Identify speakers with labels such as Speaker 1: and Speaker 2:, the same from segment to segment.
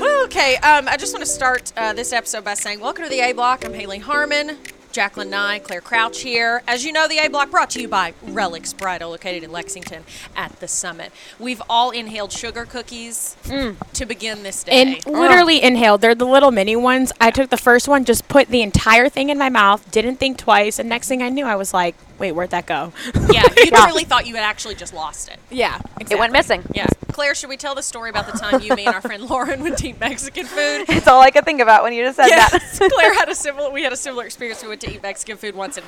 Speaker 1: Okay, um, I just want to start uh, this episode by saying welcome to the A Block. I'm Haley Harmon, Jacqueline Nye, Claire Crouch here. As you know, the A Block brought to you by Relics Bridal, located in Lexington at the Summit. We've all inhaled sugar cookies to begin this
Speaker 2: and
Speaker 1: day.
Speaker 2: literally inhaled. They're the little mini ones. I took the first one, just put the entire thing in my mouth, didn't think twice, and next thing I knew, I was like, "Wait, where'd that go?"
Speaker 1: yeah, you literally thought you had actually just lost it.
Speaker 2: yeah, exactly.
Speaker 3: It went missing.
Speaker 1: Yeah. Claire, should we tell the story about the time you, me, and our friend Lauren went to eat Mexican food?
Speaker 3: It's all I could think about when you just said that.
Speaker 1: Yes, Claire had a similar. We had a similar experience. We went to eat Mexican food once, and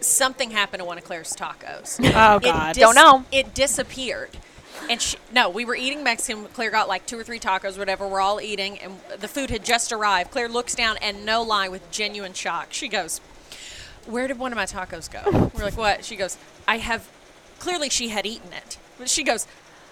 Speaker 1: something happened to one of Claire's tacos.
Speaker 2: Oh God.
Speaker 3: Don't know.
Speaker 1: It disappeared. And she, no, we were eating Mexican. Claire got like two or three tacos, whatever. We're all eating, and the food had just arrived. Claire looks down, and no lie, with genuine shock, she goes, "Where did one of my tacos go?" We're like, "What?" She goes, "I have." Clearly, she had eaten it, but she goes,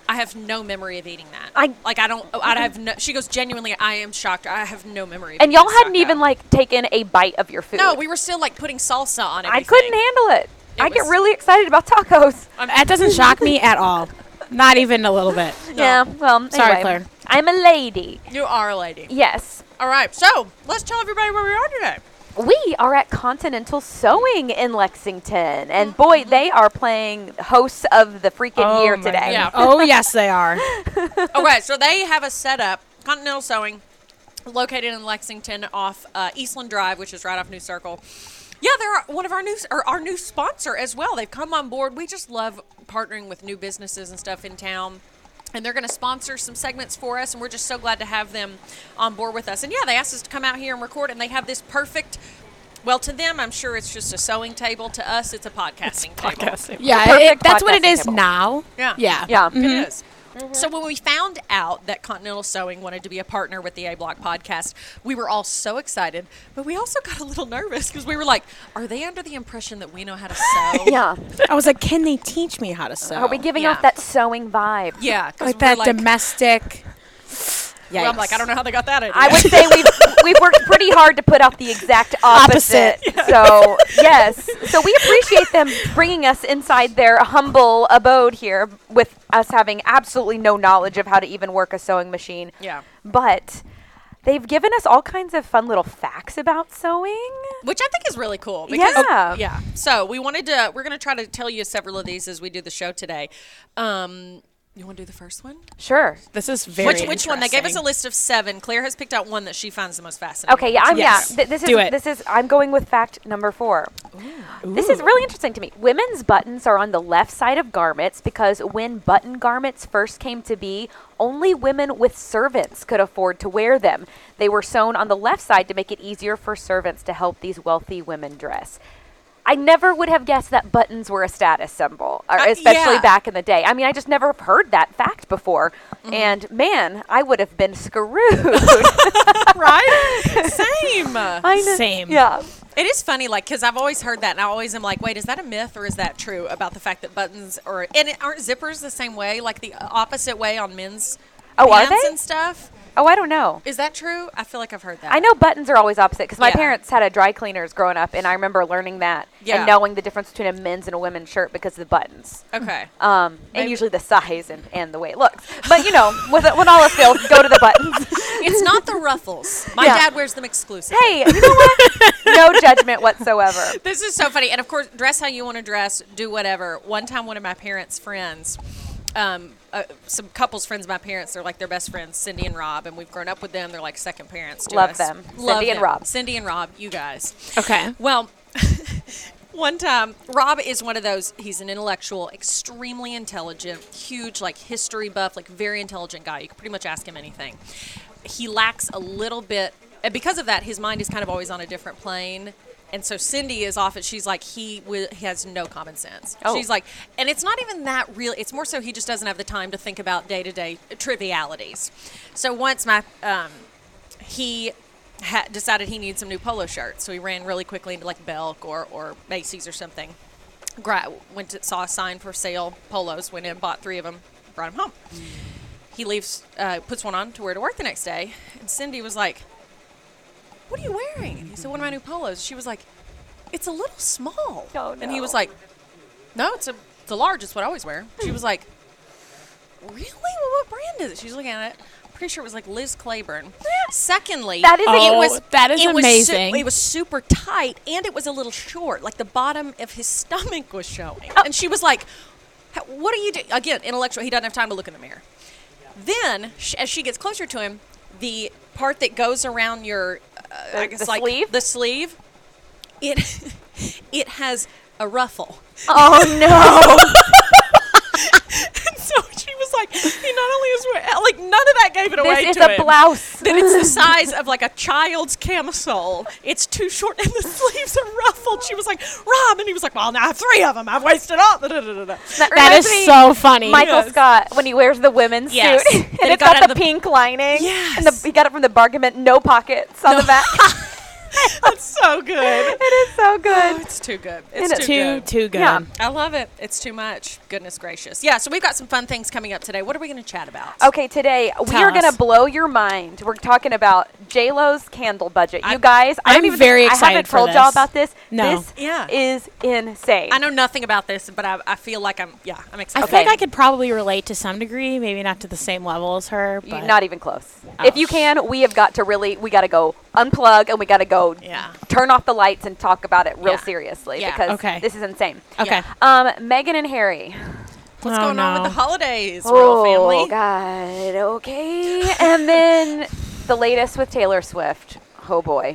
Speaker 1: "I have no memory of eating that."
Speaker 3: I-
Speaker 1: like I don't. I have no. She goes, "Genuinely, I am shocked. I have no memory." Of
Speaker 3: And
Speaker 1: eating
Speaker 3: y'all
Speaker 1: this
Speaker 3: hadn't even
Speaker 1: taco."
Speaker 3: like taken a bite of your food.
Speaker 1: No, we were still like putting salsa on it.
Speaker 3: I couldn't handle it. I get
Speaker 1: was-
Speaker 3: really excited about tacos.
Speaker 2: That doesn't shock me at all. Not even a little bit.
Speaker 3: Yeah. Well,
Speaker 2: Sorry,
Speaker 3: anyway,
Speaker 2: Claire.
Speaker 3: I'm a lady.
Speaker 1: You are a lady.
Speaker 3: Yes.
Speaker 1: All right, so let's tell everybody where we are today.
Speaker 3: We are at Continental Sewing in Lexington,
Speaker 1: Mm-hmm.
Speaker 3: and boy, they are playing hosts of the freaking year
Speaker 2: my
Speaker 3: today.
Speaker 1: Yeah.
Speaker 2: God. Oh yes, they are.
Speaker 1: okay, so they have a setup, Continental Sewing, located in Lexington off uh, Eastland Drive, which is right off New Circle. Yeah, they're our- one of our new or our new sponsor as well. They've come on board. We just love partnering with new businesses and stuff in town. And they're going to sponsor some segments for us, and we're just so glad to have them on board with us. And yeah, they asked us to come out here and record, and they have this perfect. Well, to them, I'm sure it's just a sewing table. To us, it's a podcasting table.
Speaker 2: Yeah,
Speaker 3: perfect
Speaker 2: it, that's what it
Speaker 3: podcasting
Speaker 2: is
Speaker 3: table.
Speaker 2: now.
Speaker 1: Yeah.
Speaker 2: Yeah.
Speaker 3: Yeah.
Speaker 1: It is.
Speaker 3: Mm-hmm.
Speaker 1: So when we found out that Continental Sewing wanted to be a partner with the A Block podcast, we were all so excited, but we also got a little nervous because we were like, "Are they under the impression that we know how to sew?"
Speaker 3: Yeah.
Speaker 2: Mm-hmm. I was like, "Can they teach me how to sew?"
Speaker 3: Are we giving
Speaker 1: Yeah.
Speaker 3: off that sewing vibe?
Speaker 1: yeah, 'cause
Speaker 2: like
Speaker 1: we're
Speaker 2: that
Speaker 1: like-
Speaker 2: domestic?
Speaker 1: well, I'm like,
Speaker 2: Yikes.
Speaker 1: I don't know how they got that idea.
Speaker 3: I would say we've we've worked pretty hard to put out the exact opposite.
Speaker 2: Opposite.
Speaker 3: So yes, so we appreciate them bringing us inside their humble abode here with us having absolutely no knowledge of how to even work a sewing machine.
Speaker 1: Yeah.
Speaker 3: but they've given us all kinds of fun little facts about sewing.
Speaker 1: which I think is really cool. Because,
Speaker 3: Yeah.
Speaker 1: yeah. So we wanted to. We're gonna try to tell you several of these as we do the show today. Um, you want to do the first one?
Speaker 3: Sure.
Speaker 2: This is very.
Speaker 1: which which one? They gave us a
Speaker 2: interesting.
Speaker 1: list of seven. Claire has picked out one that she finds the most fascinating.
Speaker 3: Okay, yeah, I'm
Speaker 2: Yes.
Speaker 3: yeah. th- this is
Speaker 2: Do it.
Speaker 3: this is I'm going with fact number 4. This is really interesting to me. Women's buttons are on the left side of garments because when button garments first came to be, only women with servants could afford to wear them. They were sewn on the left side to make it easier for servants to help these wealthy women dress. I never would have guessed that buttons were a status symbol, or
Speaker 1: Uh,
Speaker 3: especially
Speaker 1: yeah.
Speaker 3: back in the day. I mean, I just never heard that fact before.
Speaker 2: Mm-hmm.
Speaker 3: And man, I would have been screwed.
Speaker 1: right? Same.
Speaker 3: I know.
Speaker 2: Same.
Speaker 3: Yeah.
Speaker 1: It is funny, like, because I've always heard that, and I always am like, wait, is that a myth or is that true about the fact that buttons or and it, aren't zippers the same way, like the opposite way on men's
Speaker 3: Oh, are
Speaker 1: pants
Speaker 3: they?
Speaker 1: and stuff?
Speaker 3: Oh, I don't know.
Speaker 1: Is that true? I feel like I've heard that.
Speaker 3: I know buttons are always opposite because my
Speaker 1: Yeah.
Speaker 3: parents had a dry cleaners growing up, and I remember learning that
Speaker 1: Yeah.
Speaker 3: and knowing the difference between a men's and a women's shirt because of the buttons.
Speaker 1: Okay.
Speaker 3: Um,
Speaker 1: Maybe-
Speaker 3: and usually the size and, and the way it looks. But you know, with, when all else fails, go to the buttons.
Speaker 1: it's not the ruffles. My
Speaker 3: Yeah.
Speaker 1: dad wears them exclusively.
Speaker 3: hey, you know what? no judgment whatsoever.
Speaker 1: This is so funny. And of course, dress how you want to dress, do whatever. One time, one of my parents' friends, um, uh, some couples friends of my parents, they're like their best friends, Cindy and Rob, and we've grown up with them. They're like second parents to
Speaker 3: Love
Speaker 1: us.
Speaker 3: them. Cindy
Speaker 1: Love
Speaker 3: and
Speaker 1: them.
Speaker 3: Rob.
Speaker 1: Cindy and Rob, you guys.
Speaker 2: Okay.
Speaker 1: Well, one time, Rob is one of those. He's an intellectual, extremely intelligent, huge, like history buff, like very intelligent guy. You can pretty much ask him anything. He lacks a little bit, and because of that, his mind is kind of always on a different plane. And so Cindy is off it. She's like, he, wi- he has no common sense.
Speaker 3: Oh.
Speaker 1: She's like, and it's not even that real. It's more so he just doesn't have the time to think about day to day trivialities. So once my um, he ha- decided he needed some new polo shirts, so he ran really quickly into like Belk or or Macy's or something. Gra- went to, saw a sign for sale polos, went in, bought three of them, brought them home. He leaves, uh, puts one on to wear to work the next day, and Cindy was like, what are you wearing? He said, one of my new polos. She was like, it's a little small.
Speaker 3: Oh,
Speaker 1: And he was
Speaker 3: no.
Speaker 1: like, no, it's a, it's a large. It's what I always wear. She was like, really? Well, what brand is it? She's looking at it. I'm pretty sure it was like Liz Claiborne. Secondly,
Speaker 3: That is a-
Speaker 1: it
Speaker 3: Oh,
Speaker 1: was
Speaker 2: that is
Speaker 1: it was su-
Speaker 2: amazing.
Speaker 1: it was super tight and it was a little short. Like the bottom of his stomach was showing.
Speaker 3: Oh.
Speaker 1: And she was like, "H- "What are you doing?" Again, intellectual. He doesn't have time to look in the mirror. Then, sh- as she gets closer to him, the part that goes around your, uh, I
Speaker 3: The-
Speaker 1: guess
Speaker 3: the
Speaker 1: like
Speaker 3: sleeve?
Speaker 1: the sleeve, it it has a ruffle.
Speaker 3: Oh no!
Speaker 1: And so she was like, he not only is wear- like none of that gave it away.
Speaker 3: this is
Speaker 1: to
Speaker 3: a
Speaker 1: him.
Speaker 3: blouse.
Speaker 1: That it's the size of like a child's camisole. It's too short and the sleeves are ruffled. She was like, Rob. And he was like, well, now I have three of them. I've wasted all. Da, da, da, da, da.
Speaker 2: That
Speaker 3: reminds
Speaker 2: is
Speaker 3: me
Speaker 2: so funny.
Speaker 3: Michael
Speaker 1: Yes.
Speaker 3: Scott when he wears the women's
Speaker 1: Yes.
Speaker 3: suit
Speaker 1: That
Speaker 3: and
Speaker 1: he
Speaker 3: it's
Speaker 1: got
Speaker 3: got
Speaker 1: out of
Speaker 3: the
Speaker 1: the-
Speaker 3: pink lining. And
Speaker 1: Yes.
Speaker 3: the, he got it from the Bargain no pockets on the back.
Speaker 1: That's so good.
Speaker 3: it is so good.
Speaker 1: It's too good. It's
Speaker 3: Isn't
Speaker 1: too,
Speaker 3: it
Speaker 1: good.
Speaker 2: too too good.
Speaker 3: Yeah.
Speaker 1: I love it. It's too much. Goodness gracious. Yeah, so we've got some fun things coming up today. What are we going to chat about?
Speaker 3: Okay, today we
Speaker 2: Tell
Speaker 3: are going
Speaker 2: us.
Speaker 3: to blow your mind. We're talking about J Lo's candle budget. You
Speaker 1: I'm-
Speaker 3: guys, I
Speaker 2: I'm
Speaker 3: don't even
Speaker 2: very
Speaker 3: I haven't
Speaker 2: excited for
Speaker 3: told y'all
Speaker 2: this.
Speaker 3: about this.
Speaker 2: No.
Speaker 3: This
Speaker 1: Yeah.
Speaker 3: is insane.
Speaker 1: I know nothing about this, but I, I feel like I'm, yeah, I'm
Speaker 2: I
Speaker 1: excited.
Speaker 2: feel like
Speaker 3: Okay.
Speaker 2: I could probably relate to some degree, maybe not to the same level as her,
Speaker 3: You-
Speaker 2: but
Speaker 3: Not even close. If you
Speaker 2: Ouch.
Speaker 3: can, we have got to really, we got to go unplug and we got to go
Speaker 1: Yeah.
Speaker 3: turn off the lights and talk about it real
Speaker 1: Yeah.
Speaker 3: seriously
Speaker 1: Yeah.
Speaker 3: because
Speaker 2: Okay.
Speaker 3: this is insane.
Speaker 2: okay.
Speaker 3: Um, Megan and Harry.
Speaker 1: What's
Speaker 2: Oh,
Speaker 1: going on
Speaker 2: no.
Speaker 1: with the holidays, royal
Speaker 3: Oh
Speaker 1: family?
Speaker 3: God. Okay. and then the latest with Taylor Swift. Oh boy.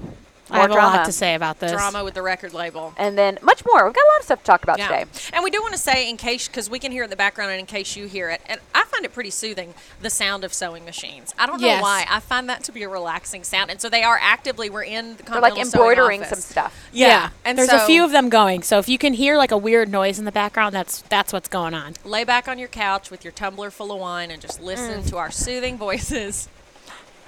Speaker 2: I
Speaker 3: More
Speaker 2: have
Speaker 3: drama.
Speaker 2: a lot to say about this.
Speaker 1: Drama with the record label.
Speaker 3: And then much more. We've got a lot of stuff to talk about
Speaker 1: Yeah.
Speaker 3: today.
Speaker 1: And we do want to say, in case, because we can hear it in the background, and in case you hear it, and I find it pretty soothing the sound of sewing machines. I don't know
Speaker 2: Yes.
Speaker 1: why. I find that to be a relaxing sound. And so they are actively, we're in the
Speaker 3: We're like
Speaker 1: Continental Sewing
Speaker 3: embroidering some
Speaker 1: office.
Speaker 3: stuff.
Speaker 1: Yeah. And
Speaker 2: there's
Speaker 1: so-
Speaker 2: a few of them going. So if you can hear like a weird noise in the background, that's that's what's going on.
Speaker 1: Lay back on your couch with your tumbler full of wine and just listen
Speaker 3: Mm.
Speaker 1: to our soothing voices.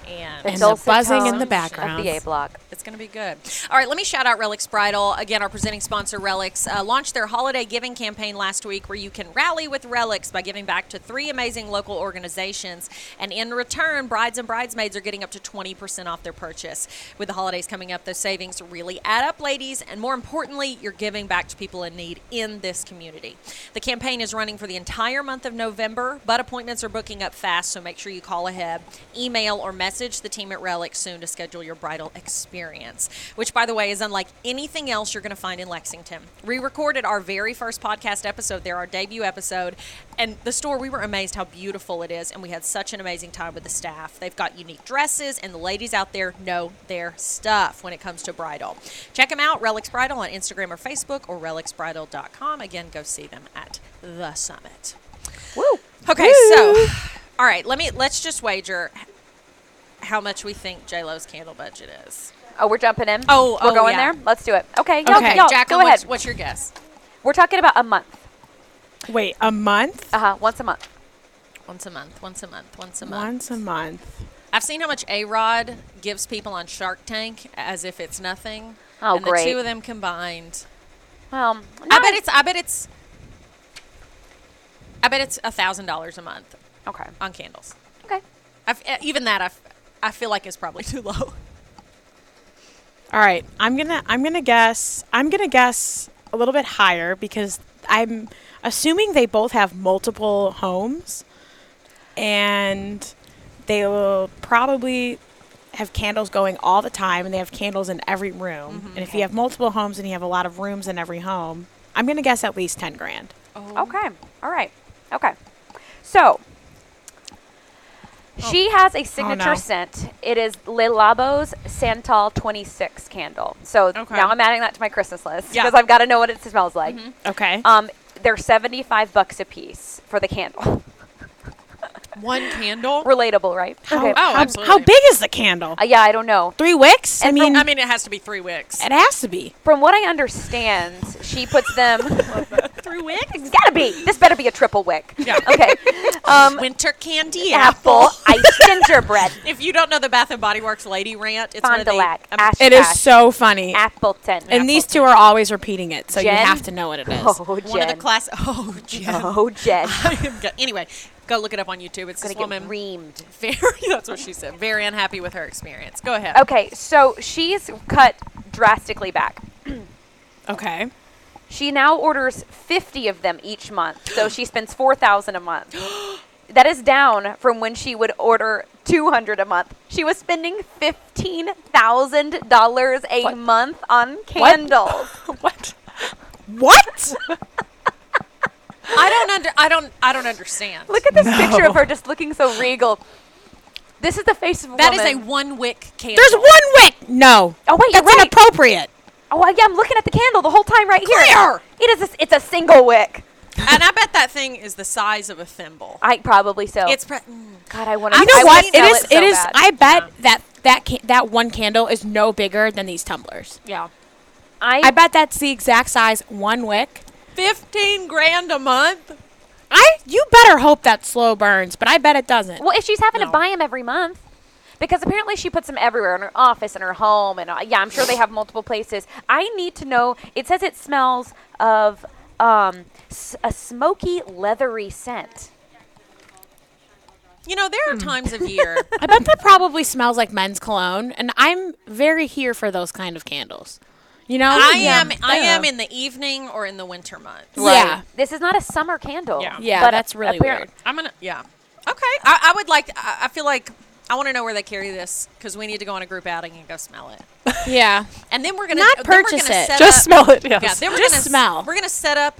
Speaker 1: And
Speaker 2: And the
Speaker 3: dulcet
Speaker 2: buzzing in
Speaker 3: tones
Speaker 2: the
Speaker 3: of
Speaker 2: background.
Speaker 3: The A block.
Speaker 1: It's going to be good. All right, let me shout out Relics Bridal. Again, our presenting sponsor, Relics, uh, launched their holiday giving campaign last week where you can rally with Relics by giving back to three amazing local organizations. And in return, brides and bridesmaids are getting up to 20% off their purchase. With the holidays coming up, those savings really add up, ladies. And more importantly, you're giving back to people in need in this community. The campaign is running for the entire month of November, but appointments are booking up fast, so make sure you call ahead, email, or message the team at Relics soon to schedule your bridal experience, which, by the way, is unlike anything else you're going to find in Lexington. We recorded our very first podcast episode there, our debut episode, and the store, we were amazed how beautiful it is, and we had such an amazing time with the staff. They've got unique dresses, and the ladies out there know their stuff when it comes to bridal. Check them out, Relics Bridal, on Instagram or Facebook, or relicsbridal.com. Again, go see them at the summit.
Speaker 3: Woo.
Speaker 1: Okay, so all right, let me let's just wager h- how much we think J Lo's candle budget is.
Speaker 3: Oh, we're jumping in.
Speaker 1: Oh,
Speaker 3: we're
Speaker 1: oh,
Speaker 3: going
Speaker 1: yeah.
Speaker 3: there. Let's do it. Okay. Y'all,
Speaker 2: Okay,
Speaker 3: y'all,
Speaker 1: Jacqueline,
Speaker 3: go ahead.
Speaker 1: What's, what's your guess?
Speaker 3: We're talking about a month.
Speaker 2: Wait, a month?
Speaker 3: Uh huh. Once a month.
Speaker 1: Once a month, once a month, once a month.
Speaker 2: Once a month.
Speaker 1: I've seen how much A Rod gives people on Shark Tank as if it's nothing.
Speaker 3: Oh,
Speaker 1: and The
Speaker 3: great.
Speaker 1: two of them combined.
Speaker 3: Well, no,
Speaker 1: I bet it's. I bet it's. I bet it's a thousand dollars a month
Speaker 3: e-, okay.
Speaker 1: on candles.
Speaker 3: Okay.
Speaker 1: I've, eh, even that, I've, I feel like is probably too low.
Speaker 2: All right, I'm gonna I'm gonna guess I'm gonna guess a little bit higher because I'm assuming they both have multiple homes, and they will probably have candles going all the time, and they have candles in every room. and if you have multiple homes and you have a lot of rooms in every home, I'm gonna guess at least ten grand.
Speaker 1: Oh,
Speaker 3: Okay. All right. Okay. So she has a signature
Speaker 2: no.
Speaker 3: scent. It is Le Labo's Santal 26 candle. So
Speaker 2: Okay.
Speaker 3: now I'm adding that to my Christmas list
Speaker 1: Yeah.
Speaker 3: because I've got to know what it smells like.
Speaker 2: Okay.
Speaker 3: Um, they're 75 bucks a piece for the candle.
Speaker 1: one candle.
Speaker 3: Relatable, right?
Speaker 2: how,
Speaker 3: Okay.
Speaker 1: Oh,
Speaker 2: how, how
Speaker 1: absolutely.
Speaker 2: big is the candle?
Speaker 3: Uh, yeah, I don't know.
Speaker 2: Three wicks? I
Speaker 3: and from-
Speaker 2: mean,
Speaker 1: I mean, it has to be three wicks.
Speaker 2: it has to be.
Speaker 3: From what I understand, she puts them.
Speaker 1: Three wicks.
Speaker 3: it's gotta be. This better be a triple wick.
Speaker 1: Yeah.
Speaker 3: Okay. Um,
Speaker 1: Winter candy
Speaker 3: apple iced gingerbread.
Speaker 1: If you don't know the Bath and Body Works Lady Rant, it's
Speaker 3: Fond
Speaker 1: where
Speaker 3: du
Speaker 1: they-
Speaker 3: Lac.
Speaker 1: um,
Speaker 3: ash
Speaker 2: It is
Speaker 3: Ash,
Speaker 2: so funny.
Speaker 3: Appleton.
Speaker 2: And these two are always repeating it, so
Speaker 3: Jen?
Speaker 2: you have to know what it is.
Speaker 3: Oh, Jen.
Speaker 1: one of the class. Oh, Jen.
Speaker 3: Oh, Jen.
Speaker 1: I am go- anyway, Go look it up on YouTube. It's
Speaker 3: Gonna
Speaker 1: this
Speaker 3: get
Speaker 1: woman.
Speaker 3: reamed.
Speaker 1: very, that's what she said. Very unhappy with her experience. Go ahead.
Speaker 3: Okay, so she's cut drastically back.
Speaker 2: Okay.
Speaker 3: She now orders 50 of them each month, so she spends 4,000 a month. that is down from when she would order 200 a month. She was spending $15,000 a month on candles.
Speaker 2: What? What?
Speaker 1: I don't under. I don't. I don't understand.
Speaker 3: Look at this picture of her just looking so regal. This is the face of a
Speaker 1: That is
Speaker 3: woman.
Speaker 1: a one wick candle.
Speaker 2: There's one wick. No.
Speaker 3: Oh, wait,
Speaker 2: That's
Speaker 3: you're right.
Speaker 2: inappropriate.
Speaker 3: Oh yeah, I'm looking at the candle the whole time right
Speaker 1: Clear!
Speaker 3: here. It is. A, it's a single wick.
Speaker 1: and I bet that thing is the size of a thimble.
Speaker 3: I probably so.
Speaker 1: It's pre- mm.
Speaker 3: God. I want to.
Speaker 2: You know
Speaker 3: I
Speaker 2: what?
Speaker 3: wanna
Speaker 2: It
Speaker 3: smell
Speaker 2: is.
Speaker 3: It, so
Speaker 2: it is.
Speaker 3: bad.
Speaker 2: I bet that that ca- that one candle is no bigger than these tumblers.
Speaker 1: yeah,
Speaker 3: I.
Speaker 2: I bet that's the exact size one wick.
Speaker 1: fifteen grand a month.
Speaker 2: I you better hope that slow burns, but I bet it doesn't.
Speaker 3: Well, if she's having
Speaker 1: No.
Speaker 3: to buy them every month, because apparently she puts them everywhere in her office, in her home, and uh, yeah, I'm sure they have multiple places. I need to know. It says it smells of um, s- a smoky, leathery scent.
Speaker 1: You know, there are
Speaker 3: Hmm.
Speaker 1: times of year.
Speaker 2: I bet that probably smells like men's cologne, and I'm very here for those kind of candles. You know,
Speaker 1: I
Speaker 2: Yeah.
Speaker 1: am. I am in the evening or in the winter months.
Speaker 2: Yeah.
Speaker 3: This is not a summer candle.
Speaker 1: Yeah.
Speaker 2: Yeah,
Speaker 3: but
Speaker 2: that's really
Speaker 3: apparent-
Speaker 2: weird.
Speaker 1: I'm gonna. Yeah. Okay. I, I would like. I, I feel like I want to know where they carry this because we need to go on a group outing and go smell it.
Speaker 2: Yeah,
Speaker 1: And then we're gonna
Speaker 2: Not
Speaker 1: then we're
Speaker 2: purchase
Speaker 1: gonna
Speaker 2: it.
Speaker 1: set
Speaker 4: Just
Speaker 1: up-
Speaker 4: smell it. Yes.
Speaker 1: Yeah. Then we're
Speaker 2: Just
Speaker 1: gonna s-
Speaker 2: smell.
Speaker 1: We're gonna set up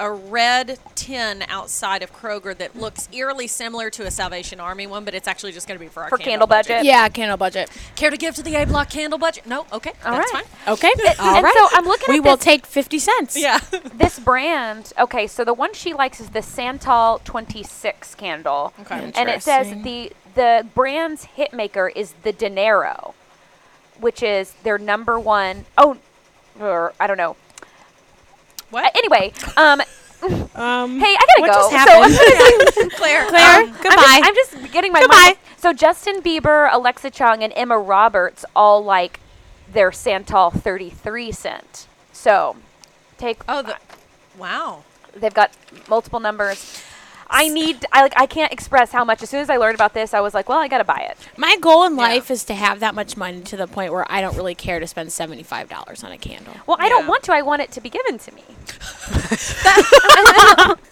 Speaker 1: a red tin outside of Kroger that looks eerily similar to a Salvation Army one, but it's actually just gonna be for our
Speaker 3: For
Speaker 1: candle
Speaker 3: candle budget.
Speaker 2: yeah, candle budget.
Speaker 1: Care to give to the A block candle budget? No. Okay.
Speaker 3: All
Speaker 1: that's
Speaker 3: right.
Speaker 1: fine.
Speaker 2: Okay, all
Speaker 3: and
Speaker 2: right.
Speaker 3: so I'm looking
Speaker 2: We
Speaker 3: at
Speaker 2: will
Speaker 3: this-
Speaker 2: take fifty cents.
Speaker 1: Yeah.
Speaker 3: This brand, okay, so the one she likes is the Santal 26 candle.
Speaker 1: Okay.
Speaker 3: And it says
Speaker 2: Interesting.
Speaker 3: the the brand's hit maker is the Dinero, which is their number one oh or I don't know. Uh,
Speaker 1: what?
Speaker 3: anyway, um
Speaker 2: Um,
Speaker 3: hey, I got to
Speaker 2: what
Speaker 3: go.
Speaker 2: just
Speaker 3: So
Speaker 2: happened?
Speaker 1: Claire. um,
Speaker 2: Claire,
Speaker 3: I'm
Speaker 2: goodbye.
Speaker 3: just- I'm just, getting my
Speaker 2: Goodbye.
Speaker 3: mind. So Justin Bieber, Alexa Chung, and Emma Roberts all like their Santal 33 cent. So take uh,
Speaker 1: Oh, the, wow.
Speaker 3: they've got multiple numbers. I need I like I can't express how much as soon as I learned about this I was like, well, I got to buy it.
Speaker 2: My goal in life is to have that much money to the point where I don't really care to spend seventy five dollars on a candle.
Speaker 3: Well, I don't
Speaker 1: Yeah.
Speaker 3: want to. I want it to be given to me.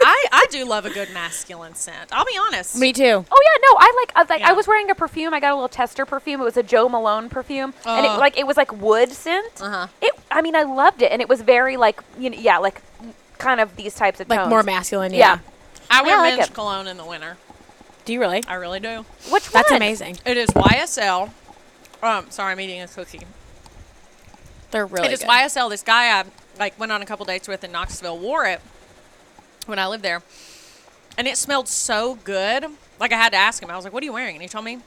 Speaker 1: I, I do love a good masculine scent. I'll be honest.
Speaker 2: Me too.
Speaker 3: Oh yeah, no, I like I, like
Speaker 1: Yeah.
Speaker 3: I was wearing a perfume. I got a little tester perfume. It was a Joe Malone perfume, and it
Speaker 1: Oh.
Speaker 3: like it was like wood scent.
Speaker 1: Uh-huh.
Speaker 3: It I mean I loved it, and it was very like you know, yeah like kind of these types of
Speaker 2: Like
Speaker 3: tones.
Speaker 2: more masculine.
Speaker 3: Oh. Yeah.
Speaker 2: Yeah.
Speaker 1: I wear
Speaker 3: I like
Speaker 1: men's
Speaker 3: it.
Speaker 1: cologne in the winter.
Speaker 2: Do you really?
Speaker 1: I really do.
Speaker 3: Which
Speaker 2: That's
Speaker 3: one?
Speaker 2: amazing.
Speaker 1: It is YSL. Um, sorry, I'm eating a cookie.
Speaker 2: They're really.
Speaker 1: it is
Speaker 2: good.
Speaker 1: YSL. This guy I like went on a couple dates with in Knoxville wore it when I lived there, and it smelled so good. Like I had to ask him. I was like, "What are you wearing?" And he told me.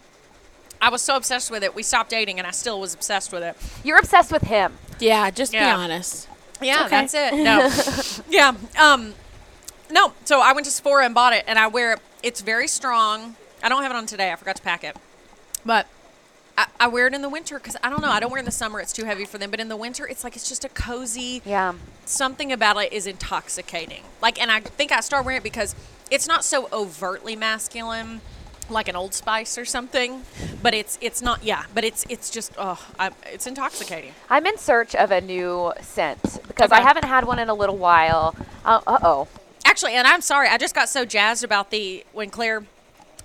Speaker 1: I was so obsessed with it. We stopped dating, and I still was obsessed with it.
Speaker 3: You're obsessed with him.
Speaker 2: Yeah, just
Speaker 1: Yeah.
Speaker 2: be honest.
Speaker 1: Yeah,
Speaker 2: Okay.
Speaker 1: that's it. No. yeah. Um no, so I went to Sephora and bought it and I wear it. It's very strong. I don't have it on today. I forgot to pack it. But I, I wear it in the winter because I don't know. I don't wear it in the summer. It's too heavy for them. But in the winter, it's like it's just a cozy.
Speaker 3: Yeah.
Speaker 1: Something about it is intoxicating. Like, and I think I started wearing it because it's not so overtly masculine, like an Old Spice or something. But it's it's not. Yeah. But it's it's just oh, I, it's intoxicating.
Speaker 3: I'm in search of a new scent because I
Speaker 1: Okay.
Speaker 3: haven't had one in a little while. Uh oh.
Speaker 1: Actually, and I'm sorry, I just got so jazzed about the when Claire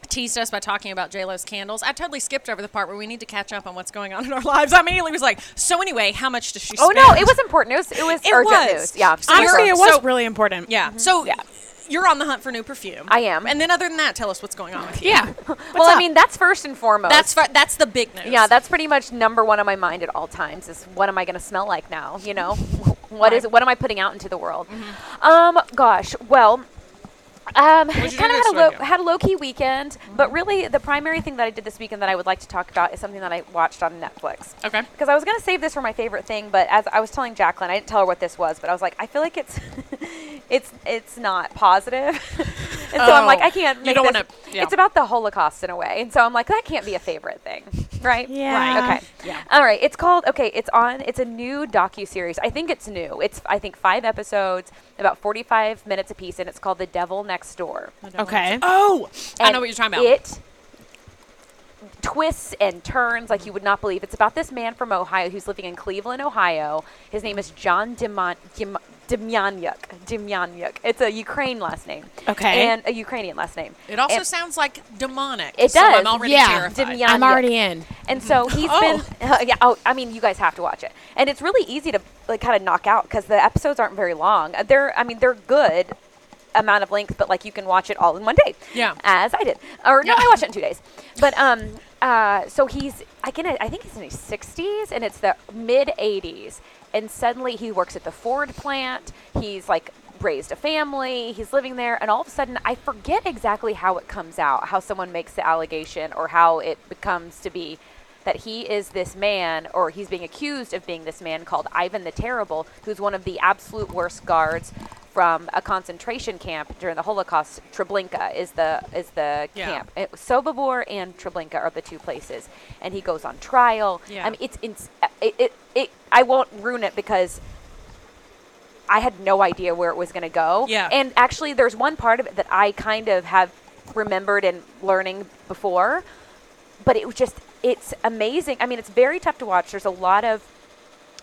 Speaker 1: teased us by talking about JLo's candles. I totally skipped over the part where we need to catch up on what's going on in our lives. I immediately was like, so anyway, how much does she
Speaker 3: Oh
Speaker 1: spend?
Speaker 3: no, it was important. It was it was
Speaker 1: It
Speaker 3: urgent
Speaker 1: was.
Speaker 3: news. Yeah.
Speaker 1: So Honestly,
Speaker 3: Sure.
Speaker 1: it was so-
Speaker 2: really important.
Speaker 1: Yeah. So
Speaker 3: Mm-hmm. Yeah.
Speaker 1: you're on the hunt for new perfume.
Speaker 3: I am.
Speaker 1: And then other than that, tell us what's going on with you.
Speaker 2: Yeah.
Speaker 3: well, I
Speaker 2: up?
Speaker 3: mean that's first and foremost.
Speaker 1: That's fi- that's the big news.
Speaker 3: Yeah, that's pretty much number one on my mind at all times is what am I going to smell like now? You know, what is what am I putting out into the world? Um, gosh, well, um, kind of
Speaker 1: Mm-hmm. you do
Speaker 3: had
Speaker 1: this
Speaker 3: a low,
Speaker 1: weekend?
Speaker 3: had a low key weekend, but
Speaker 1: Mm-hmm.
Speaker 3: really the primary thing that I did this weekend that I would like to talk about is something that I watched on Netflix.
Speaker 1: Okay.
Speaker 3: Because I was going to save this for my favorite thing, but as I was telling Jacqueline, I didn't tell her what this was, but I was like, I feel like it's, it's, it's not positive. And so I'm like,
Speaker 1: Oh,
Speaker 3: I can't
Speaker 1: you
Speaker 3: make
Speaker 1: don't
Speaker 3: this.
Speaker 1: wanna- yeah.
Speaker 3: It's about the Holocaust in a way. And so I'm like, that can't be a favorite thing, right?
Speaker 2: Yeah.
Speaker 1: Right.
Speaker 3: Okay.
Speaker 1: Yeah.
Speaker 3: All right. It's called okay. It's on. It's a new docu series. I think it's new. It's I think five episodes, about forty-five minutes apiece, and it's called The Devil Next Door.
Speaker 2: Okay.
Speaker 1: Oh, I know
Speaker 3: And
Speaker 1: what you're talking about.
Speaker 3: It twists and turns like you would not believe. It's about this man from Ohio who's living in Cleveland, Ohio. His name is John Demon. Dim- Demyanyuk. Demyanyuk. It's a Ukraine last name.
Speaker 2: Okay.
Speaker 3: And a Ukrainian last name.
Speaker 1: It also
Speaker 3: And-
Speaker 1: sounds like demonic.
Speaker 3: It
Speaker 1: so I'm
Speaker 3: does.
Speaker 1: already
Speaker 2: Yeah.
Speaker 1: terrified.
Speaker 3: Demonic.
Speaker 2: I'm already in.
Speaker 3: And so he's
Speaker 1: Oh.
Speaker 3: been, yeah. Oh, I mean, you guys have to watch it, and it's really easy to like kind of knock out because the episodes aren't very long. Uh, They're, I mean, they're good amount of length, but like you can watch it all in one day.
Speaker 1: Yeah.
Speaker 3: As I did, or no,
Speaker 1: Yeah.
Speaker 3: I watched it in two days. But um, uh, so he's, I can, I think he's in his 60s, and it's the mid 80s, and suddenly he works at the Ford plant. He's like raised a family. He's living there, and all of a sudden, I forget exactly how it comes out, how someone makes the allegation, or how it becomes to be that he is this man, or he's being accused of being this man called Ivan the Terrible, who's one of the absolute worst guards from a concentration camp during the Holocaust. Treblinka is the is the
Speaker 1: Yeah.
Speaker 3: camp. It, Sobibor and Treblinka are the two places, and he goes on trial.
Speaker 1: Yeah.
Speaker 3: I mean, it's, ins it, it it I won't ruin it because I had no idea where it was going to go.
Speaker 1: Yeah.
Speaker 3: And actually, there's one part of it that I kind of have remembered and learning before, but it was just, it's amazing. I mean, it's very tough to watch. There's a lot of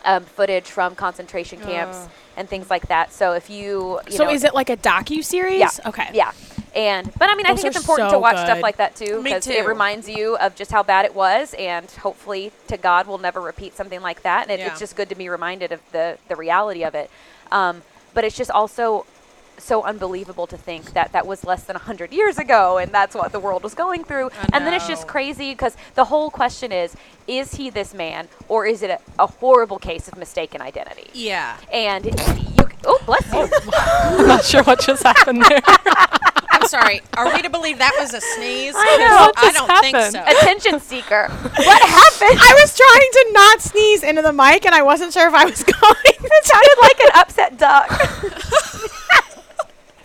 Speaker 3: um, footage from concentration camps
Speaker 1: Ugh.
Speaker 3: and things like that. So if you, you
Speaker 2: so
Speaker 3: know,
Speaker 2: is it like a docu series?
Speaker 3: Yeah.
Speaker 2: Okay.
Speaker 3: Yeah. And but I mean, I
Speaker 2: Those
Speaker 3: think it's
Speaker 2: are
Speaker 3: important
Speaker 2: so
Speaker 3: to watch stuff
Speaker 2: good.
Speaker 3: like that too
Speaker 1: Me
Speaker 3: because it
Speaker 1: too.
Speaker 3: reminds you of just how bad it was, and hopefully, to God, we'll never repeat something like that. And it,
Speaker 1: Yeah.
Speaker 3: it's just good to be reminded of the the reality of it. Um, but it's just also so unbelievable to think that that was less than 100 years ago and that's what the world was going through and then it's just
Speaker 1: know.
Speaker 3: crazy because the whole question is is he this man or is it a, a horrible case of mistaken identity
Speaker 2: E
Speaker 1: Yeah.
Speaker 3: and you oh bless you
Speaker 4: I'm not sure what just happened there.
Speaker 1: I'm sorry. Are we to believe that was a sneeze?
Speaker 3: I know.
Speaker 1: Because
Speaker 3: What
Speaker 1: I
Speaker 4: just
Speaker 1: don't think
Speaker 4: happened?
Speaker 1: so.
Speaker 3: attention seeker what happened
Speaker 2: I was trying to not sneeze into the mic, and I wasn't sure if I was going.
Speaker 3: It sounded like an upset duck.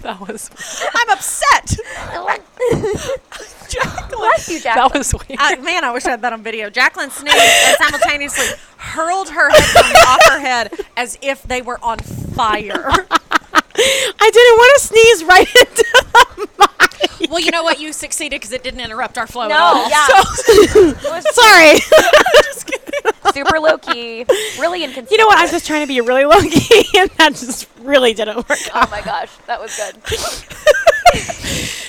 Speaker 4: That was
Speaker 1: I'm upset. Jacqueline.
Speaker 3: Bless you, Jack.
Speaker 4: that was weird.
Speaker 2: Uh,
Speaker 1: I, man, I wish I had that on video. Jacqueline sneezed and simultaneously hurled her headphones off her head as if they were on fire.
Speaker 2: I didn't want to sneeze right into.
Speaker 1: well, you know what? You succeeded because it didn't interrupt our flow at
Speaker 3: no,
Speaker 1: all.
Speaker 3: yeah.
Speaker 2: Sorry.
Speaker 3: Super low key. Really inconsistent.
Speaker 2: you know what? I'm just trying to be really low key, and that just really didn't work.
Speaker 3: Oh my gosh, that was good.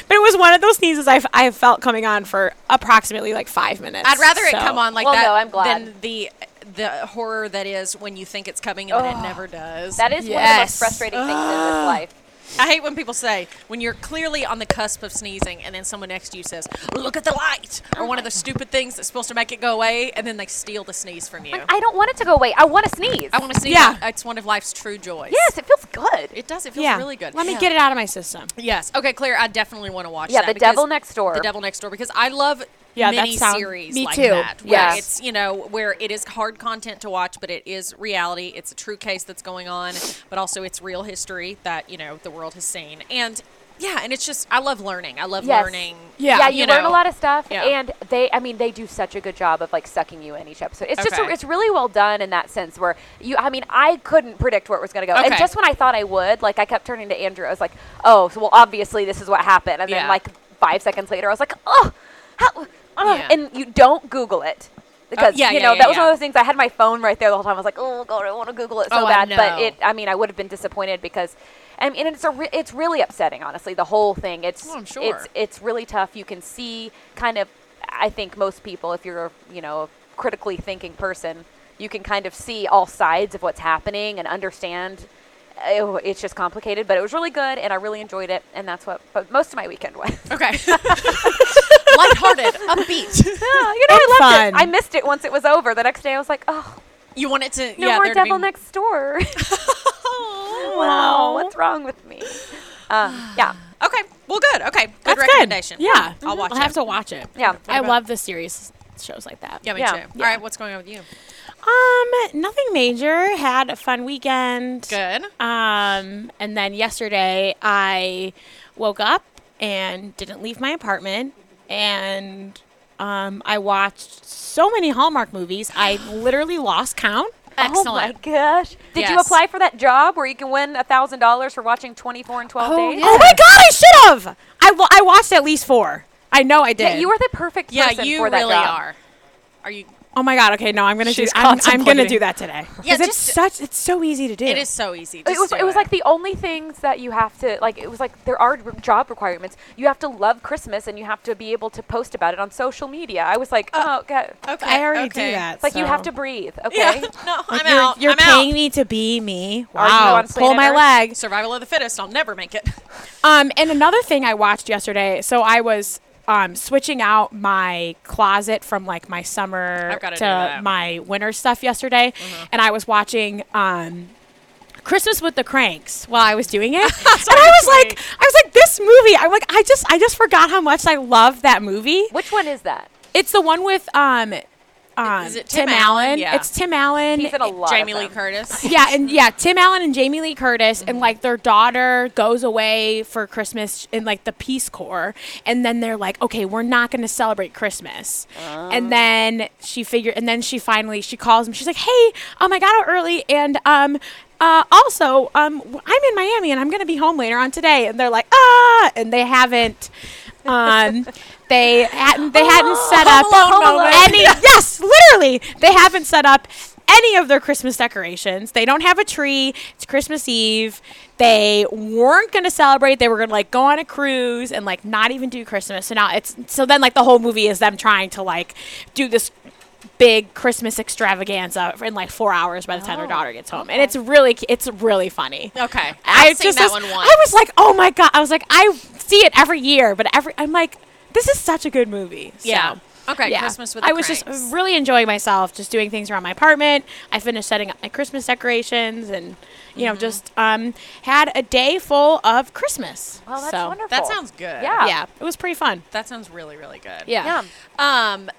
Speaker 2: But it was one of those sneezes I've, I've felt coming on for approximately like five minutes.
Speaker 1: I'd rather it
Speaker 2: so-
Speaker 1: come on like
Speaker 3: Well,
Speaker 1: that
Speaker 3: no, I'm glad.
Speaker 1: than the the horror that is when you think it's coming and then it never does.
Speaker 3: That is one of the most
Speaker 2: Yes. Ah.
Speaker 3: frustrating things in this life.
Speaker 1: I hate when people say when you're clearly on the cusp of sneezing and then someone next to you says, "Look at the light," or one of the stupid things that's supposed to make it go away, and then they steal the sneeze from you.
Speaker 3: I don't want it to go away. I want to sneeze.
Speaker 1: I want to sneeze.
Speaker 2: Yeah.
Speaker 1: it's one of life's true joys.
Speaker 3: yes, it feels good.
Speaker 1: it does. It feels
Speaker 2: Yeah.
Speaker 1: really good.
Speaker 2: Let me get it out of my system.
Speaker 1: Yes. Okay, Claire. I definitely want to watch.
Speaker 3: yeah,
Speaker 1: that
Speaker 3: the
Speaker 1: because-
Speaker 3: devil next door.
Speaker 1: The Devil Next Door because I love
Speaker 2: Yeah, that
Speaker 1: mini
Speaker 2: sound-
Speaker 1: series
Speaker 2: me
Speaker 1: like
Speaker 2: too.
Speaker 1: that. Where
Speaker 3: Yes.
Speaker 1: it's you know where it is hard content to watch, but it is reality. It's a true case that's going on, but also it's real history that you know the world has seen. And yeah, and it's just I love learning. I love
Speaker 3: Yes.
Speaker 1: learning.
Speaker 2: Yeah,
Speaker 3: yeah, you,
Speaker 1: you
Speaker 3: learn
Speaker 1: know.
Speaker 3: a lot of stuff,
Speaker 1: Yeah.
Speaker 3: and they, I mean, they do such a good job of like sucking you in each episode. It's just, a,
Speaker 1: Okay.
Speaker 3: it's really well done in that sense where you, I mean, I couldn't predict where it was going to go, and
Speaker 1: Okay.
Speaker 3: just when I thought I would, like, I kept turning to Andrew. I was like, oh, so well, obviously this is what happened, and then
Speaker 1: Yeah.
Speaker 3: like five seconds later, I was like, oh, how, oh.
Speaker 1: Yeah. Uh,
Speaker 3: and you don't Google it. Because
Speaker 1: yeah,
Speaker 3: you
Speaker 1: yeah,
Speaker 3: know
Speaker 1: yeah,
Speaker 3: that was
Speaker 1: yeah.
Speaker 3: one of those things. I had my phone right there the whole time. I was like, "Oh God, I want to Google it so
Speaker 1: Oh, I
Speaker 3: bad." But
Speaker 1: know.
Speaker 3: it, I mean, I would have been disappointed because, I mean, and it's a, re- it's really upsetting. Honestly, the whole thing. It's
Speaker 1: Oh, I'm
Speaker 3: it's-
Speaker 1: sure.
Speaker 3: It's it's really tough. You can see kind of I think most people if you're, you know, a critically thinking person, you can kind of see all sides of what's happening and understand Oh, it's just complicated, but it was really good and I really enjoyed it and that's what but most of my weekend was.
Speaker 1: Okay. Lighthearted, upbeat.
Speaker 3: Ah, you know, I
Speaker 2: And
Speaker 3: loved it.
Speaker 2: fun.
Speaker 3: I missed it once it was over. The next day I was like, "Oh,
Speaker 1: You want it to
Speaker 3: no
Speaker 1: yeah,
Speaker 3: more
Speaker 1: there to
Speaker 3: devil
Speaker 1: be,
Speaker 3: next door." wow, what's wrong with me? Um, yeah.
Speaker 1: Okay. Well, good. Okay. Good
Speaker 2: That's
Speaker 1: recommendation.
Speaker 2: Good. Yeah, Mm-hmm.
Speaker 1: I'll
Speaker 3: Mm-hmm.
Speaker 1: watch
Speaker 2: I'll
Speaker 1: it.
Speaker 2: have to watch it.
Speaker 3: Yeah.
Speaker 2: I
Speaker 1: about-
Speaker 2: love the series shows like that.
Speaker 1: Yeah, me
Speaker 3: Yeah.
Speaker 1: too.
Speaker 3: Yeah.
Speaker 1: All right. What's going on with you?
Speaker 2: Um, nothing major. Had a fun weekend.
Speaker 1: Good.
Speaker 2: Um, and then yesterday I woke up and didn't leave my apartment. And um, I watched so many Hallmark movies, I literally lost count.
Speaker 3: Oh my
Speaker 1: Excellent.
Speaker 3: gosh. Did you
Speaker 1: Yes.
Speaker 3: apply for that job where you can win $1,000 for watching 24 and 12 days?
Speaker 2: Oh my God, I should have. I, wa- I watched at least four. I know I did.
Speaker 3: Yeah, you are the perfect
Speaker 1: yeah,
Speaker 3: person
Speaker 1: you
Speaker 3: for that
Speaker 1: really
Speaker 3: job.
Speaker 1: are. Are you?
Speaker 2: Oh my God. Okay, no, I'm gonna do.
Speaker 4: She's
Speaker 2: I'm, I'm gonna
Speaker 4: contemplating.
Speaker 2: do that today. 'Cause
Speaker 1: Yeah,
Speaker 2: it's
Speaker 1: just-
Speaker 2: such. It's so easy to do.
Speaker 1: It is so easy.
Speaker 3: It
Speaker 1: Just
Speaker 3: was
Speaker 1: do
Speaker 3: it was like the only things that you have to like it was like there are r- job requirements. You have to love Christmas and you have to be able to post about it on social media. I was like, "Oh, okay."
Speaker 1: Okay.
Speaker 2: I already
Speaker 1: okay.
Speaker 2: do that.
Speaker 3: It's like you have
Speaker 2: so.
Speaker 3: to breathe,
Speaker 1: Yeah.
Speaker 3: okay?
Speaker 1: No,
Speaker 2: Like,
Speaker 1: I'm
Speaker 2: you're,
Speaker 1: out.
Speaker 2: You're
Speaker 1: I'm
Speaker 2: paying
Speaker 1: out.
Speaker 2: me to be me.
Speaker 3: Are you
Speaker 2: Wow.
Speaker 3: on
Speaker 2: Pull
Speaker 3: planet
Speaker 2: my
Speaker 3: Earth?
Speaker 2: leg.
Speaker 1: Survival of the fittest. I'll never make it.
Speaker 2: Um, and another thing I watched yesterday. So I was um, switching out my closet from like my summer
Speaker 1: I've gotta do
Speaker 2: to
Speaker 1: that. Uh-huh.
Speaker 2: my winter stuff yesterday, and I was watching um, Christmas with the Cranks while I was doing it, and I was like, I was like, this movie. I'm like, I just, I just forgot how much I love that movie.
Speaker 3: Which one is that?
Speaker 2: It's the one with um, um
Speaker 1: Is it
Speaker 2: Tim,
Speaker 1: Tim
Speaker 2: Allen.
Speaker 1: Allen? Yeah.
Speaker 2: It's Tim Allen.
Speaker 3: He's in a lot. of
Speaker 1: Jamie Lee
Speaker 3: them.
Speaker 1: Curtis.
Speaker 2: yeah, and yeah, Tim Allen and Jamie Lee Curtis, and like their daughter goes away for Christmas in like the Peace Corps, and then they're like, okay, we're not going to celebrate Christmas, and then she figure, and then she finally she calls him. She's like, hey, um, I got out early, and um. Uh, also, um, w- I'm in Miami and I'm gonna be home later on today, and they're like, ah, and they haven't, um, they hadn't, they hadn't set up
Speaker 1: Home Alone moment.
Speaker 2: any. Yes, literally, they haven't set up any of their Christmas decorations. They don't have a tree. It's Christmas Eve. They weren't going to celebrate. They were going to like go on a cruise and like not even do Christmas. So now it's so then like the whole movie is them trying to like do this big Christmas extravaganza in like 4 hours by the time their daughter gets home. And it's really cu- it's really funny.
Speaker 1: Okay.
Speaker 2: I
Speaker 1: I've seen
Speaker 2: just
Speaker 1: that one
Speaker 2: was-
Speaker 1: once.
Speaker 2: I was like, "Oh my god." I was like, "I see it every year, but every I'm like, this is such a good movie." So.
Speaker 1: Yeah. Okay, Christmas with
Speaker 2: I
Speaker 1: the
Speaker 2: was
Speaker 1: Cranks.
Speaker 2: just really enjoying myself, just doing things around my apartment. I finished setting up my Christmas decorations, and
Speaker 1: Mm-hmm.
Speaker 2: you know, just um, had a day full of Christmas.
Speaker 3: Well, that's
Speaker 2: So,
Speaker 3: wonderful.
Speaker 1: That sounds good.
Speaker 3: Yeah.
Speaker 2: Yeah, it was pretty fun.
Speaker 1: That sounds really, really good.
Speaker 2: Yeah.
Speaker 3: Yeah.
Speaker 1: Um,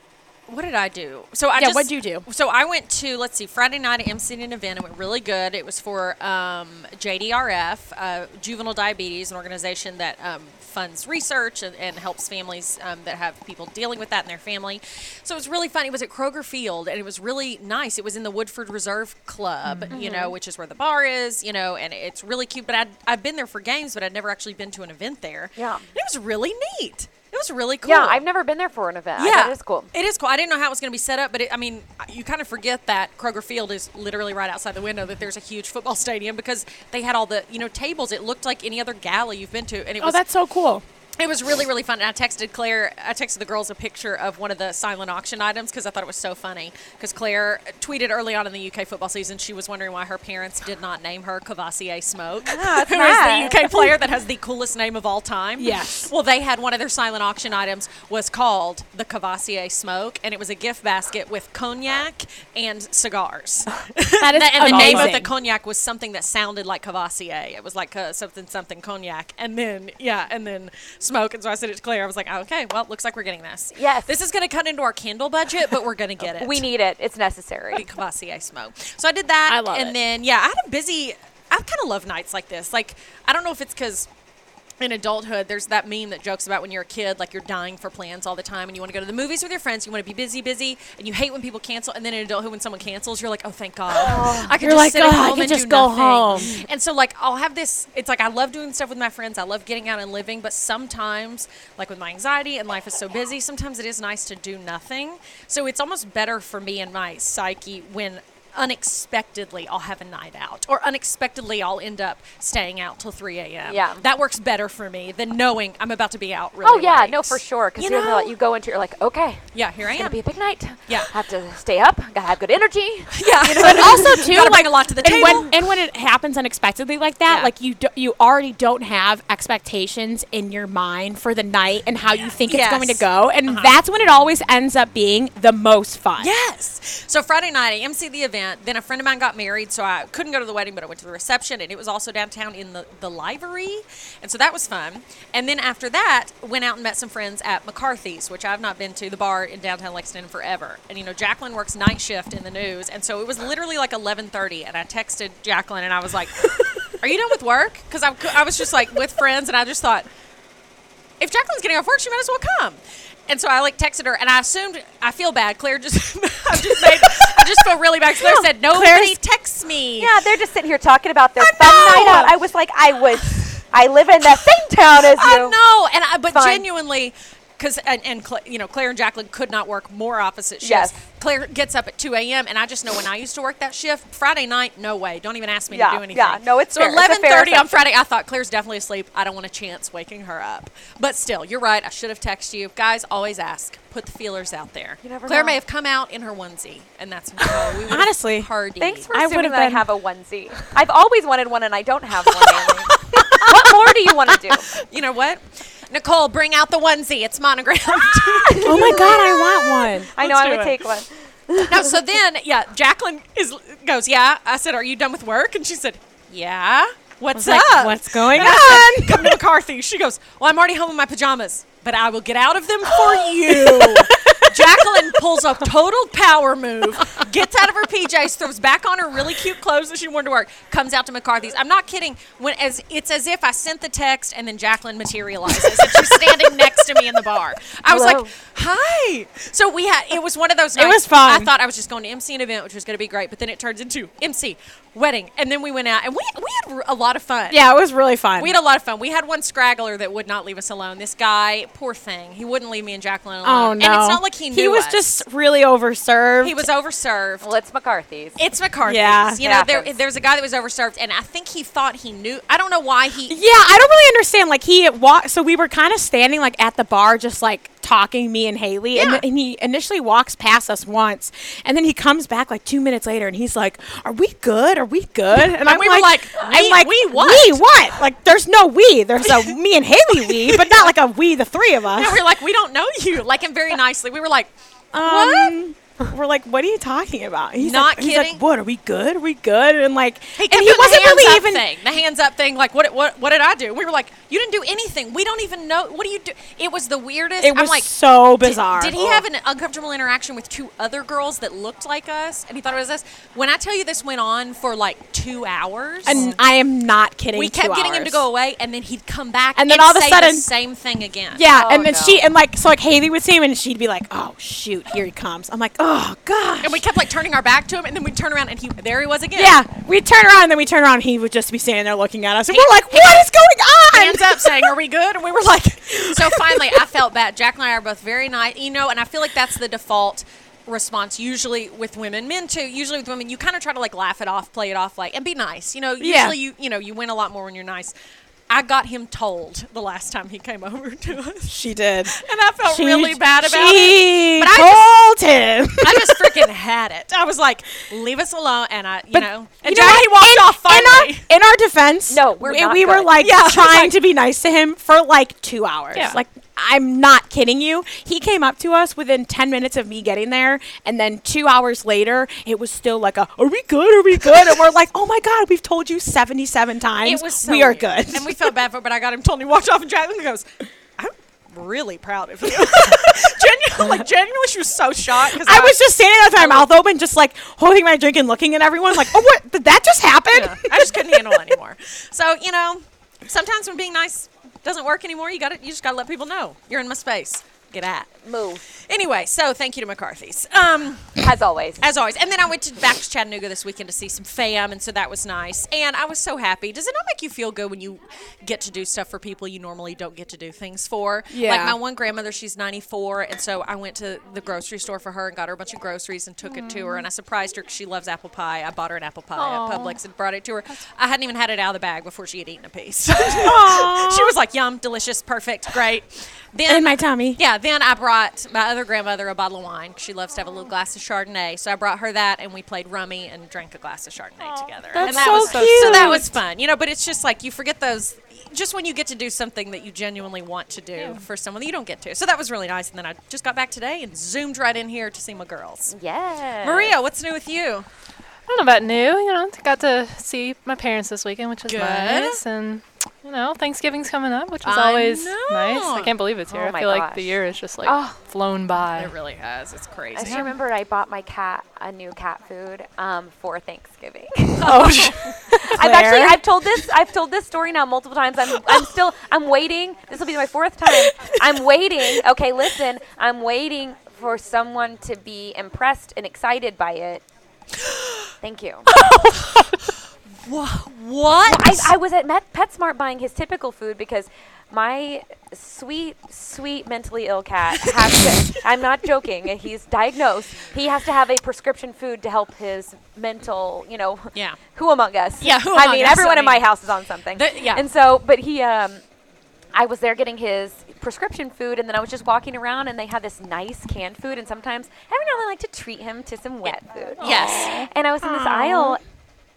Speaker 1: what did I do? So I
Speaker 2: Yeah,
Speaker 1: just,
Speaker 2: what'd you do?
Speaker 1: So I went to let's see, Friday night I emceed an event. It went really good. It was for um, JDRF, uh, Juvenile Diabetes, an organization that um, funds research and, and helps families um, that have people dealing with that in their family. So it was really fun. It was at Kroger Field and it was really nice. It was in the Woodford Reserve Club,
Speaker 2: Mm-hmm.
Speaker 1: you know, which is where the bar is, you know, and it's really cute. But I'd, I've been there for games, but I'd never actually been to an event there.
Speaker 3: Yeah.
Speaker 1: And it was really neat. It was really cool.
Speaker 3: Yeah, I've never been there for an event. I thought it is cool.
Speaker 1: It is cool. I didn't know how it was going to be set up, but it, I mean, you kind of forget that Kroger Field is literally right outside the window. That there's a huge football stadium because they had all the you know tables. It looked like any other gala you've been to, and it
Speaker 2: Oh,
Speaker 1: was
Speaker 2: that's so cool.
Speaker 1: it was really really fun. And I texted Claire. I texted the girls a picture of one of the silent auction items because I thought it was so funny. Because Claire tweeted early on in the UK football season, she was wondering why her parents did not name her Cavassier Smoke, who is
Speaker 3: nice.
Speaker 1: the UK player that has the coolest name of all time.
Speaker 2: Yes.
Speaker 1: Well, they had one of their silent auction items was called the Cavassier Smoke, and it was a gift basket with cognac and cigars.
Speaker 2: That is
Speaker 1: and the name of the
Speaker 2: amazing.
Speaker 1: cognac was something that sounded like Cavassier. It was like uh, something something cognac, and then yeah, and then smoke. And so I said it to Claire. I was like, oh, okay, well, looks like we're getting this.
Speaker 3: Yes.
Speaker 1: this is going to cut into our Kindle budget, but we're going to get it.
Speaker 3: We need it. It's necessary.
Speaker 1: Cavassier smoke. So I did that.
Speaker 2: I love
Speaker 1: And
Speaker 2: it.
Speaker 1: then yeah, I had a busy. I kind of love nights like this. Like I don't know if it's because in adulthood, there's that meme that jokes about when you're a kid, like you're dying for plans all the time, and you want to go to the movies with your friends. You want to be busy, busy, and you hate when people cancel. And then in adulthood, when someone cancels, you're like, oh, thank God, I could
Speaker 2: You're
Speaker 1: just
Speaker 2: like,
Speaker 1: sit at
Speaker 2: "Ugh, I
Speaker 1: home
Speaker 2: could
Speaker 1: and
Speaker 2: just
Speaker 1: do
Speaker 2: go
Speaker 1: nothing."
Speaker 2: home.
Speaker 1: And so, like, I'll have this. It's like I love doing stuff with my friends. I love getting out and living. But sometimes, like with my anxiety and life is so busy, sometimes it is nice to do nothing. So it's almost better for me and my psyche when unexpectedly I'll have a night out, or unexpectedly I'll end up staying out till 3 a.m.
Speaker 3: Yeah.
Speaker 1: that works better for me than knowing I'm about to be out. Really.
Speaker 3: Oh yeah,
Speaker 1: late.
Speaker 3: no, for sure. Because
Speaker 1: You
Speaker 3: you know,
Speaker 1: know?
Speaker 3: you go into, you're like, okay,
Speaker 1: Yeah, here I
Speaker 3: it's gonna
Speaker 1: am.
Speaker 3: be a big night.
Speaker 1: Yeah.
Speaker 3: have to stay up. Gotta have good energy.
Speaker 1: yeah,
Speaker 2: but also too
Speaker 1: Gotta bring
Speaker 2: like
Speaker 1: a lot to the
Speaker 2: and
Speaker 1: table.
Speaker 2: when, and when it happens unexpectedly like that
Speaker 1: Yeah.
Speaker 2: like you do, you already don't have expectations in your mind for the night and how you think
Speaker 1: Yes. Uh-huh.
Speaker 2: it's going to go and that's when it always ends up being the most fun
Speaker 1: Yes. So Friday night, I emceed the event. Then a friend of mine got married, so I couldn't go to the wedding, but I went to the reception, and it was also downtown in the, the library. And so that was fun. And then after that, went out and met some friends at McCarthy's, which I've not been to, the bar in downtown Lexington in forever. And, you know, Jacqueline works night shift in the news, and so it was literally like 11.30, and I texted Jacqueline, and I was like, are you done with work? Because I was just like with friends, and I just thought, if Jacqueline's getting off work, she might as well come. And so I like texted her, and I assumed I feel bad. Claire just, I just made, I just feel really bad. 'cause Claire said nobody
Speaker 2: Claire's-
Speaker 1: texts me.
Speaker 3: Yeah, they're just sitting here talking about their fun
Speaker 1: know.
Speaker 3: night out. I was like, I was, I live in the same town as
Speaker 1: I
Speaker 3: you.
Speaker 1: know, and I, but
Speaker 3: Fine.
Speaker 1: genuinely, because and, and Cla- you know Claire and Jacqueline could not work more opposite shifts.
Speaker 3: Yes.
Speaker 1: Claire gets up at 2 a.m. and I just know when I used to work that shift Friday night. No way. Don't even ask me
Speaker 3: Yeah,
Speaker 1: to do anything.
Speaker 3: yeah. No, it's
Speaker 1: so
Speaker 3: fair. It's a fair
Speaker 1: 11:30 on
Speaker 3: assumption.
Speaker 1: Friday. I thought Claire's definitely asleep. I don't want a chance waking her up. But still, you're right. I should have texted you guys. Always ask. Put the feelers out there.
Speaker 3: You never
Speaker 1: Claire
Speaker 3: know.
Speaker 1: may have come out in her onesie, and that's how we would have
Speaker 2: Honestly.
Speaker 1: partied.
Speaker 3: Thanks for
Speaker 2: I
Speaker 3: assuming
Speaker 2: would've
Speaker 3: that I
Speaker 2: been-
Speaker 3: have a onesie. I've always wanted one, and I don't have one. Amy. what more do you want to do?
Speaker 1: you know what. Nicole, bring out the onesie. It's monogrammed.
Speaker 2: Oh my god, I want one.
Speaker 3: I know
Speaker 2: Let's
Speaker 3: I'm
Speaker 2: do
Speaker 3: gonna
Speaker 2: it.
Speaker 3: take one.
Speaker 1: no, so then, yeah, Jacqueline is goes, yeah. I said, are you done with work? And she said, yeah. What's
Speaker 2: I was like,
Speaker 1: up?
Speaker 2: "What's going
Speaker 1: And I said, Come to McCarthy. She goes, well, I'm already home in my pajamas, but I will get out of them for you. Jacqueline pulls a total power move, gets out of her PJs, throws back on her really cute clothes that she wore to work, comes out to McCarthy's. I'm not kidding. When as it's as if I sent the text and then Jacqueline materializes and she's standing next to me in the bar. I was
Speaker 3: Whoa.
Speaker 1: like, "Hi." So we had it was one of those
Speaker 2: It
Speaker 1: nights-
Speaker 2: was fun.
Speaker 1: I thought I was just going to MC an event, which was going to be great, but then it turned into MC wedding, and then we went out and we we had r- a lot of fun.
Speaker 2: Yeah, it was really fun.
Speaker 1: We had a lot of fun. We had one straggler that would not leave us alone. This guy, poor thing, he wouldn't leave me and Jacqueline alone.
Speaker 2: Oh no!
Speaker 1: And it's not like he knew
Speaker 2: He was
Speaker 1: us.
Speaker 2: just really overserved.
Speaker 1: he was overserved.
Speaker 3: Well, it's McCarthy's.
Speaker 1: It's McCarthy's.
Speaker 2: Yeah.
Speaker 1: you
Speaker 3: It
Speaker 1: know, there,
Speaker 3: happens.
Speaker 1: there's a guy that was overserved, and I think he thought he knew. I don't know why he.
Speaker 2: Yeah, I don't really understand. Like he walked, so we were kind of standing like at the bar, just like talking, me and Haley, and,
Speaker 1: Yeah.
Speaker 2: th- and he initially walks past us once, and then he comes back like two minutes later, and he's like, "Are we good? Are we good?" And, I'm
Speaker 1: we were like, "We-
Speaker 2: "I'm like,
Speaker 1: we what?"
Speaker 2: We what? Like, there's no we. There's a me and Haley we, but not like a we, the three of us.
Speaker 1: And we were like, we don't know you. Like, and very nicely, we were like,
Speaker 2: Um, We're like, what are you talking about? He's
Speaker 1: Not
Speaker 2: like, he's like,
Speaker 1: kidding.
Speaker 2: what? Are we good? Are we good? And like,
Speaker 1: He kept
Speaker 2: and he
Speaker 1: doing
Speaker 2: wasn't
Speaker 1: the hands
Speaker 2: really
Speaker 1: up
Speaker 2: even.
Speaker 1: thing, the hands up thing. Like, what, what, what did I do? We were like, you didn't do anything. We don't even know. What do you do? It was the weirdest.
Speaker 2: It
Speaker 1: I'm
Speaker 2: was
Speaker 1: like,
Speaker 2: so
Speaker 1: "Did-
Speaker 2: bizarre.
Speaker 1: Did, he have an uncomfortable interaction with two other girls that looked like us? And he thought it was us. When I tell you this went on for like two hours,
Speaker 2: And I am not kidding.
Speaker 1: we kept
Speaker 2: two
Speaker 1: getting him to
Speaker 2: hours.
Speaker 1: go away, and then he'd come back,
Speaker 2: And then all of a
Speaker 1: say
Speaker 2: sudden-
Speaker 1: the same thing again.
Speaker 2: Yeah,
Speaker 3: Oh,
Speaker 2: and then
Speaker 3: no.
Speaker 2: she and like so like Haley would see him and she'd be like, "Oh shoot, here he comes." I'm like, "Oh gosh."
Speaker 1: And we kept like turning our back to him, and then we turn around, and he there he was again.
Speaker 2: yeah, we turn around and then we turn around. and He would just be standing there looking at us, and
Speaker 1: He-
Speaker 2: we're like, "What is going on?"
Speaker 1: hands up saying, Are we good? And we were like, So finally, I felt bad. Jack and I are both very nice, you know, and I feel like that's the default response usually with women men too usually with women you kind of try to like laugh it off play it off like and be nice you know usually
Speaker 2: Yeah.
Speaker 1: you you know you win a lot more when you're nice i got him told the last time he came over to us
Speaker 2: She did.
Speaker 1: and i felt
Speaker 2: She-
Speaker 1: really bad about it
Speaker 2: she
Speaker 1: but i
Speaker 2: told him.
Speaker 1: just i just freaking had it i was like leave us alone and i you know and
Speaker 2: you know
Speaker 1: Jack, he
Speaker 2: what?
Speaker 1: walked
Speaker 2: in,
Speaker 1: off finally
Speaker 2: In our, in our defense,
Speaker 3: No, we're
Speaker 2: we,
Speaker 3: not
Speaker 2: we were
Speaker 3: good.
Speaker 2: like trying to be nice to him for like two hours.
Speaker 4: Yeah.
Speaker 2: Like I'm not kidding you. He came up to us within ten minutes of me getting there, and then two hours later, it was still like a "Are we good? Are we good?" and we're like, "Oh my god, we've told you seventy-seven times.
Speaker 1: It was so
Speaker 2: we are
Speaker 1: weird.
Speaker 2: good."
Speaker 1: and we felt bad for. it, But I got him told, and he walked off, and Jacqueline goes, "I'm really proud of you." genuinely, like genuinely, she was so shocked because
Speaker 2: I was just standing there with my
Speaker 1: Oh.
Speaker 2: mouth open, just like holding my drink and looking at everyone, like, "Oh, what? Did that just happen?"
Speaker 1: yeah, I just couldn't handle it anymore. So you know, sometimes when being nice doesn't work anymore, you got to you just got to let people know you're in my space. Get at.
Speaker 3: Move,
Speaker 1: Anyway, so thank you to McCarthy's. Um,
Speaker 3: as always.
Speaker 1: as always. And then I went to back to Chattanooga this weekend to see some fam, and so that was nice. And I was so happy. Does it not make you feel good when you get to do stuff for people you normally don't get to do things for?
Speaker 2: Yeah.
Speaker 1: Like my one grandmother, she's 94, and so I went to the grocery store for her and got her a bunch of groceries and took it to her, and I surprised her because she loves apple pie. I bought her an apple pie at Publix and brought it to her. I hadn't even had it out of the bag before she had eaten a piece. she was like, "Yum, delicious, perfect, great." Then
Speaker 2: In my tummy.
Speaker 1: yeah, then I brought my other grandmother a bottle of wine. 'cause She loves to have a little glass of Chardonnay. So I brought her that and we played rummy and drank a glass of Chardonnay together.
Speaker 2: that's
Speaker 1: and that
Speaker 2: so
Speaker 1: was So
Speaker 2: cute.
Speaker 1: that was fun. You know, but it's just like you forget those just when you get to do something that you genuinely want to do for someone that you don't get to. So that was really nice. And then I just got back today and zoomed right in here to see my girls.
Speaker 3: yeah,
Speaker 1: Maria, what's new with you?
Speaker 4: I don't know about new. You know, got to see my parents this weekend, which was
Speaker 1: Good.
Speaker 4: nice, and You know, Thanksgiving's coming up, which is
Speaker 1: I
Speaker 4: always
Speaker 1: know.
Speaker 4: nice. I can't believe it's
Speaker 3: Oh
Speaker 4: here.
Speaker 3: my
Speaker 4: I feel like the
Speaker 3: gosh.
Speaker 4: year is just like
Speaker 3: Oh.
Speaker 4: flown by.
Speaker 1: It really has. It's
Speaker 3: I just
Speaker 1: crazy.
Speaker 3: remembered I bought my cat a new cat food um, for Thanksgiving.
Speaker 4: oh, sh-
Speaker 3: I've actually
Speaker 2: Claire?
Speaker 3: I've told this I've told this story now multiple times. I'm I'm still I'm waiting. This will be my fourth time. I'm waiting. Okay, listen. I'm waiting for someone to be impressed and excited by it. Thank you.
Speaker 1: What?
Speaker 3: I, I was at Met, PetSmart buying his typical food because my sweet, sweet mentally ill cat has to. I'm not joking. and He's diagnosed. He has to have a prescription food to help his mental. You know.
Speaker 1: Yeah.
Speaker 3: Who among us?
Speaker 1: Yeah, who
Speaker 3: I
Speaker 1: among
Speaker 3: mean,
Speaker 1: us,
Speaker 3: everyone
Speaker 1: I
Speaker 3: in my
Speaker 1: mean.
Speaker 3: house is on something.
Speaker 1: That- yeah.
Speaker 3: And so, but he. um I was there getting his prescription food, and then I was just walking around, and they had this nice canned food. And sometimes, every now and then, I like to treat him to some wet food.
Speaker 1: yes.
Speaker 3: And I was in this aisle,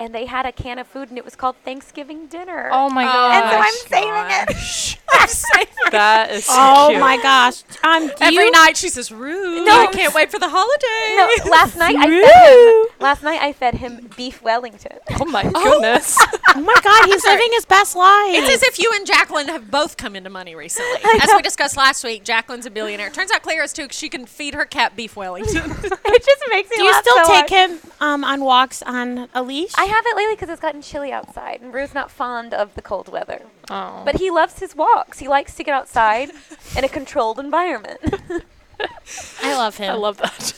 Speaker 3: and they had a can of food, and it was called Thanksgiving dinner.
Speaker 4: oh my
Speaker 3: and so
Speaker 4: gosh.
Speaker 3: I'm saving it.
Speaker 1: I'm saying-
Speaker 4: that is so
Speaker 2: Oh
Speaker 4: cute.
Speaker 2: my gosh. Um, do
Speaker 1: Every
Speaker 2: you-
Speaker 1: night she says, "Rude,
Speaker 3: No.
Speaker 1: I can't wait for the holidays."
Speaker 3: No, last night I fed
Speaker 2: Rude.
Speaker 3: him. Last night I fed him beef Wellington.
Speaker 4: Oh my goodness.
Speaker 2: Oh my God, he's living his best life.
Speaker 1: It's as if you and Jacqueline have both come into money recently. As we discussed last week, Jacqueline's a billionaire. Turns out Claire is too. 'cause She can feed her cat beef Wellington.
Speaker 3: It just makes me.
Speaker 2: do you
Speaker 3: laugh
Speaker 2: still
Speaker 3: so
Speaker 2: take
Speaker 3: much.
Speaker 2: him um, on walks on a leash?
Speaker 3: I haven't lately because it's gotten chilly outside, and Rue's not fond of the cold weather.
Speaker 4: Oh.
Speaker 3: But he loves his walks. He likes to get outside in a controlled environment.
Speaker 2: I love him.
Speaker 4: I love that.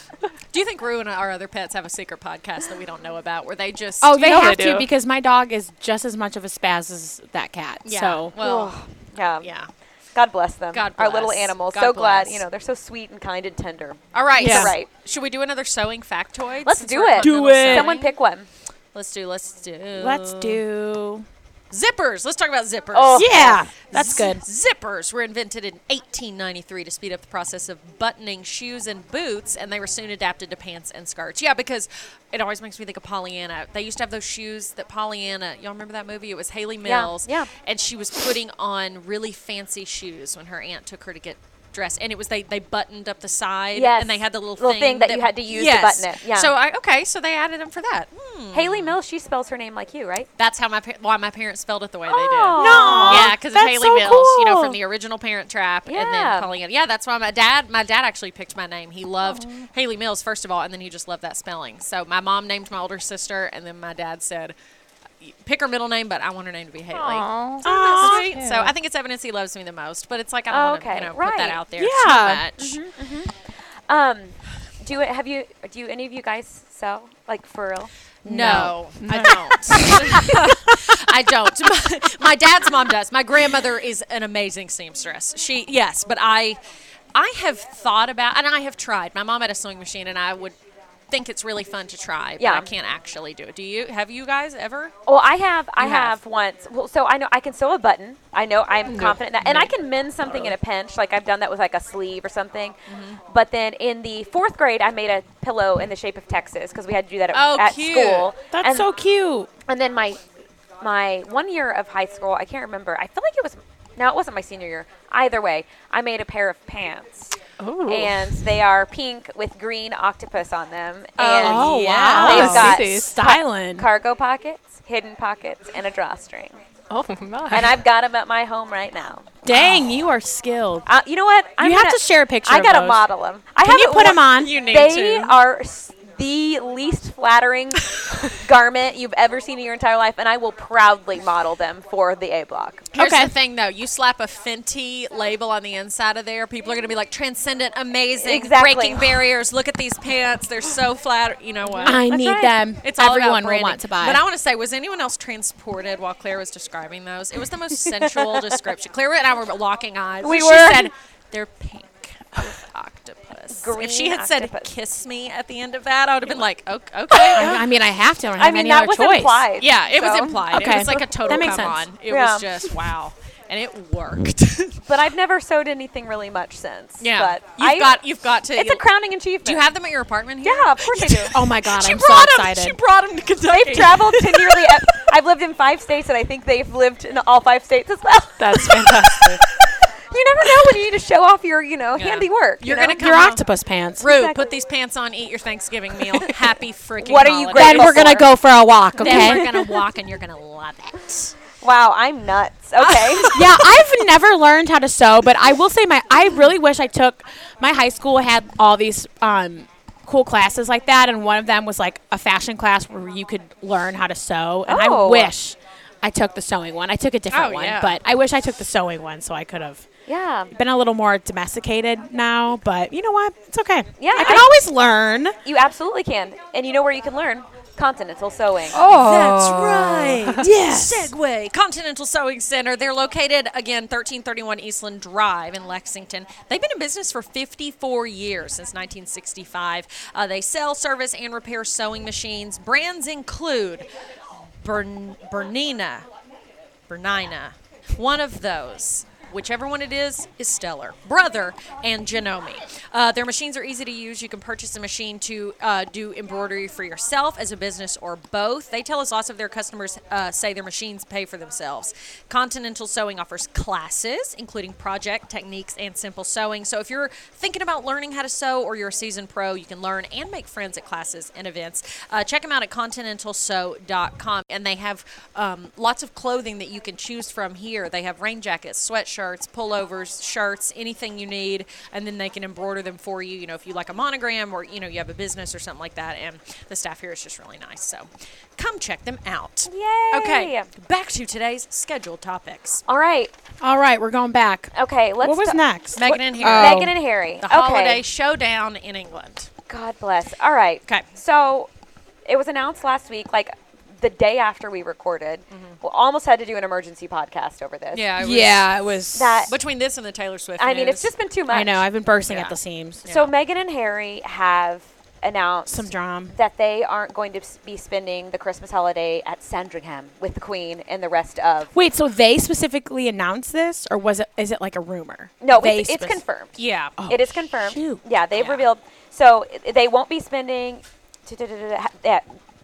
Speaker 1: Do you think Rue and our other pets have a secret podcast that we don't know about, where they just
Speaker 2: oh, they
Speaker 4: know
Speaker 2: have
Speaker 4: they
Speaker 2: to
Speaker 4: do.
Speaker 2: because my dog is just as much of a spaz as that cat.
Speaker 1: yeah,
Speaker 2: So
Speaker 1: well,
Speaker 3: yeah.
Speaker 1: yeah.
Speaker 3: God bless them.
Speaker 1: God
Speaker 3: Our little
Speaker 1: bless.
Speaker 3: animals.
Speaker 1: God
Speaker 3: so glad.
Speaker 1: bless.
Speaker 3: You know they're so sweet and kind and tender.
Speaker 1: All right,
Speaker 4: Yeah.
Speaker 1: so
Speaker 3: Right.
Speaker 1: Should we do another sewing factoid?
Speaker 3: Let's
Speaker 1: since
Speaker 3: do
Speaker 1: we're
Speaker 3: it.
Speaker 1: cutting
Speaker 2: Do
Speaker 1: little
Speaker 2: it.
Speaker 1: sewing?
Speaker 3: Someone pick one.
Speaker 1: Let's do. Let's do.
Speaker 2: let's do.
Speaker 1: zippers. Let's talk about zippers.
Speaker 3: Oh.
Speaker 2: Yeah, that's
Speaker 1: Z-
Speaker 2: good.
Speaker 1: Zippers were invented in 1893 to speed up the process of buttoning shoes and boots, and they were soon adapted to pants and skirts. Yeah, because it always makes me think of Pollyanna. They used to have those shoes that Pollyanna, y'all remember that movie? It was Haley Mills.
Speaker 3: yeah.
Speaker 1: And she was putting on really fancy shoes when her aunt took her to get dressed. And it was they, they buttoned up the side,
Speaker 3: Yes.
Speaker 1: and they had the little,
Speaker 3: Little
Speaker 1: thing,
Speaker 3: thing that you had to use to
Speaker 1: Yes.
Speaker 3: button it, yeah.
Speaker 1: So I okay, so they added them for that.
Speaker 3: Haley Mills. She spells her name like you, right?
Speaker 1: That's how my pa- why my parents spelled it the way they did.
Speaker 3: Oh.
Speaker 2: No,
Speaker 1: Yeah, because of
Speaker 2: that's
Speaker 1: Haley
Speaker 2: so
Speaker 1: Mills, you know,
Speaker 2: cool.
Speaker 1: from the original Parent Trap, and
Speaker 3: Yeah.
Speaker 1: then calling it. Yeah, that's why my dad. My dad actually picked my name. He loved Haley Mills first of all, and then he just loved that spelling. So my mom named my older sister, and then my dad said, "Pick her middle name, but I want her name to be Haley."
Speaker 4: Aw.
Speaker 2: Aw.
Speaker 1: Sweet. So I think it's evidence he loves me the most, but it's like I don't
Speaker 3: Oh,
Speaker 1: want to
Speaker 3: okay.
Speaker 1: you know, put
Speaker 3: Right.
Speaker 1: that out there
Speaker 2: Yeah.
Speaker 1: too much.
Speaker 3: Um, do you have you do you, any of you guys sell like for real?
Speaker 1: No, I don't. I don't. My, my dad's mom does. My grandmother is an amazing seamstress. She yes, but I I have thought about and I have tried. My mom had a sewing machine and I would think it's really fun to try, but
Speaker 3: Yeah.
Speaker 1: I can't actually do it. Do you have you guys ever?
Speaker 3: Well, I have. I
Speaker 1: You
Speaker 3: have.
Speaker 1: have.
Speaker 3: once. Well, so I know I can sew a button. I know I'm confident in that, and I
Speaker 4: me-
Speaker 3: can mend something in a pinch. Like I've done that with like a sleeve or something.
Speaker 1: Mm-hmm.
Speaker 3: But then in the fourth grade, I made a pillow in the shape of Texas because we had to do that at,
Speaker 1: Oh,
Speaker 3: at
Speaker 1: cute.
Speaker 3: school.
Speaker 2: that's
Speaker 3: and,
Speaker 2: so cute.
Speaker 3: And then my my one year of high school, I can't remember. I feel like it was. No, it wasn't my senior year. Either way, I made a pair of pants.
Speaker 2: Oh.
Speaker 4: Ooh.
Speaker 3: And they are pink with green octopus on them. And
Speaker 2: Oh,
Speaker 1: yeah.
Speaker 2: wow.
Speaker 3: They've got
Speaker 4: Sissy.
Speaker 2: styling.
Speaker 3: cargo pockets, hidden pockets, and a drawstring.
Speaker 4: oh my.
Speaker 3: And I've got them at my home right now.
Speaker 2: Dang, you are skilled.
Speaker 3: Uh, you know what? I'm
Speaker 2: You have
Speaker 3: gonna-
Speaker 2: to share a picture
Speaker 3: I
Speaker 2: of
Speaker 3: gotta
Speaker 2: those.
Speaker 3: model them. I
Speaker 2: Can you
Speaker 3: haven't
Speaker 2: put
Speaker 3: wor-
Speaker 2: him on?
Speaker 1: You need
Speaker 3: They
Speaker 1: to.
Speaker 3: are s- the least flattering garment you've ever seen in your entire life, and I will proudly model them for the A block.
Speaker 1: Here's
Speaker 2: Okay.
Speaker 1: the thing though, you slap a Fenty label on the inside of there, people are gonna be like transcendent, amazing,
Speaker 3: Exactly.
Speaker 1: breaking barriers. Look at these pants, they're so flat. You know what?
Speaker 2: I need
Speaker 3: right.
Speaker 2: them.
Speaker 1: It's all about
Speaker 2: Everyone will
Speaker 1: branding.
Speaker 2: want to buy.
Speaker 1: But I want to say, was anyone else transported while Claire was describing those? It was the most sensual description. Claire and I were locking eyes.
Speaker 3: We
Speaker 1: she
Speaker 3: were.
Speaker 1: said, "They're pink with octopus." if she
Speaker 3: Green
Speaker 1: had said
Speaker 3: octopus.
Speaker 1: "kiss me" at the end of that, I would have been like, "Ok- "Okay."
Speaker 2: I mean, I have to. I don't
Speaker 3: I
Speaker 2: have
Speaker 3: mean,
Speaker 2: any
Speaker 3: that
Speaker 2: other
Speaker 3: was
Speaker 2: choice.
Speaker 3: implied.
Speaker 1: yeah, it was
Speaker 3: so-
Speaker 1: implied.
Speaker 2: Okay.
Speaker 1: It was like a total
Speaker 2: That makes
Speaker 1: come
Speaker 2: sense.
Speaker 1: on. It
Speaker 3: Yeah.
Speaker 1: was just wow, and it worked.
Speaker 3: But I've never sewed anything really much since.
Speaker 1: yeah,
Speaker 3: But
Speaker 1: you've
Speaker 3: I-
Speaker 1: got you've got to.
Speaker 3: It's a crowning achievement.
Speaker 1: do you have them at your apartment here?
Speaker 3: Yeah, of course I do.
Speaker 2: Oh my god,
Speaker 1: She
Speaker 2: I'm so
Speaker 1: brought them.
Speaker 2: excited.
Speaker 1: She brought them to Kentucky.
Speaker 3: They've traveled to nearly. ev- I've lived in five states, and I think they've lived in all five states as well.
Speaker 4: That's fantastic.
Speaker 3: You never know when you need to show off your, you know,
Speaker 1: Yeah.
Speaker 3: handiwork. you
Speaker 1: You're
Speaker 3: know?
Speaker 1: gonna come
Speaker 2: Your
Speaker 1: home.
Speaker 2: octopus pants.
Speaker 1: Rue,
Speaker 3: Exactly.
Speaker 1: put these pants on, eat your Thanksgiving meal. Happy freaking
Speaker 3: What are you
Speaker 1: holidays.
Speaker 2: Then
Speaker 3: grateful
Speaker 2: we're gonna
Speaker 3: for.
Speaker 2: go for a walk, okay?
Speaker 1: Then we're gonna walk and you're gonna love it.
Speaker 3: Wow, I'm nuts. Okay.
Speaker 2: yeah, I've never learned how to sew, but I will say my I really wish I took my high school had all these um, cool classes like that, and one of them was like a fashion class where you could learn how to sew, and
Speaker 3: Oh.
Speaker 2: I wish I took the sewing one. I took a different
Speaker 1: Oh,
Speaker 2: one,
Speaker 1: yeah.
Speaker 2: but I wish I took the sewing one so I could have
Speaker 3: yeah.
Speaker 2: been a little more domesticated now. But you know what? It's okay.
Speaker 3: Yeah,
Speaker 2: I can
Speaker 3: I-
Speaker 2: always learn.
Speaker 3: You absolutely can. And you know where you can learn? Continental sewing.
Speaker 1: Oh. That's right.
Speaker 2: Yes.
Speaker 1: Segway. Continental Sewing Center. They're located again 1331 Eastland Drive in Lexington. They've been in business for 54 years since 1965. Uh, they sell, service, and repair sewing machines. Brands include Bern- Bernina, Bernina. One of those, whichever one it is, is Stellar, Brother, and Janome. Uh, their machines are easy to use. You can purchase a machine to uh, do embroidery for yourself as a business or both. They tell us lots of their customers uh, say their machines pay for themselves. Continental Sewing offers classes, including project techniques and simple sewing. So if you're thinking about learning how to sew or you're a seasoned pro, you can learn and make friends at classes and events. Uh, check them out at continentalsew.com. And they have um, lots of clothing that you can choose from here. They have rain jackets, sweatshirts, pullovers, shirts, anything you need. And then they can embroider them for you, you know, if you like a monogram or, you know, you have a business or something like that. And the staff here is just really nice. So come check them out.
Speaker 3: Yay!
Speaker 1: Okay, back to today's scheduled topics.
Speaker 3: All right.
Speaker 2: All right, we're going back.
Speaker 3: Okay, let's
Speaker 2: what was
Speaker 3: sta-
Speaker 2: next?
Speaker 1: Megan and Harry.
Speaker 2: Oh.
Speaker 3: Megan and Harry.
Speaker 1: The
Speaker 3: okay.
Speaker 1: holiday showdown in England.
Speaker 3: God bless. All right.
Speaker 1: 'Kay.
Speaker 3: So it was announced last week, like the day after we recorded. We almost had to do an emergency podcast over this.
Speaker 1: Mm-hmm. Yeah.
Speaker 2: yeah, it was.
Speaker 3: That
Speaker 1: Between this and the Taylor Swift,
Speaker 3: I mean, it's
Speaker 1: news.
Speaker 3: just been too much.
Speaker 2: I know. I've been bursting
Speaker 1: Yeah.
Speaker 2: at the seams.
Speaker 3: So Megan and Harry have announced
Speaker 2: Some drama.
Speaker 3: that they aren't going to s- be spending the Christmas holiday at Sandringham with the Queen and the rest of.
Speaker 2: Wait, so they specifically announced this, or was it? Is it like a rumor?
Speaker 3: No,
Speaker 2: they
Speaker 3: it's, it's
Speaker 2: spec-
Speaker 3: confirmed.
Speaker 1: yeah.
Speaker 3: it is confirmed.
Speaker 2: shoot.
Speaker 3: Yeah, they've
Speaker 1: Yeah.
Speaker 3: revealed. So i- they won't be spending. Yeah,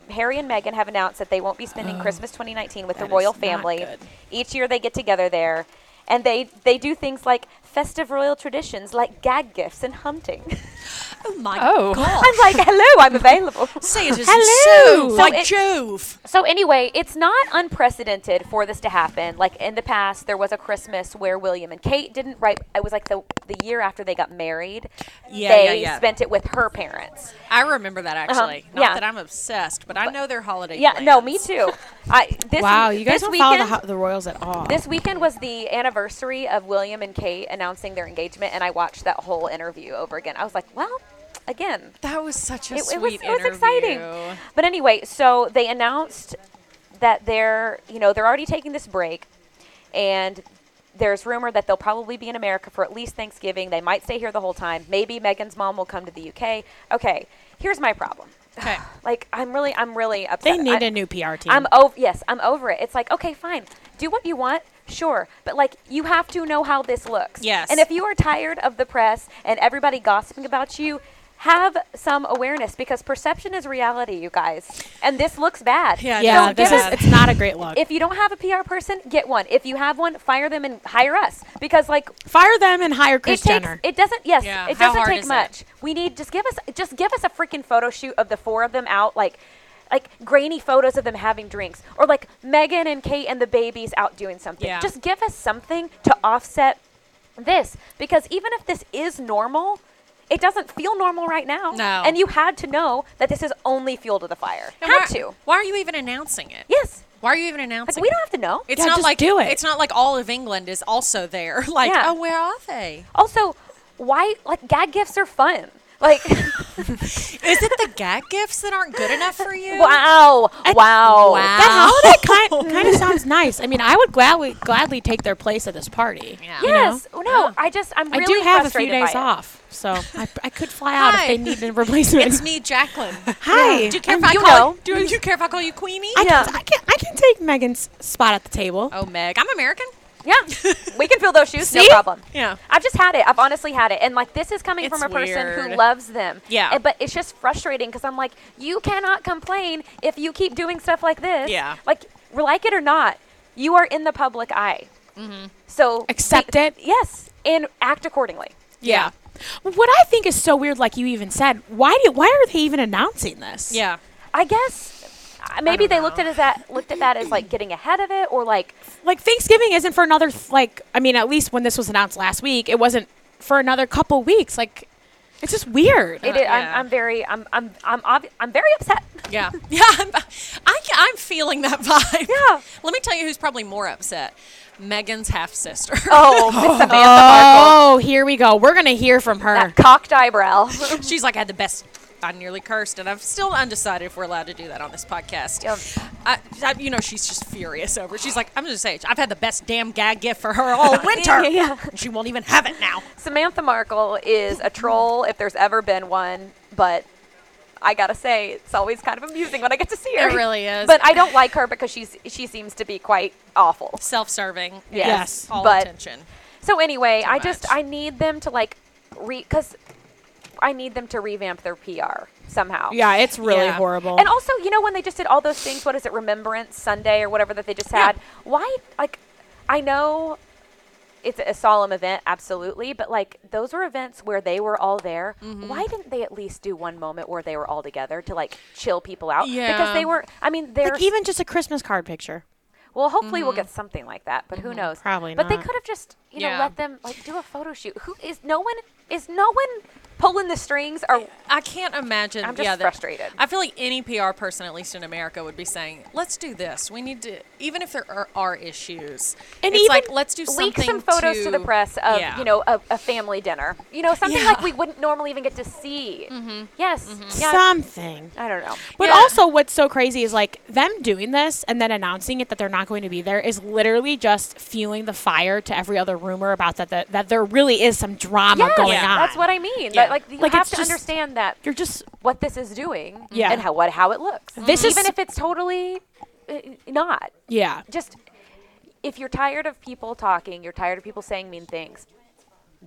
Speaker 3: Harry and Meghan have announced that they won't be spending Christmas 2019 with the
Speaker 2: Oh, that
Speaker 3: royal
Speaker 2: is not
Speaker 3: family.
Speaker 2: good.
Speaker 3: Each year they get together there, and they they do things like festive royal traditions, like gag gifts and hunting.
Speaker 1: Oh my
Speaker 4: Oh.
Speaker 1: god.
Speaker 3: I'm like, hello, I'm available.
Speaker 1: Sages
Speaker 2: Hello.
Speaker 1: Hello.
Speaker 2: So
Speaker 1: Like
Speaker 3: it-
Speaker 1: Jove.
Speaker 3: So anyway, it's not unprecedented for this to happen. Like in the past, there was a Christmas where William and Kate didn't write. It was like the the year after they got married.
Speaker 1: Yeah,
Speaker 3: they
Speaker 1: yeah, yeah.
Speaker 3: spent it with her parents.
Speaker 1: I remember that actually. Not
Speaker 3: Yeah.
Speaker 1: that I'm obsessed, Uh-huh. but I know their holiday.
Speaker 3: Yeah, no, me
Speaker 1: plans.
Speaker 3: too. I this
Speaker 2: Wow, you guys
Speaker 3: this
Speaker 2: don't follow
Speaker 3: weekend,
Speaker 2: the, ho- the Royals at all.
Speaker 3: this weekend was the anniversary of William and Kate announcing their engagement, and I watched that whole interview over again. I was like, well, again,
Speaker 1: That was such a
Speaker 3: it,
Speaker 1: sweet
Speaker 3: it was it was
Speaker 1: interview.
Speaker 3: exciting. But anyway, so they announced that they're you know they're already taking this break, and there's rumor that they'll probably be in America for at least Thanksgiving. They might stay here the whole time. Maybe Megan's mom will come to the UK. Okay, here's my problem.
Speaker 1: Okay.
Speaker 3: Like I'm really I'm really upset.
Speaker 2: they need
Speaker 3: I-
Speaker 2: a new PR team.
Speaker 3: I'm over. Yes, I'm over it. It's like okay, fine, do what you want. Sure, but like you have to know how this looks.
Speaker 1: Yes.
Speaker 3: And if you are tired of the press and everybody gossiping about you, have some awareness because perception is reality, you guys. And this looks bad.
Speaker 1: Yeah, it
Speaker 2: yeah,
Speaker 1: don't
Speaker 2: this
Speaker 1: give
Speaker 2: is
Speaker 1: us-
Speaker 2: it's not a great look.
Speaker 3: If you don't have a PR person, get one. If you have one, fire them and hire us because like
Speaker 2: Fire them and hire Chris
Speaker 3: it takes,
Speaker 2: Jenner.
Speaker 3: It doesn't. Yes,
Speaker 1: Yeah,
Speaker 3: it
Speaker 1: how
Speaker 3: doesn't
Speaker 1: hard
Speaker 3: take
Speaker 1: is it?
Speaker 3: much. We need just give us just give us a freaking photo shoot of the four of them out like. Like grainy photos of them having drinks, or like Megan and Kate and the babies out doing something.
Speaker 1: Yeah.
Speaker 3: Just give us something to offset this, because even if this is normal, it doesn't feel normal right now.
Speaker 1: No.
Speaker 3: And you had to know that this is only fuel to the fire.
Speaker 1: And
Speaker 3: had
Speaker 1: why,
Speaker 3: to.
Speaker 1: Why are you even announcing it?
Speaker 3: Yes.
Speaker 1: Why are you even
Speaker 3: Like
Speaker 1: announcing?
Speaker 3: we don't
Speaker 1: it?
Speaker 3: have to know.
Speaker 1: It's
Speaker 2: Yeah,
Speaker 1: not
Speaker 2: just
Speaker 1: like
Speaker 2: do it.
Speaker 1: It's not like all of England is also there. Like,
Speaker 3: Yeah.
Speaker 1: oh, where are they?
Speaker 3: Also, why like gag gifts are fun. Like
Speaker 1: Is it the gag gifts that aren't good enough for you?
Speaker 3: wow. wow.
Speaker 1: Wow.
Speaker 2: that holiday kind kind of sounds nice. I mean, I would gladly gladly take their place at this party.
Speaker 1: Yeah.
Speaker 2: you know?
Speaker 3: Yes. Oh, No,
Speaker 1: Yeah.
Speaker 3: I just I'm
Speaker 2: I
Speaker 3: really
Speaker 2: do have a few
Speaker 3: frustrated
Speaker 2: days
Speaker 3: by it.
Speaker 2: off, so I, I could fly out
Speaker 1: Hi.
Speaker 2: if they need a replacement.
Speaker 1: It's me, Jacqueline.
Speaker 2: Hi,
Speaker 1: Do you care
Speaker 2: I'm-
Speaker 1: if I
Speaker 3: you
Speaker 1: call?
Speaker 3: know.
Speaker 1: Do you care if I call you Queenie?
Speaker 2: I,
Speaker 3: Yeah.
Speaker 2: can, I can I can take Megan's spot at the table.
Speaker 1: Oh, Meg, I'm American.
Speaker 3: Yeah, we can fill those shoes. No
Speaker 2: See?
Speaker 3: problem.
Speaker 1: Yeah.
Speaker 3: I've just had it. I've honestly had it, and like this is coming from
Speaker 1: It's
Speaker 3: a person who
Speaker 1: weird.
Speaker 3: loves them.
Speaker 1: Yeah.
Speaker 3: Uh, but it's just frustrating because I'm like, you cannot complain if you keep doing stuff like this.
Speaker 1: Yeah.
Speaker 3: Like, r- like it or not, you are in the public eye. Mm-hmm. So
Speaker 2: Accept
Speaker 3: be-
Speaker 2: it.
Speaker 3: Yes, and act accordingly.
Speaker 1: Yeah.
Speaker 2: What I think is so weird, like you even said, why do why are they even announcing this?
Speaker 1: Yeah.
Speaker 3: I guess. I- maybe
Speaker 1: don't
Speaker 3: they looked at as that looked at that as like getting ahead of it or like
Speaker 2: like Thanksgiving isn't for another th- like I mean at least when this was announced last week it wasn't for another couple weeks like it's just weird.
Speaker 3: it,
Speaker 4: Uh,
Speaker 3: is-
Speaker 4: yeah.
Speaker 3: I'm, I'm very I'm I'm I'm obvi- I'm very upset.
Speaker 1: Yeah, yeah, I'm, I, ca- I'm feeling that vibe.
Speaker 3: Yeah.
Speaker 1: Let me tell you who's probably more upset: Megan's half sister.
Speaker 3: Oh, Miss Samantha Markle,
Speaker 2: oh, here we go. We're gonna hear from her.
Speaker 3: that cocked eyebrow.
Speaker 1: She's like, I had the best. I nearly cursed, and I'm still undecided if we're allowed to do that on this podcast.
Speaker 3: Yep.
Speaker 1: I, I- you know, she's just furious over. it. She's like, I'm just saying, I've had the best damn gag gift for her all winter.
Speaker 3: Yeah, yeah, yeah.
Speaker 1: And She won't even have it now.
Speaker 3: Samantha Markle is a troll if there's ever been one, but I gotta say it's always kind of amusing when I get to see her.
Speaker 1: It really is.
Speaker 3: But I don't like her because she's she seems to be quite awful.
Speaker 1: Self-serving.
Speaker 3: Yes,
Speaker 1: Yes. All
Speaker 3: but-
Speaker 1: attention.
Speaker 3: So anyway, I just
Speaker 1: much.
Speaker 3: I need them to like re because I need them to revamp their PR somehow.
Speaker 2: yeah, it's really
Speaker 1: Yeah.
Speaker 2: horrible.
Speaker 3: And also, you know, when they just did all those things, what is it, Remembrance Sunday or whatever that they just had? Why, like, I know it's a solemn event, absolutely, but like those were events where they were all there.
Speaker 2: Mm-hmm.
Speaker 3: Why didn't they at least do one moment where they were all together to like chill people out? Because
Speaker 1: Yeah.
Speaker 3: they were, I mean, they're
Speaker 2: like even just a Christmas card picture.
Speaker 3: well, hopefully we'll get something like that, but who knows?
Speaker 2: Mm-hmm. Probably
Speaker 3: But they
Speaker 2: not.
Speaker 3: could have just, you know,
Speaker 1: Yeah.
Speaker 3: let them like do a photo shoot. Who is no one? Is no one pulling the strings? Or
Speaker 1: I can't imagine.
Speaker 3: I'm just
Speaker 1: yeah, that-
Speaker 3: frustrated.
Speaker 1: I feel like any PR person, at least in America, would be saying, "Let's do this. We need to, even if there are, are issues,
Speaker 2: And
Speaker 1: it's
Speaker 2: even
Speaker 1: like let's do something."
Speaker 3: leak some photos to, the press of
Speaker 1: Yeah.
Speaker 3: you know a, a family dinner. You know something
Speaker 1: Yeah. Mm-hmm.
Speaker 3: like we wouldn't normally even get to see. Yes. Yeah.
Speaker 2: Something.
Speaker 3: I don't know.
Speaker 2: But
Speaker 1: Yeah.
Speaker 2: also, what's so crazy is like them doing this and then announcing it that they're not going to be there is literally just fueling the fire to every other rumor about that that, that there really is some drama
Speaker 3: Yes,
Speaker 2: going on.
Speaker 3: that's what I mean.
Speaker 1: Yeah.
Speaker 3: That, like you
Speaker 2: Like,
Speaker 3: have
Speaker 2: it's
Speaker 3: to
Speaker 2: just-
Speaker 3: understand that
Speaker 2: You're just
Speaker 3: what this is doing
Speaker 2: Yeah.
Speaker 3: and how what how it looks.
Speaker 2: This
Speaker 3: even
Speaker 2: is-
Speaker 3: if it's totally uh, not.
Speaker 2: yeah.
Speaker 3: Just if you're tired of people talking, you're tired of people saying mean things.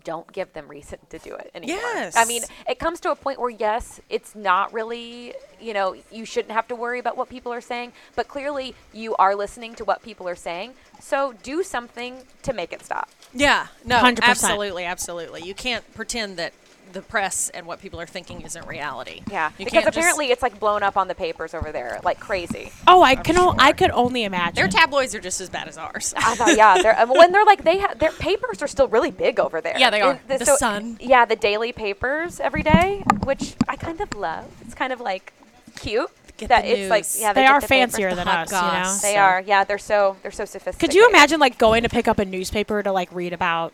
Speaker 3: Don't give them reason to do it anymore. I
Speaker 1: Yes.
Speaker 3: mean, it comes to a point where yes, it's not really, you know, you shouldn't have to worry about what people are saying, but clearly you are listening to what people are saying. So do something to make it stop.
Speaker 1: Yeah, no,
Speaker 2: 100%.
Speaker 1: absolutely, absolutely. You can't pretend that the press and what people are thinking isn't reality.
Speaker 3: Yeah.
Speaker 1: you
Speaker 3: because
Speaker 1: can't just-
Speaker 3: apparently it's like blown up on the papers over there like crazy.
Speaker 2: Oh, I can. o- I could only imagine.
Speaker 1: their tabloids are just as bad as ours.
Speaker 3: I thought, yeah, they're, um, when they're like they ha- their papers are still really big over there.
Speaker 1: Yeah, they are.
Speaker 3: It-
Speaker 1: The Sun.
Speaker 3: Yeah, the daily papers every day, which I kind of love. It's kind of like cute
Speaker 1: Get
Speaker 3: that
Speaker 1: the
Speaker 3: it's like
Speaker 1: news.
Speaker 3: yeah
Speaker 2: they,
Speaker 3: get
Speaker 2: are
Speaker 3: the papers.
Speaker 2: fancier than
Speaker 1: hot
Speaker 2: us.
Speaker 1: goss.
Speaker 2: You know?
Speaker 3: They
Speaker 1: so.
Speaker 3: are. Yeah, they're so they're so sophisticated.
Speaker 2: Could you imagine like going to pick up a newspaper to like read about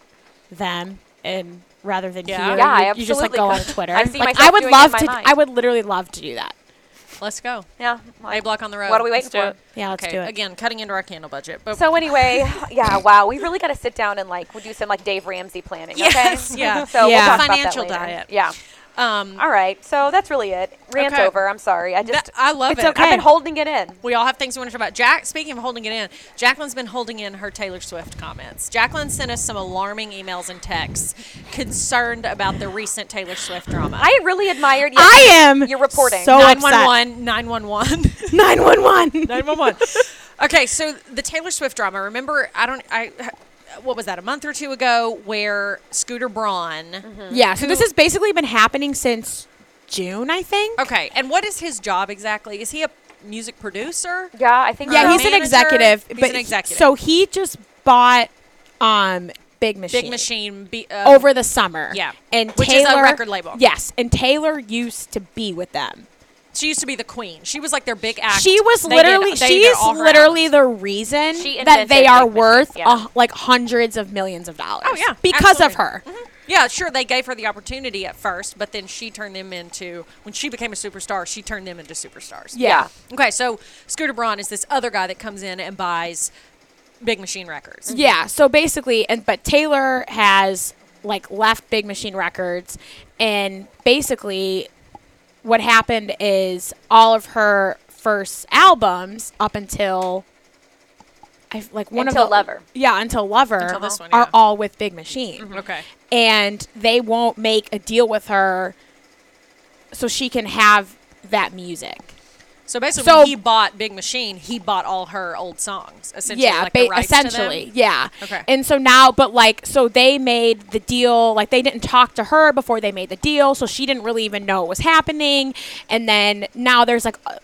Speaker 2: them and rather than
Speaker 1: Yeah.
Speaker 2: here,
Speaker 3: Yeah, I
Speaker 2: you, you just like
Speaker 3: absolutely
Speaker 2: go on
Speaker 3: could.
Speaker 2: Twitter.
Speaker 3: I see
Speaker 2: like
Speaker 3: myself
Speaker 2: I would
Speaker 3: doing it in
Speaker 2: love
Speaker 3: my
Speaker 2: to.
Speaker 3: mind.
Speaker 2: I would literally love to do that.
Speaker 1: Let's go.
Speaker 3: Yeah.
Speaker 1: A
Speaker 3: like,
Speaker 1: block on the road.
Speaker 3: What are we waiting
Speaker 4: Let's do
Speaker 3: for?
Speaker 4: it.
Speaker 2: Yeah, let's
Speaker 1: okay,
Speaker 2: do it.
Speaker 1: again, cutting into our candle budget. But
Speaker 3: So anyway, yeah, wow, we really got to sit down and like we'll do some like Dave Ramsey planning.
Speaker 1: Yes,
Speaker 3: okay?
Speaker 1: yeah.
Speaker 3: So
Speaker 2: Yeah.
Speaker 3: we'll talk
Speaker 1: Financial
Speaker 3: about that later.
Speaker 1: diet.
Speaker 3: Yeah.
Speaker 1: um,
Speaker 3: All right. So that's really it. Rant
Speaker 1: Okay.
Speaker 3: over. I'm sorry. I just
Speaker 1: That- I love
Speaker 3: it's
Speaker 1: it.
Speaker 3: Okay. I've
Speaker 2: Okay.
Speaker 3: been holding it in.
Speaker 1: we all have things we want to talk about. Jack, speaking of holding it in, Jacqueline's been holding in her Taylor Swift comments. Jacqueline sent us some alarming emails and texts concerned about the recent Taylor Swift drama.
Speaker 3: I really admired. Your,
Speaker 2: I am.
Speaker 3: You're reporting.
Speaker 2: So upset.
Speaker 1: 911, 911.
Speaker 2: Nine one one.
Speaker 1: 911. okay, so the Taylor Swift drama. Remember, I don't. I what was that a month or two ago where Scooter Braun.
Speaker 2: Yeah. So this has basically been happening since June, I think.
Speaker 1: Okay, and what is his job exactly? Is he a music producer?
Speaker 3: yeah, I think.
Speaker 2: Yeah,
Speaker 1: Uh,
Speaker 3: so.
Speaker 2: he's an
Speaker 1: manager?
Speaker 2: executive.
Speaker 1: He's
Speaker 2: but
Speaker 1: an
Speaker 2: he-
Speaker 1: executive.
Speaker 2: so he just bought um Big Machine.
Speaker 1: Big Machine. Be, uh,
Speaker 2: over the summer.
Speaker 1: Yeah.
Speaker 2: And
Speaker 1: Which is a
Speaker 2: Taylor,
Speaker 1: record label.
Speaker 2: Yes. And Taylor used to be with them.
Speaker 1: She used to be the queen. She was like their big act.
Speaker 2: She was
Speaker 1: They did-
Speaker 2: literally
Speaker 1: they did
Speaker 2: she's
Speaker 1: all her
Speaker 2: literally
Speaker 1: hours.
Speaker 2: the reason
Speaker 3: She
Speaker 2: that they
Speaker 3: invented
Speaker 2: are
Speaker 3: Big Machine,
Speaker 2: worth
Speaker 3: yeah.
Speaker 2: uh, like hundreds of millions of dollars.
Speaker 1: Oh yeah,
Speaker 2: because of
Speaker 1: absolutely.
Speaker 2: her.
Speaker 1: Mhm. Yeah, sure. They gave her the opportunity at first, but then she turned them into when she became a superstar. She turned them into superstars.
Speaker 2: Yeah.
Speaker 1: Okay, so Scooter Braun is this other guy that comes in and buys Big Machine Records.
Speaker 2: Yeah. So basically, and but Taylor has like left Big Machine Records, and basically, what happened is all of her first albums up until. I like one
Speaker 3: Until
Speaker 2: of the,
Speaker 3: Lover.
Speaker 2: Yeah, until Lover
Speaker 1: Until this one,
Speaker 2: are
Speaker 1: yeah. Mm-hmm.
Speaker 2: all with Big Machine.
Speaker 1: Okay.
Speaker 2: And they won't make a deal with her so she can have that music.
Speaker 1: So basically,
Speaker 2: So-
Speaker 1: when he bought Big Machine, he bought all her old songs, essentially.
Speaker 2: yeah,
Speaker 1: like the
Speaker 2: ba-
Speaker 1: rights to them.
Speaker 2: essentially, yeah.
Speaker 1: Okay.
Speaker 2: And so now, but like, so they made the deal. Like, they didn't talk to her before they made the deal, so she didn't really even know it was happening. And then now there's like, uh,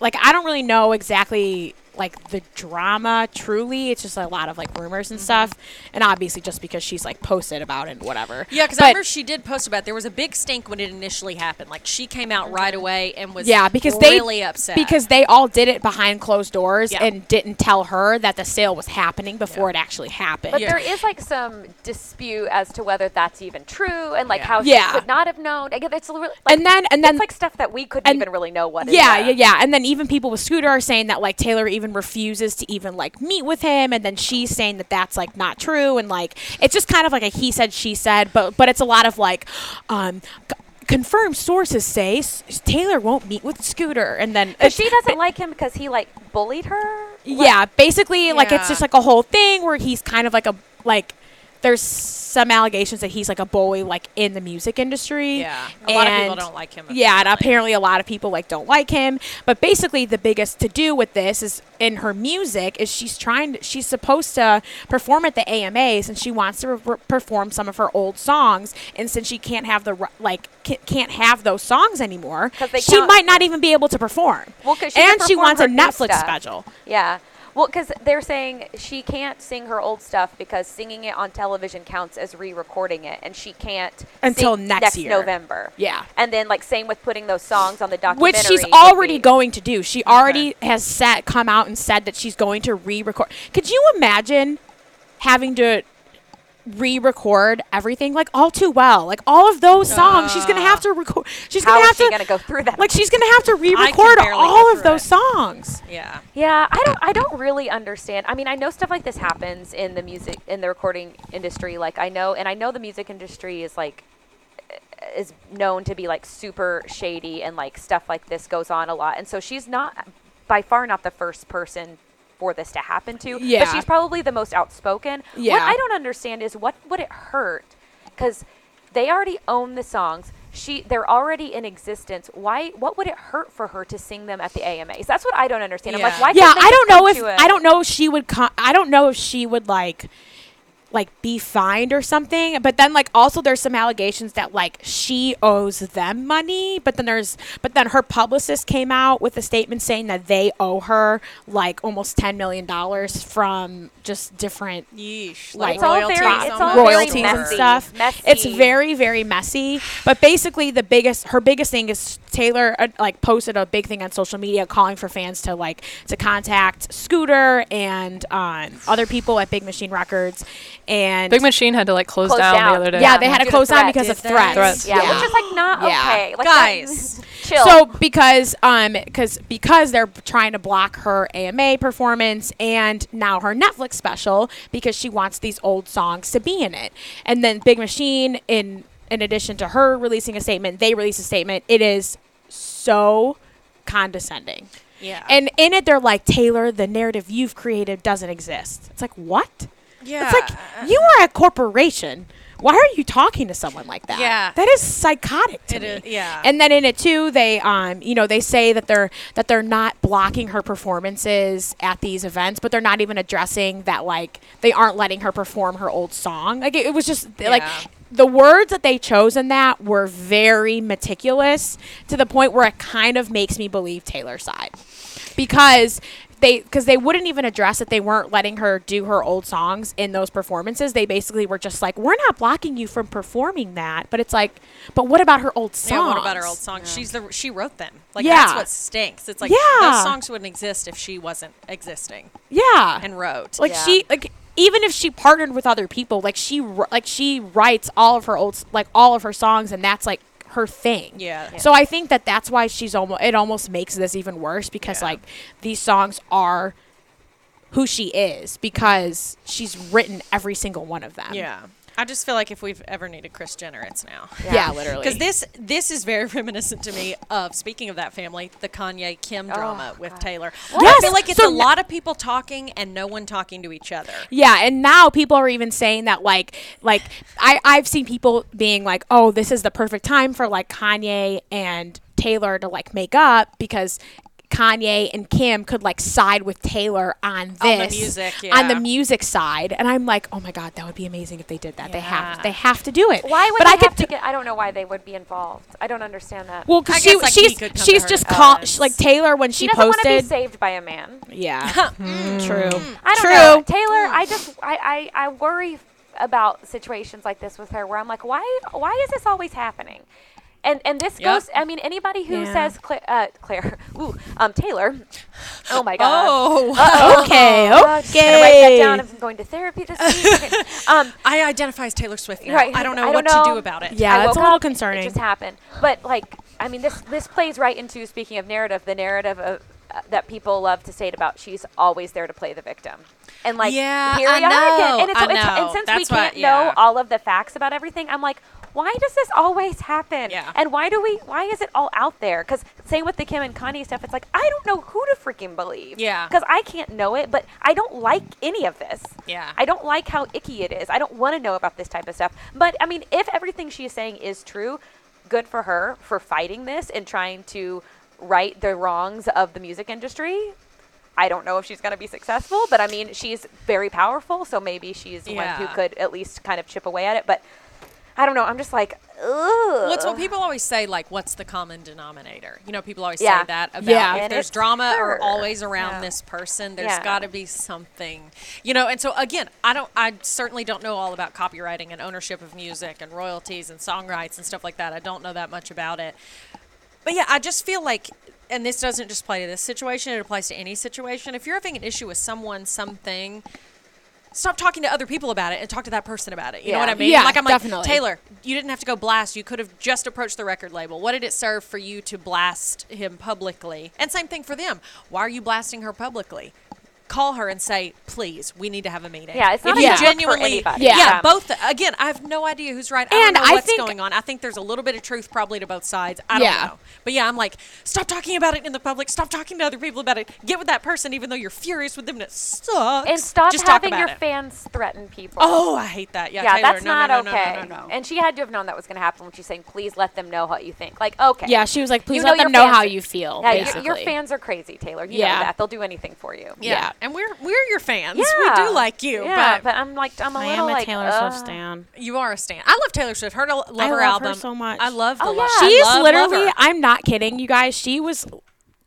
Speaker 2: like I don't really know exactly like the drama truly. It's just a lot of like rumors
Speaker 1: Mm-hmm.
Speaker 2: and stuff, and obviously just because she's like posted about it and whatever.
Speaker 1: Yeah, because
Speaker 2: But-
Speaker 1: I remember she did post about it. there was a big stink when it initially happened. Like she came out right away and was
Speaker 2: Mm-hmm. yeah because
Speaker 1: really
Speaker 2: they
Speaker 1: upset
Speaker 2: because they all did it behind closed doors
Speaker 1: Yeah.
Speaker 2: and didn't tell her that the sale was happening before it actually happened.
Speaker 3: But
Speaker 1: Yeah.
Speaker 3: there is like some dispute as to whether that's even true and like
Speaker 1: Yeah.
Speaker 3: how
Speaker 2: Yeah.
Speaker 3: she could not have known. Again, it's really, like,
Speaker 2: and then and then
Speaker 3: it's like stuff that we couldn't
Speaker 2: and-
Speaker 3: even really know what. is
Speaker 2: yeah,
Speaker 3: there.
Speaker 2: yeah, yeah. And then even people with Scooter are saying that like Taylor even refuses to even like meet with him, and then she's saying that that's like not true, and like it's just kind of like a he said she said, but but it's a lot of like, um, c- confirmed sources say S- Taylor won't meet with Scooter, and then
Speaker 3: But she doesn't like him because he like bullied her.
Speaker 2: yeah, basically like it's
Speaker 1: Yeah.
Speaker 2: just like a whole thing where he's kind of like a like. There's some allegations that he's like a bully, like in the music industry.
Speaker 1: Yeah. A lot of people
Speaker 2: And-
Speaker 1: don't like him,
Speaker 2: Yeah, and
Speaker 1: apparently.
Speaker 2: apparently a lot of people like don't like him. But basically, the biggest to do with this is in her music is she's trying. To, she's supposed to perform at the AMAs, and she wants to re- perform some of her old songs. And since she can't have the ri- like ca- can't have those songs anymore,
Speaker 3: 'Cause they
Speaker 2: she
Speaker 3: count-
Speaker 2: might not even be able to perform.
Speaker 3: Well, 'cause she can
Speaker 2: and she
Speaker 3: perform
Speaker 2: wants a
Speaker 3: her new
Speaker 2: Netflix
Speaker 3: stuff.
Speaker 2: special.
Speaker 3: Yeah. Well, because they're saying she can't sing her old stuff because singing it on television counts as re-recording it, and she can't sing
Speaker 2: Until next year.
Speaker 3: November.
Speaker 2: Yeah.
Speaker 3: And then like same with putting those songs on the documentary,
Speaker 2: which she's
Speaker 3: would
Speaker 2: already
Speaker 3: be-
Speaker 2: going to do. She already has set come out and said that she's going to re-record. Could you imagine having to re-record everything like all too well? Like all of those songs, she's gonna have to record. She's
Speaker 3: Uh, How
Speaker 2: gonna
Speaker 3: is
Speaker 2: have
Speaker 3: she
Speaker 2: to
Speaker 3: gonna go through that?
Speaker 2: Like she's gonna have to re-record
Speaker 1: barely
Speaker 2: all
Speaker 1: get
Speaker 2: of
Speaker 1: through
Speaker 2: those
Speaker 1: it.
Speaker 2: songs.
Speaker 1: yeah.
Speaker 3: Yeah, I don't I don't really understand. I mean, I know stuff like this happens in the music in the recording industry like I know and I know the music industry is like eh, is known to be like super shady and like stuff like this goes on a lot. And so she's not by far not the first person for this to happen to.
Speaker 2: Yeah.
Speaker 3: But she's probably the most outspoken. What
Speaker 2: Yeah.
Speaker 3: I don't understand is what would it hurt? Because they already own the songs. She, they're already in existence. Why? What would it hurt for her to sing them at the AMAs? That's what I don't understand. I'm like,
Speaker 1: Yeah.
Speaker 3: why?
Speaker 2: yeah,
Speaker 3: couldn't they
Speaker 2: I
Speaker 3: just
Speaker 2: don't know
Speaker 3: come
Speaker 2: if
Speaker 3: to a-
Speaker 2: I don't know if she would. Con- I don't know if she would like, like be fined or something. But then like also there's some allegations that like she owes them money. But then there's but then her publicist came out with a statement saying that they owe her like almost ten million dollars from just different
Speaker 1: Yeesh.
Speaker 2: like
Speaker 3: It's all very-
Speaker 1: royalties
Speaker 3: it's
Speaker 1: on
Speaker 3: all
Speaker 1: the-
Speaker 3: very
Speaker 2: royalties and
Speaker 3: messy.
Speaker 2: stuff.
Speaker 3: Messy.
Speaker 2: It's very very messy. But basically, the biggest her biggest thing is Taylor uh, like posted a big thing on social media calling for fans to like to contact Scooter and um, other people at Big Machine Records and
Speaker 4: Big Machine had to like close,
Speaker 3: Close
Speaker 4: down,
Speaker 3: down.
Speaker 4: the other day.
Speaker 2: yeah, they had
Speaker 3: Due
Speaker 2: to
Speaker 3: to
Speaker 2: close down
Speaker 3: threats.
Speaker 2: because of
Speaker 1: Did they?
Speaker 2: threats.
Speaker 4: Threats.
Speaker 3: Yeah, which is like not
Speaker 2: Yeah.
Speaker 3: okay. Like
Speaker 1: Guys.
Speaker 3: that, chill.
Speaker 2: So because um because because they're trying to block her AMA performance and now her Netflix special because she wants these old songs to be in it. And then Big Machine in in addition to her releasing a statement, they release a statement. It is so condescending.
Speaker 1: Yeah.
Speaker 2: And in it they're like, "Taylor, the narrative you've created doesn't exist." It's like, "What?"
Speaker 1: Yeah. uh,
Speaker 2: It's like you are a corporation. Why are you talking to someone like that?
Speaker 1: Yeah.
Speaker 2: That is psychotic to
Speaker 1: It
Speaker 2: me.
Speaker 1: is- yeah.
Speaker 2: And then in it too, they um, you know, they say that they're that they're not blocking her performances at these events, but they're not even addressing that like they aren't letting her perform her old song. Like it, it was just like
Speaker 1: Yeah.
Speaker 2: the words that they chose in that were very meticulous to the point where it kind of makes me believe Taylor's side because they because they wouldn't even address that they weren't letting her do her old songs in those performances they basically were just like we're not blocking you from performing that but it's like but what about her old songs
Speaker 1: Yeah, what about her old songs? She's the she wrote them. Like
Speaker 2: Yeah.
Speaker 1: that's what stinks. It's like
Speaker 2: Yeah.
Speaker 1: those songs wouldn't exist if she wasn't existing
Speaker 2: yeah
Speaker 1: and wrote.
Speaker 2: like
Speaker 3: Yeah.
Speaker 2: she like even if she partnered with other people like she wr- like she writes all of her old s- like all of her songs and that's like her thing
Speaker 1: Yeah. Yeah.
Speaker 2: so i think that that's why she's almost it almost makes this even worse because
Speaker 1: Yeah.
Speaker 2: like these songs are who she is because she's written every single one of them
Speaker 1: yeah. I just feel like if we've ever needed Chris Jenner, it's now.
Speaker 2: yeah, literally
Speaker 1: Because this this is very reminiscent to me of speaking of that family, the Kanye Kim drama with Taylor.
Speaker 2: Oh, Yes.
Speaker 1: I feel like it's
Speaker 2: So
Speaker 1: a
Speaker 2: n-
Speaker 1: lot of people talking and no one talking to each other.
Speaker 2: Yeah, and now people are even saying that like like I I've seen people being like, "Oh, this is the perfect time for like Kanye and Taylor to like make up because Kanye and Kim could like side with Taylor on this
Speaker 1: On the music,
Speaker 2: on the
Speaker 1: yeah.
Speaker 2: music side, and I'm like, oh my god, that would be amazing if they did that. They have
Speaker 1: Yeah.
Speaker 2: they have to do it.
Speaker 3: Why would
Speaker 2: but
Speaker 3: they
Speaker 2: I could
Speaker 3: have to get? I don't know why they would be involved. I don't understand that.
Speaker 1: I
Speaker 2: Well, because she,
Speaker 1: guess, like, he
Speaker 2: she's
Speaker 1: could come to
Speaker 2: she's
Speaker 1: her
Speaker 2: just call
Speaker 1: defense.
Speaker 2: sh- like Taylor when she
Speaker 3: she doesn't want to be mm,
Speaker 2: posted.
Speaker 3: saved by a man.
Speaker 2: Yeah, Mm, true.
Speaker 3: I don't
Speaker 2: True.
Speaker 3: know. Taylor,
Speaker 2: Mm.
Speaker 3: I just I, I I worry about situations like this with her where I'm like, why why is this always happening? And and this
Speaker 1: Yep.
Speaker 3: goes. I mean, anybody who
Speaker 2: Yeah.
Speaker 3: says Cla- uh, Claire, ooh, um, Taylor. Oh my God.
Speaker 1: Oh,
Speaker 2: Okay,
Speaker 3: Uh, just gotta write that
Speaker 2: okay.
Speaker 3: down. If I'm going to therapy this week. um,
Speaker 1: I identify as Taylor Swift now.
Speaker 3: Right.
Speaker 1: I don't know
Speaker 3: I
Speaker 1: what
Speaker 3: don't
Speaker 1: to
Speaker 3: know.
Speaker 1: do about it.
Speaker 2: Yeah,
Speaker 3: I
Speaker 2: that's a
Speaker 3: woke
Speaker 2: little
Speaker 3: up, It
Speaker 2: concerning.
Speaker 3: just happened. But like, I mean, this this plays right into speaking of narrative, the narrative of. Uh, that people love to say it about she's always there to play the victim, and like
Speaker 1: Yeah,
Speaker 3: here
Speaker 1: I
Speaker 3: we are again.
Speaker 1: know,
Speaker 3: And, it's,
Speaker 1: I
Speaker 3: it's- and
Speaker 1: know.
Speaker 3: since
Speaker 1: That's
Speaker 3: we
Speaker 1: what-
Speaker 3: can't know
Speaker 1: yeah.
Speaker 3: all of the facts about everything, I'm like, why does this always happen?
Speaker 1: Yeah.
Speaker 3: And why do we? Why is it all out there? Because same with the Kim and Kanye stuff, it's like I don't know who to freaking believe.
Speaker 1: Yeah.
Speaker 3: Because I can't know it, but I don't like any of this.
Speaker 1: Yeah.
Speaker 3: I don't like how icky it is. I don't want to know about this type of stuff. But I mean, if everything she is saying is true, good for her for fighting this and trying to right the wrongs of the music industry. I don't know if she's going to be successful, but I mean, she's very powerful, so maybe she's one who
Speaker 1: Yeah.
Speaker 3: could at least kind of chip away at it. But I don't know. I'm just like, ugh.
Speaker 1: Well, it's what people always say, like, what's the common denominator? You know, people always
Speaker 3: Yeah.
Speaker 1: say that about
Speaker 2: Yeah.
Speaker 1: if
Speaker 3: And it's
Speaker 1: there's drama
Speaker 3: her.
Speaker 1: or always around
Speaker 3: Yeah.
Speaker 1: this person, there's
Speaker 3: Yeah.
Speaker 1: got to be something, you know. And so, again, I don't, I certainly don't know all about copywriting and ownership of music and royalties and song rights and stuff like that. I don't know that much about it. But yeah, I just feel like, and this doesn't just apply to this situation, it applies to any situation. If you're having an issue with someone, something, stop talking to other people about it and talk to that person about it. You know
Speaker 3: Yeah.
Speaker 1: what I mean?
Speaker 2: Yeah,
Speaker 1: like I'm
Speaker 2: definitely.
Speaker 1: like Taylor, you didn't have to go blast. You could have just approached the record label. What did it serve for you to blast him publicly? And same thing for them. Why are you blasting her publicly? Call her and say, please, we need to have a meeting.
Speaker 3: Yeah, it's not
Speaker 1: if
Speaker 2: a
Speaker 1: you
Speaker 2: knock for
Speaker 1: genuinely,
Speaker 3: anybody.
Speaker 2: Yeah.
Speaker 1: yeah,
Speaker 3: Um,
Speaker 1: both. Again, I have no idea who's right. I
Speaker 2: And
Speaker 1: don't know
Speaker 2: I
Speaker 1: what's
Speaker 2: think-
Speaker 1: going on. I think there's a little bit of truth probably to both sides. I don't
Speaker 2: Yeah.
Speaker 1: know. But yeah, I'm like, stop talking about it in the public. Stop talking to other people about it. Get with that person, even though you're furious with them and it sucks.
Speaker 3: and stop
Speaker 1: Just talk
Speaker 3: having
Speaker 1: about
Speaker 3: your
Speaker 1: it.
Speaker 3: fans threaten people.
Speaker 1: Oh, I hate that. Yeah,
Speaker 3: yeah,
Speaker 1: Taylor,
Speaker 3: that's
Speaker 1: no,
Speaker 3: not
Speaker 1: no, no,
Speaker 3: okay.
Speaker 1: No, no, no, no.
Speaker 3: And she had to have known that was going to happen when she's saying, "Please let them know what you think." Like, okay.
Speaker 2: Yeah, she was like, please
Speaker 3: You
Speaker 2: let
Speaker 3: know
Speaker 2: them
Speaker 3: your
Speaker 2: know how
Speaker 3: fans-
Speaker 2: you feel.
Speaker 3: Yeah, your-
Speaker 2: basically.
Speaker 3: your fans are crazy, Taylor. You
Speaker 2: Yeah.
Speaker 3: know that they'll do anything for you.
Speaker 1: yeah.
Speaker 2: yeah.
Speaker 1: and we're we're your fans.
Speaker 3: Yeah.
Speaker 1: We do like you,
Speaker 3: Yeah,
Speaker 1: but,
Speaker 3: but, I'm like, I'm a
Speaker 2: I
Speaker 3: little
Speaker 2: am a
Speaker 3: like,
Speaker 2: Taylor
Speaker 3: uh,
Speaker 2: Swift stan.
Speaker 1: you are a stan. I love Taylor Swift. Her lo- love
Speaker 2: I
Speaker 1: her
Speaker 2: love her
Speaker 1: album
Speaker 2: so much.
Speaker 1: I love. The
Speaker 3: Oh,
Speaker 1: love.
Speaker 3: yeah.
Speaker 2: She
Speaker 1: I
Speaker 2: is
Speaker 1: love, love
Speaker 2: literally,
Speaker 1: her.
Speaker 2: I'm not kidding, you guys. She was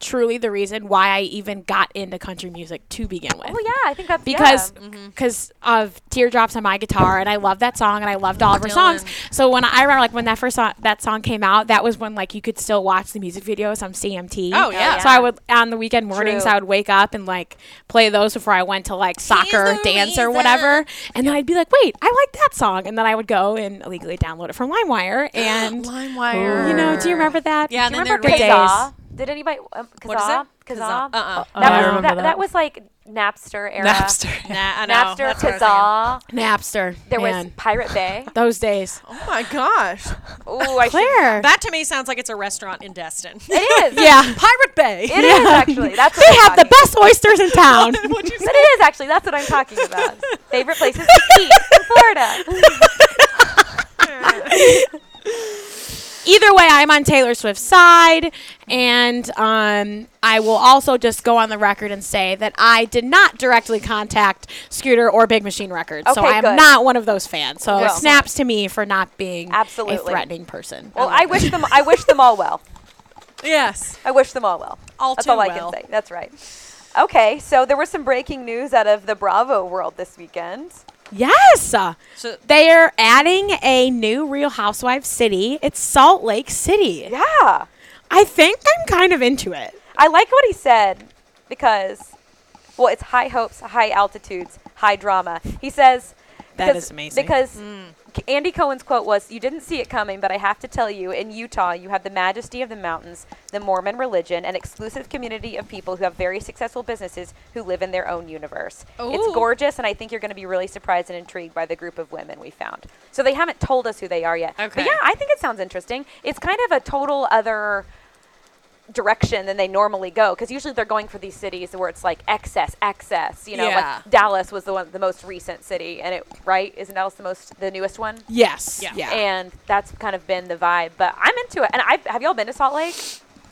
Speaker 2: truly the reason why I even got into country music to begin with.
Speaker 3: Oh yeah, I think that's
Speaker 2: because
Speaker 3: yeah.
Speaker 2: because of teardrops on my guitar and i love that song and i loved all of her
Speaker 1: Dylan.
Speaker 2: songs so when i remember like when that first song, that song came out that was when like you could still watch the music videos on cmt
Speaker 1: Oh, yeah.
Speaker 2: so i would on the weekend mornings
Speaker 3: True.
Speaker 2: i would wake up and like play those before i went to like soccer or
Speaker 1: the
Speaker 2: dance or whatever and then i'd be like wait i like that song and then i would go and illegally download it from limewire and
Speaker 1: LimeWire.
Speaker 2: you know do you remember that
Speaker 1: Yeah,
Speaker 2: Do
Speaker 1: and
Speaker 2: you
Speaker 1: then
Speaker 2: remember
Speaker 1: there'd
Speaker 2: good
Speaker 1: be-
Speaker 2: days
Speaker 3: Kazaa. Did anybody? Um, Kazaa?
Speaker 1: What is it?
Speaker 3: Kazaa?
Speaker 1: Uh-uh.
Speaker 3: That
Speaker 4: I
Speaker 3: was
Speaker 4: remember
Speaker 3: that,
Speaker 4: that.
Speaker 3: was like Napster era.
Speaker 4: Napster.
Speaker 1: Nah, I know.
Speaker 3: Napster,
Speaker 1: That's what I was thinking.
Speaker 3: Kazaa.
Speaker 2: napster
Speaker 3: There was
Speaker 2: man.
Speaker 3: Pirate Bay.
Speaker 2: those days
Speaker 1: Oh my gosh,
Speaker 3: Ooh, I should-
Speaker 2: claire
Speaker 1: that to me sounds like it's a restaurant in Destin.
Speaker 3: It is.
Speaker 2: yeah
Speaker 1: Pirate Bay.
Speaker 3: It is actually. That's what
Speaker 2: They
Speaker 3: I'm
Speaker 2: have the
Speaker 3: talking-
Speaker 2: best oysters in town.
Speaker 1: What'd you say?
Speaker 3: But it is actually. That's what I'm talking about. Favorite places to eat in Florida.
Speaker 2: Either way, I'm on Taylor Swift's side, and um, I will also just go on the record and say that I did not directly contact Scooter or Big Machine Records, so
Speaker 3: Okay,
Speaker 2: I am
Speaker 3: good.
Speaker 2: not one of those fans. So
Speaker 3: Good.
Speaker 2: snaps to me for not being a
Speaker 3: Absolutely.
Speaker 2: threatening person.
Speaker 3: Well, I wish them. I wish them all well.
Speaker 1: Yes.
Speaker 3: I wish them all well.
Speaker 1: All
Speaker 3: That's
Speaker 1: too
Speaker 3: all I
Speaker 1: well.
Speaker 3: can say. That's right. Okay, so there was some breaking news out of the Bravo world this weekend.
Speaker 2: yes, uh,
Speaker 1: So-
Speaker 2: they're adding a new Real Housewives city. It's Salt Lake City.
Speaker 3: Yeah,
Speaker 2: I think I'm kind of into it.
Speaker 3: I like what he said because, well, it's high hopes, high altitudes, high drama. He says
Speaker 2: That
Speaker 3: because-
Speaker 2: is amazing. Mm.
Speaker 3: because. K- Andy Cohen's quote was, You didn't see it coming, but I have to tell you, in Utah, you have the majesty of the mountains, the Mormon religion, an exclusive community of people who have very successful businesses who live in their own universe. It's
Speaker 1: Ooh.
Speaker 3: gorgeous, and I think you're going to be really surprised and intrigued by the group of women we found. So they haven't told us who they are yet. But
Speaker 1: Okay.
Speaker 3: yeah, I think it sounds interesting. It's kind of a total other direction than they normally go because usually they're going for these cities where it's like excess excess you know
Speaker 1: Yeah.
Speaker 3: like dallas was the one the most recent city and it right isn't dallas the most the newest one
Speaker 2: Yes.
Speaker 1: Yeah.
Speaker 2: yeah.
Speaker 3: and that's kind of been the vibe. But I'm into it. And I have y'all been to Salt Lake?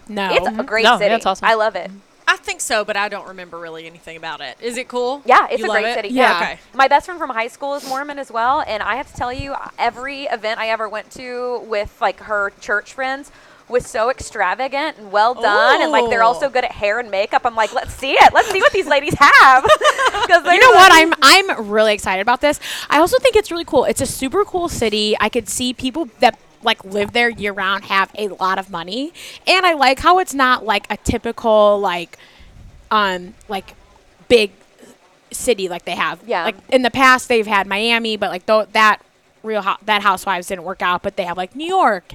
Speaker 2: No.
Speaker 3: It's a great
Speaker 4: Um, No, yeah,
Speaker 3: city.
Speaker 4: it's awesome.
Speaker 3: I love it.
Speaker 1: I think so, but I don't remember really anything about it. Is it cool?
Speaker 3: Yeah, it's
Speaker 1: You
Speaker 3: a
Speaker 1: love
Speaker 3: great
Speaker 1: it?
Speaker 3: city.
Speaker 2: Yeah.
Speaker 1: Okay.
Speaker 3: My best friend from high school is Mormon as well, and I have to tell you, every event I ever went to with like her church friends was so extravagant and well done, and like they're
Speaker 1: Ooh.
Speaker 3: also good at hair and makeup. I'm like, let's see it. Let's see what these ladies have. Because
Speaker 2: You know what? I'm I'm really excited about this. I also think it's really cool. It's a super cool city. I could see people that like live there year round have a lot of money, and I like how it's not like a typical like um like big city like they have.
Speaker 3: Yeah.
Speaker 2: Like in the past they've had Miami, but like though that real Hou- that Housewives didn't work out, but they have like New York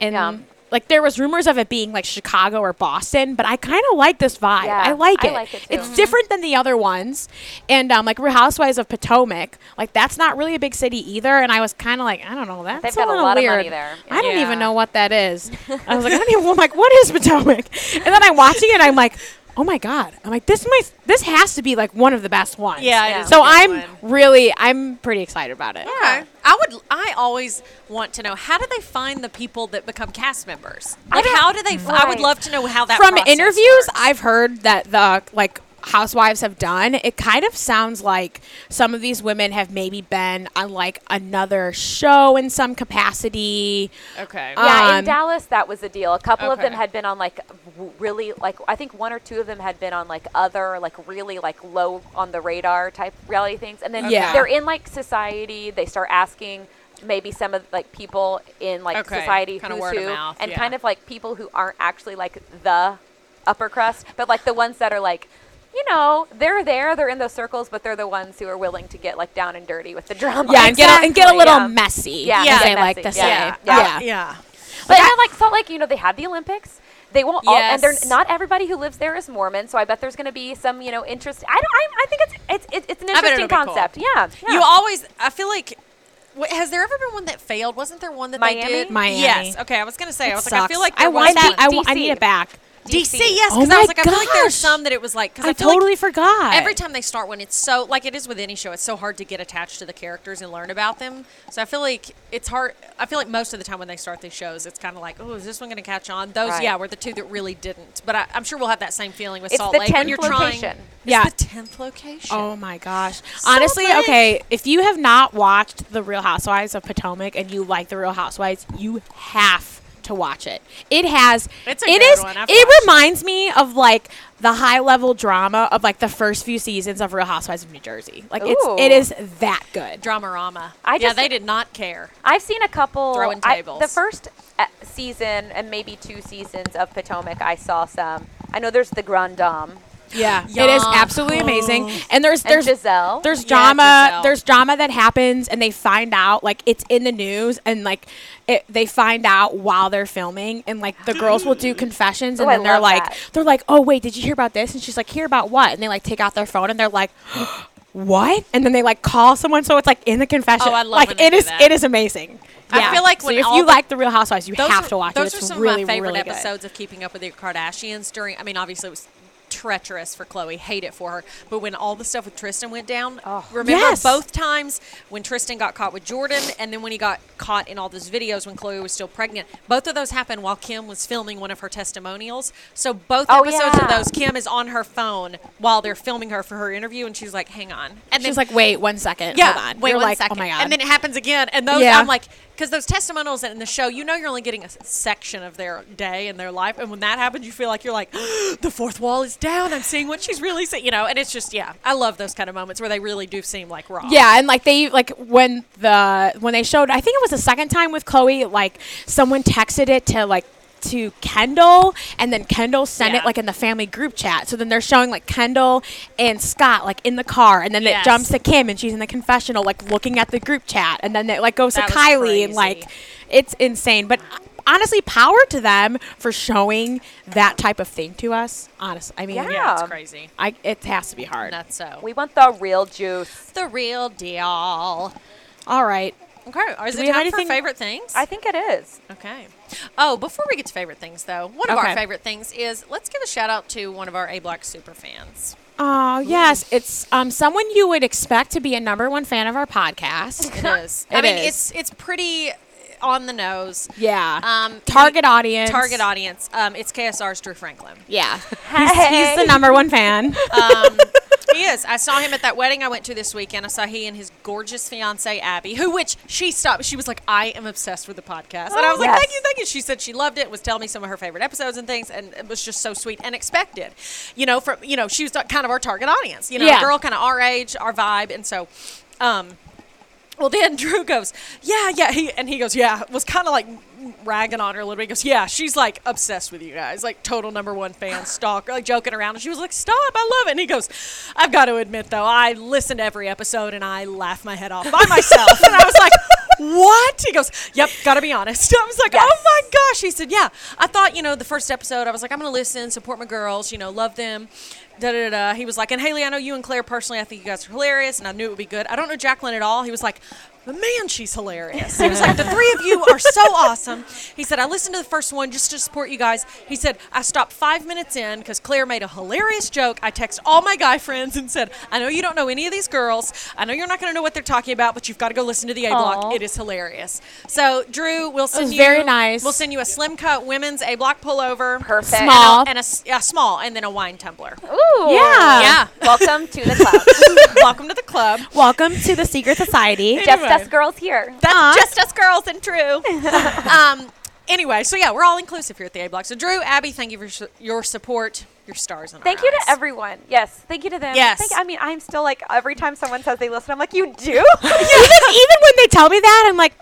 Speaker 2: and.
Speaker 3: Yeah.
Speaker 2: Like there was rumors of it being like Chicago or Boston, but I kind of like this vibe.
Speaker 3: Yeah,
Speaker 2: I like
Speaker 3: I
Speaker 2: it.
Speaker 3: like it
Speaker 2: it's
Speaker 3: too.
Speaker 2: different than the other ones. And um, like Real Housewives of Potomac, like that's not really a big city either. And I was kind of like, I don't know, that's
Speaker 3: They've got a
Speaker 2: little
Speaker 3: lot of
Speaker 2: weird.
Speaker 3: money there.
Speaker 2: I don't
Speaker 1: Yeah.
Speaker 2: even know what that is. I was like, I don't even. I'm like, what is Potomac? And then I'm watching it. and I'm like. Oh my God! I'm like this. My this has to be like one of the best ones.
Speaker 1: Yeah,
Speaker 3: it is
Speaker 2: So
Speaker 1: a good
Speaker 2: I'm
Speaker 1: one.
Speaker 2: really, I'm pretty excited about it.
Speaker 1: Okay. I would. I always want to know how do they find the people that become cast members? Like,
Speaker 3: don't-
Speaker 1: how do they? f I I would
Speaker 3: Right.
Speaker 1: love to know how that
Speaker 2: From
Speaker 1: process
Speaker 2: interviews
Speaker 1: works.
Speaker 2: I've heard that the like housewives have done, it kind of sounds like some of these women have maybe been on like another show in some capacity.
Speaker 1: okay.
Speaker 3: Yeah,
Speaker 2: Um,
Speaker 3: in Dallas, that was the deal. A couple of them
Speaker 1: okay.
Speaker 3: had been on like w- really like I think one or two of them had been on like other like really like low on the radar type reality things, and then
Speaker 2: Yeah.
Speaker 3: they're in like society. They start asking maybe some of like people in like
Speaker 1: Okay,
Speaker 3: society
Speaker 1: kinda
Speaker 3: who's
Speaker 1: word of
Speaker 3: who,
Speaker 1: mouth,
Speaker 3: and
Speaker 1: yeah.
Speaker 3: kind of like people who aren't actually like the upper crust, but like the ones that are like. You know, they're there, they're in those circles, but they're the ones who are willing to get like down and dirty with the drama.
Speaker 2: Yeah, and get a, and get a
Speaker 3: Exactly,
Speaker 2: little
Speaker 3: yeah.
Speaker 2: messy.
Speaker 3: Yeah,
Speaker 2: as
Speaker 1: yeah,
Speaker 2: they like to
Speaker 3: messy,
Speaker 2: say.
Speaker 3: yeah.
Speaker 2: Yeah,
Speaker 3: Yeah.
Speaker 1: yeah.
Speaker 3: But I like Salt Lake, you know, they had the Olympics. They won't all, and they're
Speaker 1: Yes.
Speaker 3: not everybody who lives there is Mormon. So I bet there's going to be some, you know, interest. I don't. I, I think it's it's it's, it's an
Speaker 1: bet
Speaker 3: interesting
Speaker 1: it'll be cool.
Speaker 3: concept. Yeah, yeah.
Speaker 1: You always. I feel like. Wait, has there ever been one that failed? Wasn't there one that they
Speaker 3: Miami?
Speaker 1: did?
Speaker 2: Miami.
Speaker 1: Yes. Okay. I was gonna say. I was like, I
Speaker 2: Sucks.
Speaker 1: feel like
Speaker 2: I
Speaker 1: there was
Speaker 2: want that. I,
Speaker 1: one.
Speaker 2: w- I need
Speaker 3: DC.
Speaker 2: it back.
Speaker 1: DC. Yes.
Speaker 2: Oh
Speaker 1: Because I
Speaker 2: my
Speaker 1: was like, I feel like there's
Speaker 2: gosh.
Speaker 1: some that it was like. 'cause
Speaker 2: I,
Speaker 1: I, feel like
Speaker 2: totally forgot.
Speaker 1: Every time they start one, it's so like it is with any show. It's so hard to get attached to the characters and learn about them. So I feel like it's hard. I feel like most of the time when they start these shows, it's kind of like, oh, is this one going to catch on? Those,
Speaker 3: Right.
Speaker 1: yeah, were the two that really didn't. But I, I'm sure we'll have that same feeling with
Speaker 3: It's
Speaker 1: Salt
Speaker 3: the
Speaker 1: Lake when
Speaker 3: 10th
Speaker 1: you're trying.
Speaker 3: location.
Speaker 2: Yeah.
Speaker 1: It's the tenth location.
Speaker 2: Oh my gosh.
Speaker 1: So
Speaker 2: Honestly,
Speaker 1: funny.
Speaker 2: okay, if you have not watched The Real Housewives of Potomac and you like The Real Housewives, you have to watch it. It has
Speaker 1: It's a
Speaker 2: it
Speaker 1: good
Speaker 2: is-
Speaker 1: one. I've
Speaker 2: it
Speaker 1: watched
Speaker 2: reminds me of like the high level drama of like the first few seasons of Real Housewives of New Jersey. Like it's it
Speaker 3: Ooh.
Speaker 2: is that good.
Speaker 1: Dramarama.
Speaker 3: I
Speaker 1: yeah,
Speaker 3: just-
Speaker 1: they did not care.
Speaker 3: I've seen a couple.
Speaker 1: Throwing
Speaker 3: I-
Speaker 1: tables.
Speaker 3: the first uh, season and maybe two seasons of Potomac, I saw some. I know there's the Grand Dame.
Speaker 2: Yeah. It is
Speaker 1: Yeah.
Speaker 2: absolutely amazing. And there's
Speaker 3: And
Speaker 2: there's
Speaker 3: Giselle.
Speaker 2: There's
Speaker 1: Oh, Yeah,
Speaker 2: drama.
Speaker 1: Giselle.
Speaker 2: There's drama that happens, and they find out like it's in the news, and like it, they find out while they're filming, and like the girls will do confessions, and
Speaker 3: Oh, I
Speaker 2: then they're
Speaker 3: love
Speaker 2: like,
Speaker 3: that.
Speaker 2: they're like, oh wait, did you hear about this? And she's like, hear about what? And they like take out their phone, and they're like. What? And then they like call someone, so it's like in the confession.
Speaker 1: Oh, I love
Speaker 2: like
Speaker 1: when they
Speaker 2: it
Speaker 1: do
Speaker 2: is.
Speaker 1: that.
Speaker 2: It is amazing.
Speaker 1: I
Speaker 2: Yeah.
Speaker 1: feel like
Speaker 2: So
Speaker 1: when
Speaker 2: if
Speaker 1: all
Speaker 2: you
Speaker 1: the-
Speaker 2: like the Real Housewives, you have
Speaker 1: are,
Speaker 2: to watch it.
Speaker 1: Those
Speaker 2: It's
Speaker 1: are some
Speaker 2: really,
Speaker 1: of my favorite
Speaker 2: really good.
Speaker 1: episodes of Keeping Up with the Kardashians. During, I mean, obviously it was treacherous for Chloe, hate it for her. But when all the stuff with Tristan went down, remember
Speaker 2: Oh, Yes.
Speaker 1: both times when Tristan got caught with Jordan, and then when he got caught in all those videos when Chloe was still pregnant. Both of those happened while Kim was filming one of her testimonials. So both
Speaker 3: Oh,
Speaker 1: episodes of
Speaker 3: yeah.
Speaker 1: those, Kim is on her phone while they're filming her for her interview, and she's like, "Hang on," and
Speaker 2: She's
Speaker 1: then
Speaker 2: like, wait one second.
Speaker 1: yeah,
Speaker 2: Hold on.
Speaker 1: wait
Speaker 2: You're
Speaker 1: one
Speaker 2: like,
Speaker 1: second.
Speaker 2: Oh my god.
Speaker 1: And then it happens again. And those,
Speaker 2: Yeah.
Speaker 1: I'm like, because those testimonials in the show, you know, you're only getting a s- section of their day and their life. And when that happens, you feel like you're like, the fourth wall is down. I'm seeing what she's really seeing, you know. And it's just, yeah, I love those kind of moments where they really do seem like raw.
Speaker 2: Yeah, and like they like when the when they showed, I think it was the second time with Chloe. Like someone texted it to like to Kendall, and then Kendall sent
Speaker 1: Yeah.
Speaker 2: it like in the family group chat. So then they're showing like Kendall and Scott like in the car, and then
Speaker 1: Yes.
Speaker 2: it jumps to Kim, and she's in the confessional like looking at the group chat, and then it like goes
Speaker 1: That
Speaker 2: to
Speaker 1: was
Speaker 2: Kylie,
Speaker 1: crazy.
Speaker 2: and like it's insane. But honestly, power to them for showing that type of thing to us. Honestly, I mean,
Speaker 3: Yeah.
Speaker 1: Yeah, it's crazy.
Speaker 2: I, it has to be hard.
Speaker 1: Nuts. So
Speaker 3: We want the real juice.
Speaker 1: the real deal.
Speaker 2: All right.
Speaker 1: Okay, is it
Speaker 2: Do we
Speaker 1: time
Speaker 2: have
Speaker 1: for
Speaker 2: anything-
Speaker 1: favorite things?
Speaker 3: I think it is.
Speaker 1: Okay. Oh, before we get to favorite things, though, one of our
Speaker 2: Okay.
Speaker 1: favorite things is let's give a shout out to one of our A Block super fans.
Speaker 2: Oh yes, it's um someone you would expect to be a number one fan of our podcast.
Speaker 1: It is. I
Speaker 2: It
Speaker 1: mean,
Speaker 2: is.
Speaker 1: it's it's pretty. on the nose.
Speaker 2: Yeah.
Speaker 1: Um,
Speaker 2: target
Speaker 1: he-
Speaker 2: audience.
Speaker 1: Target audience. Um, it's KSR's Drew Franklin.
Speaker 2: Yeah.
Speaker 3: Hey.
Speaker 2: He's the number one fan.
Speaker 1: Um, he is. I saw him at that wedding I went to this weekend. I saw he and his gorgeous fiancee Abby, who which she stopped. She was like, "I am obsessed with the podcast," and I was like,
Speaker 3: Yes.
Speaker 1: "Thank you, thank you." She said she loved it. Was telling me some of her favorite episodes and things, and it was just so sweet and expected. You know, from you know, she was uh, kind of our target audience. You know,
Speaker 2: Yeah.
Speaker 1: a girl kind of our age, our vibe, and so. Um, well, then Drew goes, yeah, yeah, he, and he goes, yeah, was kind of like ragging on her a little bit. He goes, yeah, she's like obsessed with you guys, like total number one fan, stalker, like joking around. And she was like, stop, I love it. And he goes, I've got to admit though, I listen to every episode and I laugh my head off by myself. and I was like, what? He goes, yep, got to be honest. I was like,
Speaker 3: Yes.
Speaker 1: oh my gosh. He said, yeah, I thought, you know, the first episode, I was like, I'm going to listen, support my girls, you know, love them. Da, da, da, da. He was like, and Haley, I know you and Claire personally. I think you guys are hilarious, and I knew it would be good. I don't know Jacqueline at all. He was like, but man, she's hilarious. He was like, the three of you are so awesome. He said, I listened to the first one just to support you guys. He said, I stopped five minutes in because Claire made a hilarious joke. I text all my guy friends and said, I know you don't know any of these girls. I know you're not going to know what they're talking about, but you've got to go listen to the A Block.
Speaker 3: Aw.
Speaker 1: It is hilarious. So, Drew, we'll send
Speaker 2: was
Speaker 1: you
Speaker 2: very nice.
Speaker 1: We'll send you a slim cut women's A Block pullover.
Speaker 3: Perfect.
Speaker 2: Small.
Speaker 1: And a, s- yeah, small, and then a wine tumbler.
Speaker 3: Ooh.
Speaker 2: Yeah.
Speaker 1: Yeah.
Speaker 3: Welcome to the club.
Speaker 1: Welcome to the club.
Speaker 2: Welcome to the Secret Society.
Speaker 3: Just
Speaker 1: Anyway.
Speaker 3: us girls here.
Speaker 1: That's
Speaker 2: Aw.
Speaker 1: just us girls and Drew. um, anyway, so yeah, we're all inclusive here at the A Block. So Drew, Abby, thank you for su- your support, your stars. In
Speaker 3: Thank
Speaker 1: our
Speaker 3: you to
Speaker 1: eyes.
Speaker 3: everyone. Yes, thank you to them.
Speaker 1: Yes.
Speaker 3: Thank, I mean, I'm still like every time someone says they listen, I'm like, you do?
Speaker 2: even, even when they tell me that, I'm like,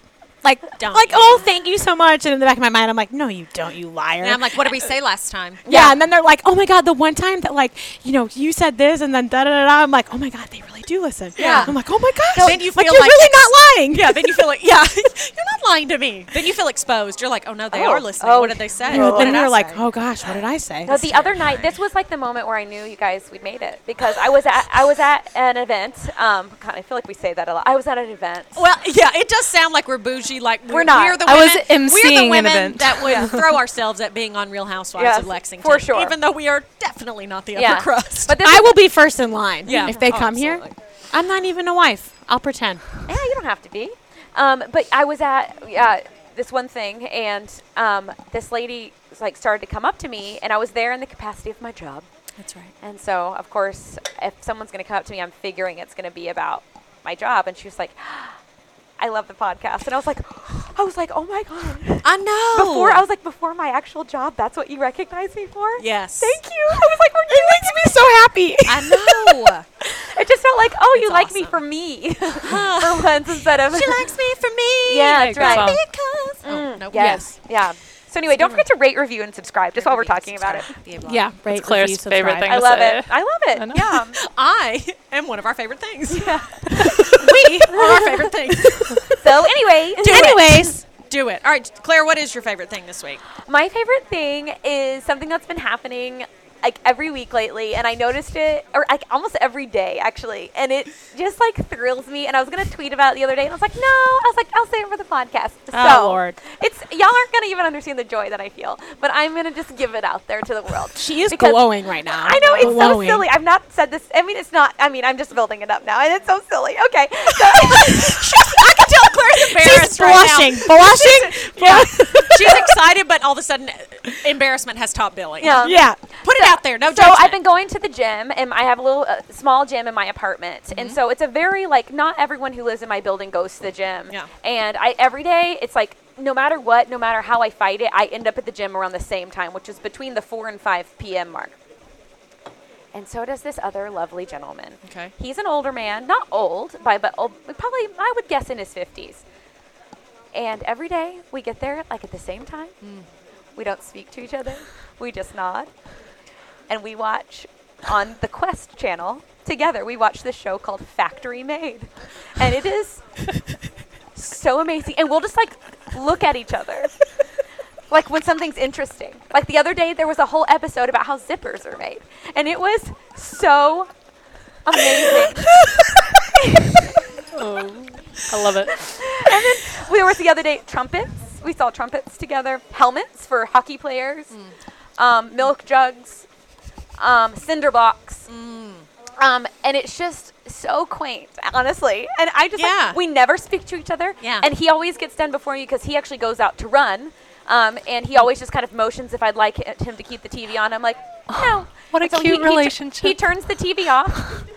Speaker 2: like,
Speaker 1: Don't.
Speaker 2: like, oh, thank you so much. And in the back of my mind, I'm like, no, you don't, you liar.
Speaker 1: And I'm like, what did we say last time?
Speaker 2: yeah. And then they're like, oh my god, the one time that like, you know, you said this, and then da da da. da. I'm like, oh my god, they really do listen.
Speaker 1: Yeah.
Speaker 2: I'm like, oh my gosh.
Speaker 1: then you
Speaker 2: like
Speaker 1: feel
Speaker 2: you're
Speaker 1: like
Speaker 2: really
Speaker 1: it's-
Speaker 2: not lying.
Speaker 1: Yeah, then you feel like, yeah, you're not lying to me. Then you feel exposed. You're like, oh no, they
Speaker 3: Oh,
Speaker 1: are listening.
Speaker 3: oh,
Speaker 1: what did they say?
Speaker 2: And
Speaker 1: What
Speaker 2: then
Speaker 1: did
Speaker 2: you're
Speaker 1: I
Speaker 2: like,
Speaker 1: say?
Speaker 2: oh gosh, what did I say?
Speaker 3: No, the other night, this was like the moment where I knew you guys we made it because I was at I was at an event. Um, God, I feel like we say that a lot. I was at an event.
Speaker 1: Well, yeah, it does sound like we're bougie. Like we're,
Speaker 3: not.
Speaker 1: We're the
Speaker 4: I
Speaker 1: women,
Speaker 4: was
Speaker 1: we're
Speaker 4: emceeing
Speaker 1: the
Speaker 4: an
Speaker 1: women
Speaker 4: event.
Speaker 1: that would throw ourselves at being on Real Housewives
Speaker 3: Yes,
Speaker 1: of Lexington
Speaker 3: for sure.
Speaker 1: Even though we are definitely not the upper
Speaker 3: Yeah.
Speaker 1: crust.
Speaker 3: But this
Speaker 2: I
Speaker 3: is-
Speaker 2: will be first in line.
Speaker 1: Yeah.
Speaker 2: If they
Speaker 1: Oh,
Speaker 2: come here,
Speaker 1: absolutely.
Speaker 2: I'm not even a wife. I'll pretend.
Speaker 3: Yeah, you don't have to be. Um, but I was at yeah, this one thing, and um, this lady was, like started to come up to me, and I was there in the capacity of my job.
Speaker 1: That's right.
Speaker 3: And so, of course, if someone's going to come up to me, I'm figuring it's going to be about my job. And she was like, I love the podcast. And I was like, I was like, oh my God.
Speaker 1: I know.
Speaker 3: Before, I was like, before my actual job, that's what you recognize me for?
Speaker 1: Yes.
Speaker 3: Thank you. I was like, we're doing
Speaker 2: It makes me so happy.
Speaker 1: I know.
Speaker 3: it. It just felt like, oh, you
Speaker 1: That's
Speaker 3: like me
Speaker 1: awesome.
Speaker 3: for me. for once instead of.
Speaker 1: She likes me for me.
Speaker 3: Yeah, that's
Speaker 4: good
Speaker 3: right. Mm.
Speaker 4: song.
Speaker 1: Because. Oh, no.
Speaker 3: Yes. Yeah. So anyway, don't forget to rate, review, and subsbe just while we're talking about it.
Speaker 2: yeah, right.
Speaker 4: Claire's
Speaker 2: review,
Speaker 4: favorite
Speaker 2: subscribe.
Speaker 4: thing.
Speaker 3: I
Speaker 4: to
Speaker 3: love
Speaker 4: say.
Speaker 3: it. I
Speaker 4: I
Speaker 3: love
Speaker 4: know.
Speaker 3: it. Yeah.
Speaker 1: I am one of our favorite things.
Speaker 2: We-
Speaker 1: One of our favorite things.
Speaker 3: So anyway,
Speaker 2: Anyways,
Speaker 1: Do it. All right, Claire, what is your favorite thing this week?
Speaker 3: My favorite thing is something that's been happening like every week lately, and I noticed it, or like almost every day actually, and it just like thrills me. And I was gonna tweet about it the other day, and I was like, no, I was like, I'll save it for the podcast.
Speaker 2: Oh,
Speaker 3: so
Speaker 2: Lord.
Speaker 3: it's y'all aren't gonna even understand the joy that I feel, but I'm gonna just give it out there to the world.
Speaker 2: she is
Speaker 3: Because-
Speaker 2: glowing right now.
Speaker 3: I know it's
Speaker 2: Glowing.
Speaker 3: so silly. I've not said this. I mean, it's not. I mean, I'm just building it up now, and it's so silly. Okay, so
Speaker 1: I can tell Claire's embarrassed
Speaker 2: She's
Speaker 1: right
Speaker 2: blushing, blushing.
Speaker 1: now. She's excited, but all of a sudden, uh, embarrassment has top billing.
Speaker 3: Yeah.
Speaker 2: yeah.
Speaker 1: Put it out there. No
Speaker 3: so
Speaker 1: judgment.
Speaker 3: I've been going to the gym, and I have a little uh, small gym in my apartment,
Speaker 1: Mm-hmm.
Speaker 3: and so it's a very like not everyone who lives in my building goes to the gym.
Speaker 1: Yeah.
Speaker 3: And I every day it's like no matter what, no matter how I fight it, I end up at the gym around the same time, which is between the four and five p.m. mark. And so does this other lovely gentleman.
Speaker 1: Okay.
Speaker 3: He's an older man, not old by but old, probably I would guess in his fifties. And every day we get there like at the same time.
Speaker 1: Mm.
Speaker 3: We don't speak to each other. We just nod. And we watch on the Quest channel together. We watch this show called Factory Made. And it is so amazing. And we'll just like look at each other. Like when something's interesting. Like the other day there was a whole episode about how zippers are made. And it was so amazing.
Speaker 4: I love it.
Speaker 3: we were the other day trumpets. We saw trumpets together. Helmets for hockey players.
Speaker 1: Mm.
Speaker 3: Um,
Speaker 1: Mm.
Speaker 3: milk jugs. Um, cinder blocks. Um, and it's just so quaint, honestly. And I just, like,
Speaker 1: Yeah.
Speaker 3: we never speak to each other.
Speaker 1: Yeah.
Speaker 3: And he always gets done before you because he actually goes out to run. Um, and he always just kind of motions if I'd like hi- him to keep the TV on. I'm like,
Speaker 1: Oh,
Speaker 3: no.
Speaker 4: What a
Speaker 3: And so
Speaker 4: cute
Speaker 3: he- he tu-
Speaker 4: relationship.
Speaker 3: He, turns the TV off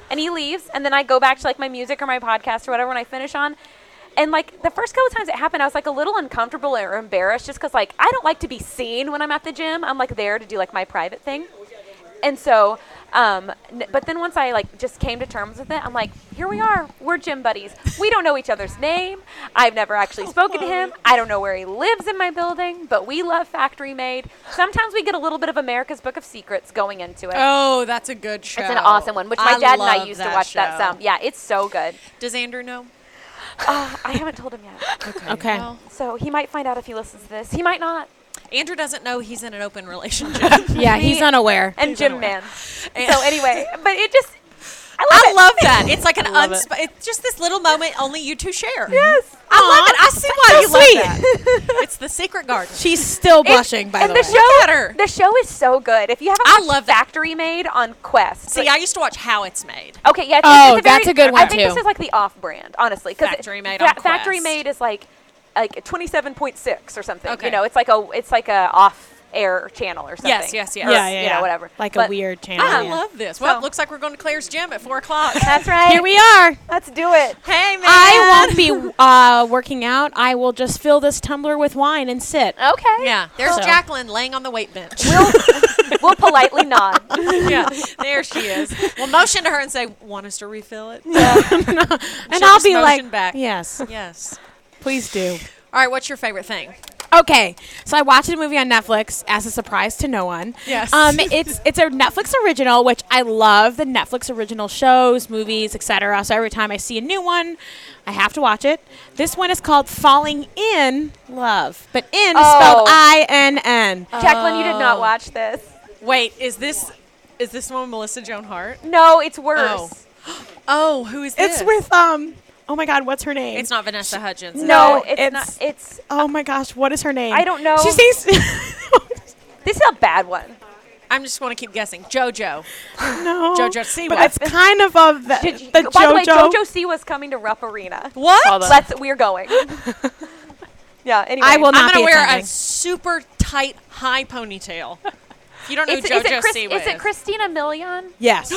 Speaker 3: and he leaves. And then I go back to like my music or my podcast or whatever when I finish on. And like the first couple times it happened, I was like a little uncomfortable or embarrassed just because like I don't like to be seen when I'm at the gym. I'm like there to do like my private thing. And so, um, n- but then once I like just came to terms with it, I'm like, here we are. We're gym buddies. We don't know each other's name. I've never actually spoken to him. I don't know where he lives in my building, but we love Factory Made. Sometimes we get a little bit of America's Book of Secrets going into it.
Speaker 1: Oh, that's a good show.
Speaker 3: It's an awesome one, which my
Speaker 1: I
Speaker 3: dad and I
Speaker 1: love
Speaker 3: used to watch that
Speaker 1: show.
Speaker 3: some. Yeah, it's so good. Ah,
Speaker 1: Does Andrew know?
Speaker 3: I haven't told him yet,
Speaker 2: Okay.
Speaker 1: Well,
Speaker 3: so he might find out if he listens to this. He might not.
Speaker 1: Andrew doesn't know he's in an open relationship.
Speaker 2: yeah, he's
Speaker 3: he-
Speaker 2: unaware.
Speaker 3: And Jim Man.
Speaker 1: And-
Speaker 3: So anyway, but it just, I love
Speaker 1: I
Speaker 3: it.
Speaker 1: love that. It's like an
Speaker 4: Love it.
Speaker 1: unsp- it's just this little moment only you two share.
Speaker 3: Yes.
Speaker 1: I love it. I see why you
Speaker 2: sweet.
Speaker 1: love that. It's the secret garden.
Speaker 2: She's still
Speaker 3: And-
Speaker 2: blushing, by
Speaker 3: and
Speaker 2: the way.
Speaker 3: show,
Speaker 1: at her.
Speaker 3: The show is so good. If you haven't
Speaker 1: I
Speaker 3: watched
Speaker 1: love that.
Speaker 3: Factory Made on Quest.
Speaker 1: See, I used to watch How It's Made.
Speaker 3: okay, yeah. I think
Speaker 2: Oh,
Speaker 3: it's a
Speaker 2: that's
Speaker 3: very-
Speaker 2: a good
Speaker 3: I
Speaker 2: one,
Speaker 3: think
Speaker 2: too.
Speaker 3: this is like the off-brand, honestly. 'cause it-
Speaker 1: Factory Made
Speaker 3: Fa-
Speaker 1: on
Speaker 3: Factory
Speaker 1: Quest.
Speaker 3: Made is like like 27.6 or something.
Speaker 1: Okay.
Speaker 3: You know, it's like a it's like a off-air channel or something.
Speaker 1: Yes, yes, yes.
Speaker 3: Or,
Speaker 2: yeah, yeah,
Speaker 3: You
Speaker 2: yeah.
Speaker 3: know, whatever.
Speaker 2: Like a
Speaker 3: But
Speaker 2: weird channel.
Speaker 1: I
Speaker 2: yeah.
Speaker 1: love this. Well,
Speaker 3: So-
Speaker 1: looks like we're going to Claire's gym at four o'clock.
Speaker 3: That's right.
Speaker 2: Here we are.
Speaker 3: Let's do it.
Speaker 1: hey man,
Speaker 2: I won't be uh, working out. I will just fill this tumbler with wine and sit.
Speaker 1: Uh,
Speaker 3: Okay.
Speaker 1: Yeah, there's
Speaker 2: So-
Speaker 1: Jacqueline laying on the weight bench.
Speaker 3: We'll, we'll politely nod.
Speaker 1: yeah, there she is. We'll motion to her and say, "Want us to refill it?"
Speaker 2: And
Speaker 1: she'll
Speaker 2: I'll
Speaker 1: just
Speaker 2: be
Speaker 1: motion
Speaker 2: like,
Speaker 1: back.
Speaker 2: yes,
Speaker 1: Yes.
Speaker 2: please do.
Speaker 1: All right. What's your favorite thing?
Speaker 2: Okay, so I watched a movie on Netflix as a surprise to no one.
Speaker 1: Yes.
Speaker 2: Um, it's it's a Netflix original, which I love the Netflix original shows, movies, etc. So every time I see a new one, I have to watch it. This one is called Falling in Love, but in is
Speaker 3: Oh.
Speaker 2: spelled I N N.
Speaker 1: Oh,
Speaker 3: Jacqueline, you did not watch this.
Speaker 1: Wait, is this is this one Melissa Joan Hart?
Speaker 3: No, it's worse.
Speaker 1: Oh, who is this?
Speaker 2: It's with um. Oh my God, what's her name?
Speaker 1: It's not Vanessa Hudgens. is
Speaker 3: No,
Speaker 1: it?
Speaker 3: it's,
Speaker 2: it's-
Speaker 3: not. It's
Speaker 2: Oh my gosh, what is her name?
Speaker 3: I don't know.
Speaker 2: She seems.
Speaker 3: this is a bad one.
Speaker 1: I'm just want to keep guessing. JoJo.
Speaker 2: no.
Speaker 1: JoJo Siwa.
Speaker 2: But it's kind of of the,
Speaker 3: Did you-
Speaker 2: the
Speaker 3: by
Speaker 2: JoJo.
Speaker 3: the way, JoJo C was coming to Rupp Arena.
Speaker 4: Saw
Speaker 1: What?
Speaker 4: that.
Speaker 3: Let's we're going. yeah. Anyway,
Speaker 2: I will
Speaker 1: I'm
Speaker 2: not
Speaker 1: gonna
Speaker 2: be
Speaker 1: wear
Speaker 2: attending.
Speaker 1: a super tight high ponytail. If you don't know
Speaker 3: It's,
Speaker 1: who
Speaker 3: is,
Speaker 1: JoJo
Speaker 3: it Chris,
Speaker 1: Siwa
Speaker 3: is it Christina Milian?
Speaker 2: yes.
Speaker 4: Oh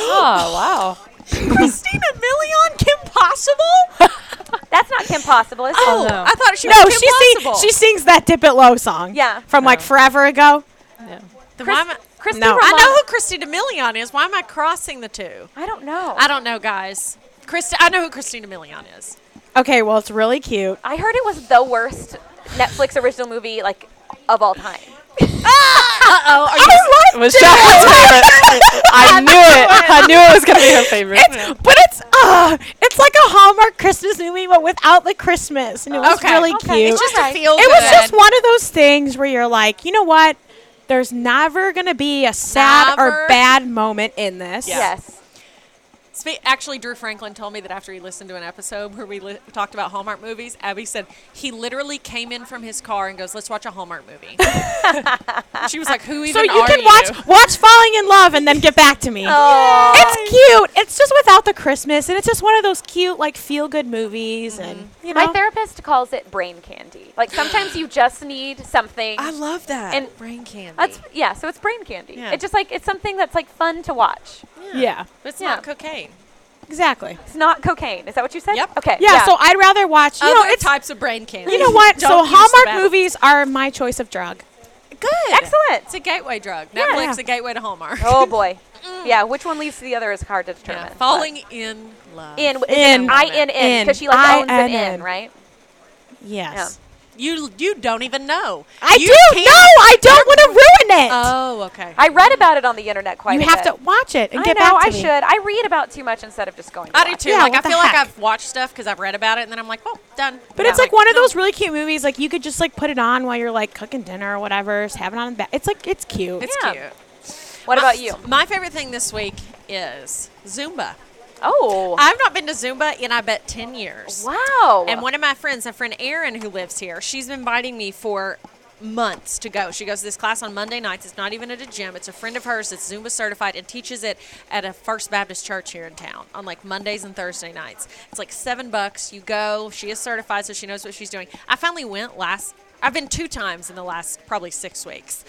Speaker 4: wow.
Speaker 1: Christina Milian? Kim Possible?
Speaker 3: That's not Kim Possible. Is
Speaker 1: Oh,
Speaker 3: it?
Speaker 4: no.
Speaker 1: I thought she
Speaker 2: no,
Speaker 1: was Kim
Speaker 2: she
Speaker 1: Possible.
Speaker 2: sings, she sings that Dip It Low song.
Speaker 3: Yeah.
Speaker 2: From like forever ago.
Speaker 4: Yeah.
Speaker 1: Then
Speaker 3: Chris,
Speaker 1: why am I,
Speaker 3: Christy
Speaker 2: No.
Speaker 1: I
Speaker 3: Romano-
Speaker 1: know who Christina Milian is. Why am I crossing the two?
Speaker 3: I don't know.
Speaker 1: I don't know, guys. Christi- I know who Christina Milian is.
Speaker 2: Okay, well, it's really cute.
Speaker 3: I heard it was the worst Netflix original movie like of all time.
Speaker 1: Uh-oh. Are you
Speaker 4: It was Jacqueline's favorite. I knew it. I knew it was gonna be her favorite.
Speaker 2: It's, but it's uh, it's like a Hallmark Christmas movie, but without the Christmas, and it was
Speaker 1: Okay.
Speaker 2: really
Speaker 3: Okay.
Speaker 2: cute.
Speaker 1: It's just
Speaker 3: Alright.
Speaker 1: a feel
Speaker 2: it was just one of those things where you're like, you know what? There's never gonna be a sad
Speaker 1: Never.
Speaker 2: or bad moment in this.
Speaker 1: Yeah.
Speaker 3: Yes.
Speaker 1: Spe- Actually, Drew Franklin told me that after he listened to an episode where we li- talked about Hallmark movies, Abby said he literally came in from his car and goes, "Let's watch a Hallmark movie." she was like, "Who even
Speaker 2: So you
Speaker 1: are
Speaker 2: can
Speaker 1: you?"
Speaker 2: watch watch Falling in Love and then get back to me.
Speaker 3: Oh.
Speaker 2: It's cute. It's just without the Christmas, and it's just one of those cute, like feel good movies. And
Speaker 1: Mm-hmm.
Speaker 2: you know,
Speaker 3: My therapist calls it brain candy. Like sometimes you just need something.
Speaker 1: I love that.
Speaker 3: And-
Speaker 1: brain candy.
Speaker 3: That's yeah. So it's brain candy.
Speaker 1: Yeah.
Speaker 3: It's just like it's something that's like fun to watch.
Speaker 2: yeah,
Speaker 1: But it's
Speaker 3: yeah.
Speaker 1: not cocaine.
Speaker 2: exactly.
Speaker 3: It's not cocaine. Is that what you said?
Speaker 1: Yep.
Speaker 3: Okay.
Speaker 2: Yeah, so I'd rather watch. You
Speaker 1: Other
Speaker 2: know, it's
Speaker 1: types of brain candy.
Speaker 2: you know what? so
Speaker 1: Don't use the
Speaker 2: Hallmark
Speaker 1: battle.
Speaker 2: movies are my choice of drug.
Speaker 1: good,
Speaker 3: Excellent.
Speaker 1: It's a gateway drug.
Speaker 2: Yeah.
Speaker 1: Netflix, a gateway to Hallmark.
Speaker 3: Oh boy. yeah, which one leads to the other is hard to
Speaker 1: Yeah.
Speaker 3: determine.
Speaker 1: Falling in love.
Speaker 3: but in
Speaker 2: In.
Speaker 3: I N N because she like owns an
Speaker 2: INN.
Speaker 3: N, right?
Speaker 2: Yes,
Speaker 1: You you don't even know.
Speaker 2: I
Speaker 1: You
Speaker 2: do.
Speaker 1: can't-
Speaker 2: No, I don't want to ruin it.
Speaker 1: Oh, okay.
Speaker 3: I read about it on the internet quite.
Speaker 2: you
Speaker 3: a
Speaker 2: have
Speaker 3: bit.
Speaker 2: to watch it and
Speaker 3: I
Speaker 2: get
Speaker 3: know.
Speaker 2: back to
Speaker 3: I
Speaker 2: me.
Speaker 3: should. I read about too much instead of just going. To
Speaker 1: I do
Speaker 3: watch.
Speaker 1: too.
Speaker 2: Yeah,
Speaker 1: like I
Speaker 2: what the
Speaker 1: feel like
Speaker 2: heck?
Speaker 1: I've watched stuff because I've read about it, and then I'm like, well, done.
Speaker 2: But
Speaker 1: Yeah.
Speaker 2: it's like one of
Speaker 1: no.
Speaker 2: those really cute movies. Like you could just like put it on while you're like cooking dinner or whatever, just have it on the back. It's like it's cute.
Speaker 1: It's
Speaker 3: Yeah.
Speaker 1: cute.
Speaker 3: What
Speaker 1: My-
Speaker 3: about you?
Speaker 1: My favorite thing this week is Zumba.
Speaker 3: Oh.
Speaker 1: I've not been to Zumba in I bet ten years.
Speaker 3: wow.
Speaker 1: And one of my friends, a friend Erin who lives here, she's been inviting me for months to go. She goes to this class on Monday nights. It's not even at a gym. It's a friend of hers that's Zumba certified and teaches it at a First Baptist church here in town on like Mondays and Thursday nights. It's like seven bucks. You go. She is certified, so she knows what she's doing. I finally went last. I've been two times in the last probably six weeks.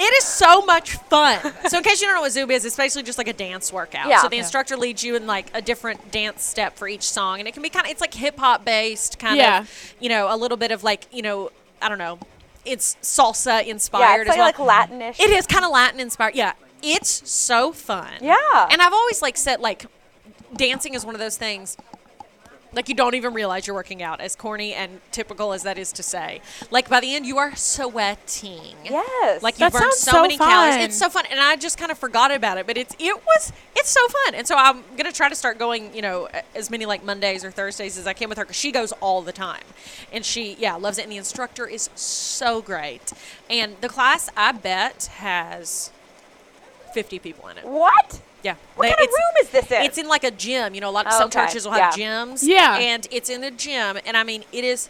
Speaker 1: It is so much fun. so, in case you don't know what Zumba is, it's basically just like a dance workout.
Speaker 3: Yeah.
Speaker 1: So the
Speaker 3: Yeah.
Speaker 1: instructor leads you in like a different dance step for each song, and it can be kind of it's like hip hop based, kind
Speaker 2: Yeah.
Speaker 1: of you know a little bit of like you know I don't know, it's salsa inspired
Speaker 3: Yeah,
Speaker 1: as
Speaker 3: it's like,
Speaker 1: well.
Speaker 3: like Latinish.
Speaker 1: It is kind of Latin inspired. Yeah, it's so fun.
Speaker 3: Yeah.
Speaker 1: and I've always like said like dancing is one of those things like you don't even realize you're working out as corny and typical as that is to say like by the end you are sweating
Speaker 3: Yes.
Speaker 1: like you
Speaker 2: That
Speaker 1: burned
Speaker 2: sounds
Speaker 1: so,
Speaker 2: so
Speaker 1: many
Speaker 2: fun.
Speaker 1: calories it's so fun and i just kind of forgot about it but it's it was it's so fun and so i'm gonna try to start going you know a- as many like mondays or thursdays as i can with her because she goes all the time and she yeah loves it and the instructor is so great and the class i bet has 50 people in it
Speaker 3: What?
Speaker 1: yeah.
Speaker 3: What
Speaker 1: They-
Speaker 3: kind of room is this in?
Speaker 1: It's in like a gym. You know, a lot of
Speaker 3: Oh,
Speaker 1: some
Speaker 3: okay.
Speaker 1: churches will have
Speaker 3: Yeah.
Speaker 1: gyms.
Speaker 2: Yeah.
Speaker 1: And it's in a gym. And I mean, it is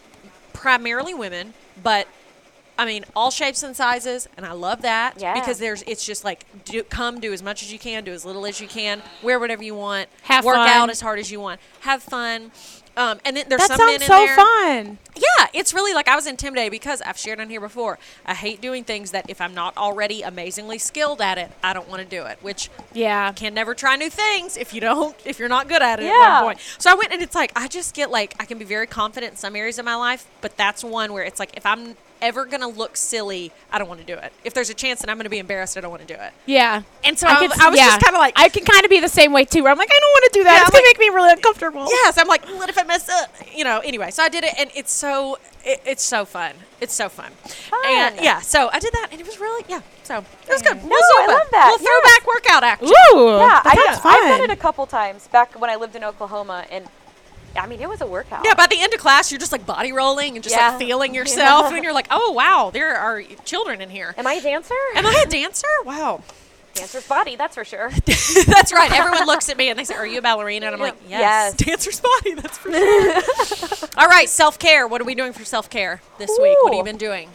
Speaker 1: primarily women, but I mean, all shapes and sizes. And I love that
Speaker 3: Yeah.
Speaker 1: because there's, it's just like, do, come do as much as you can, do as little as you can, wear whatever you want,
Speaker 2: Have
Speaker 1: work
Speaker 2: fun.
Speaker 1: out as hard as you want, have fun. Um, and then there's
Speaker 2: That
Speaker 1: some men
Speaker 2: sounds
Speaker 1: in
Speaker 2: so
Speaker 1: there.
Speaker 2: fun.
Speaker 1: Yeah, it's really like I was intimidated because I've shared on here before. I hate doing things that if I'm not already amazingly skilled at it, I don't want to do it, which
Speaker 2: Yeah.
Speaker 1: can never try new things if you don't if you're not good at it
Speaker 3: Yeah.
Speaker 1: at one point. So I went and it's like I just get like I can be very confident in some areas of my life, but that's one where it's like if I'm ever gonna look silly, I don't want to do it. If there's a chance that I'm gonna be embarrassed, I don't want to do it.
Speaker 2: Yeah.
Speaker 1: And so I,
Speaker 2: could
Speaker 1: was-
Speaker 2: s-
Speaker 1: I was
Speaker 2: yeah.
Speaker 1: just kind of like,
Speaker 2: I can kind of be the same way too. Where I'm like, I don't want to do that.
Speaker 1: Yeah,
Speaker 2: it's
Speaker 1: I'm
Speaker 2: gonna make me really uncomfortable.
Speaker 1: yes, I'm like, "Mm, what if I mess up? You know. Anyway, so I did it, and it's so it, it's so fun. It's so fun. And
Speaker 3: Fun.
Speaker 1: yeah, so I did that, and it was really yeah. So it was good.
Speaker 3: No, I love that.
Speaker 1: Little throwback workout action.
Speaker 2: Ooh. that
Speaker 3: Yeah, I,
Speaker 2: sounds
Speaker 3: have
Speaker 2: fun.
Speaker 3: done it a couple times back when I lived in Oklahoma, and I mean, it was a workout.
Speaker 1: Yeah, by the end of class, you're just like body rolling and just
Speaker 3: Yeah.
Speaker 1: like feeling yourself,
Speaker 3: Yeah.
Speaker 1: and you're like, oh wow, there are children in here.
Speaker 3: Am I a dancer?
Speaker 1: Am I a dancer? Wow,
Speaker 3: Dancer's body, that's for sure.
Speaker 1: that's right. Everyone looks at me and they say, "Are you a ballerina?" And I'm like,
Speaker 3: Yes.
Speaker 1: "Yes, dancer's body. That's for sure." All right, self care. What are we doing for self care this week? What have
Speaker 3: Ooh.
Speaker 1: you been doing,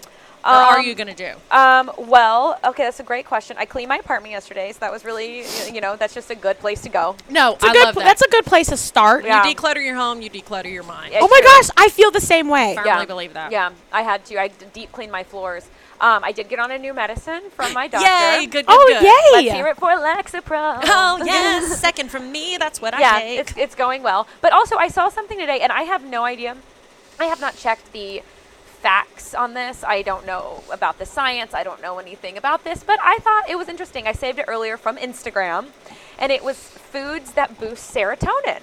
Speaker 1: or are
Speaker 3: Um,
Speaker 1: you gonna do?
Speaker 3: Um, well, okay, that's a great question. I cleaned my apartment yesterday, so that was really, y- you know, that's just a good place to go.
Speaker 1: No,
Speaker 2: It's a
Speaker 1: I
Speaker 2: good
Speaker 1: love
Speaker 2: pl-
Speaker 1: that.
Speaker 2: That's a good place to start.
Speaker 3: Yeah.
Speaker 1: you declutter your home, you declutter your mind.
Speaker 3: Yeah.
Speaker 2: Oh my gosh, I feel the same way.
Speaker 1: Firmly believe that.
Speaker 3: Yeah, I had to. I d- deep cleaned my floors. Um, I did get on a new medicine from my doctor.
Speaker 1: Yay, good, good,
Speaker 2: Oh
Speaker 1: good.
Speaker 2: yay!
Speaker 3: Let's hear it for Lexapro.
Speaker 1: Oh yes, second from me. That's what
Speaker 3: yeah,
Speaker 1: I take.
Speaker 3: it's, it's going well. But also, I saw something today, and I have no idea. I have not checked the facts on this. I don't know about the science. I don't know anything about this, but I thought it was interesting. I saved it earlier from Instagram, and it was foods that boost serotonin.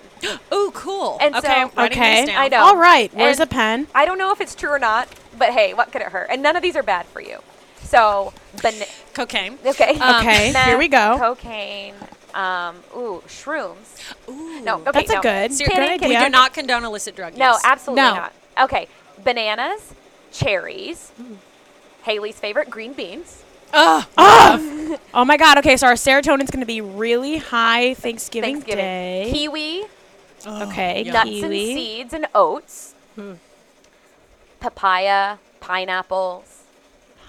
Speaker 1: Ooh, cool.
Speaker 3: And
Speaker 1: okay,
Speaker 3: so-
Speaker 1: I'm writing these
Speaker 2: Okay.
Speaker 1: down.
Speaker 3: I know.
Speaker 2: All right. Where's
Speaker 3: And
Speaker 2: a pen?
Speaker 3: I don't know if it's true or not, but hey, what could it hurt? And none of these are bad for you. So, bana-
Speaker 1: Cocaine.
Speaker 3: okay. Um,
Speaker 2: Okay, here we go.
Speaker 3: Cocaine. Um, ooh, shrooms.
Speaker 1: Ooh.
Speaker 3: No, okay,
Speaker 2: That's a
Speaker 3: no.
Speaker 2: good-
Speaker 1: Ser-
Speaker 2: good
Speaker 3: Kidding, kidding.
Speaker 1: We
Speaker 2: idea.
Speaker 1: do not condone illicit drug use.
Speaker 3: No, absolutely
Speaker 2: No.
Speaker 3: not. Okay, bananas, cherries, Haley's favorite green beans.
Speaker 1: Ugh.
Speaker 2: Oh my god. Okay, so our serotonin's going to be really high Thanksgiving,
Speaker 3: Thanksgiving,
Speaker 2: Day.
Speaker 3: kiwi,
Speaker 2: okay.
Speaker 1: yeah.
Speaker 3: nuts and
Speaker 2: kiwi.
Speaker 3: seeds and oats, papaya, pineapples,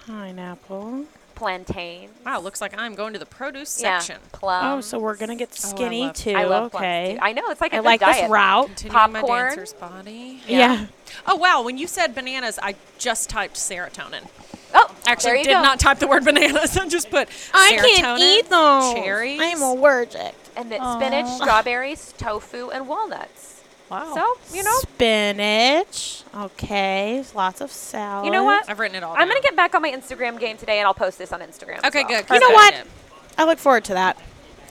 Speaker 2: Pineapple.
Speaker 3: plantain.
Speaker 1: Wow, looks like I'm going to the produce
Speaker 3: Yeah,
Speaker 1: section.
Speaker 3: plum.
Speaker 2: oh, so we're going to get
Speaker 1: Oh, I
Speaker 2: skinny
Speaker 1: love-
Speaker 2: too.
Speaker 3: I love plums,
Speaker 2: okay.
Speaker 3: too. I know it's like a
Speaker 2: I
Speaker 3: good
Speaker 2: like
Speaker 3: diet.
Speaker 2: this route.
Speaker 1: Continuing my
Speaker 3: Popcorn.
Speaker 1: dancer's body.
Speaker 3: Yeah.
Speaker 2: yeah.
Speaker 1: Oh wow, when you said bananas, I just typed serotonin.
Speaker 3: Oh, there
Speaker 1: Actually,
Speaker 3: you
Speaker 1: did
Speaker 3: go.
Speaker 1: not type the word bananas. I just put serotonin, Cherries.
Speaker 2: allergic.
Speaker 3: And then spinach, strawberries, tofu, and walnuts.
Speaker 1: wow.
Speaker 3: So you know,
Speaker 2: Spinach. Okay. Lots of salad.
Speaker 3: you know what?
Speaker 1: I've written it all.
Speaker 3: I'm gonna
Speaker 1: down.
Speaker 3: get back on my Instagram game today, and I'll post this on Instagram. as
Speaker 1: Okay,
Speaker 3: well.
Speaker 1: good.
Speaker 2: You know
Speaker 1: perfect.
Speaker 2: what? I look forward to that.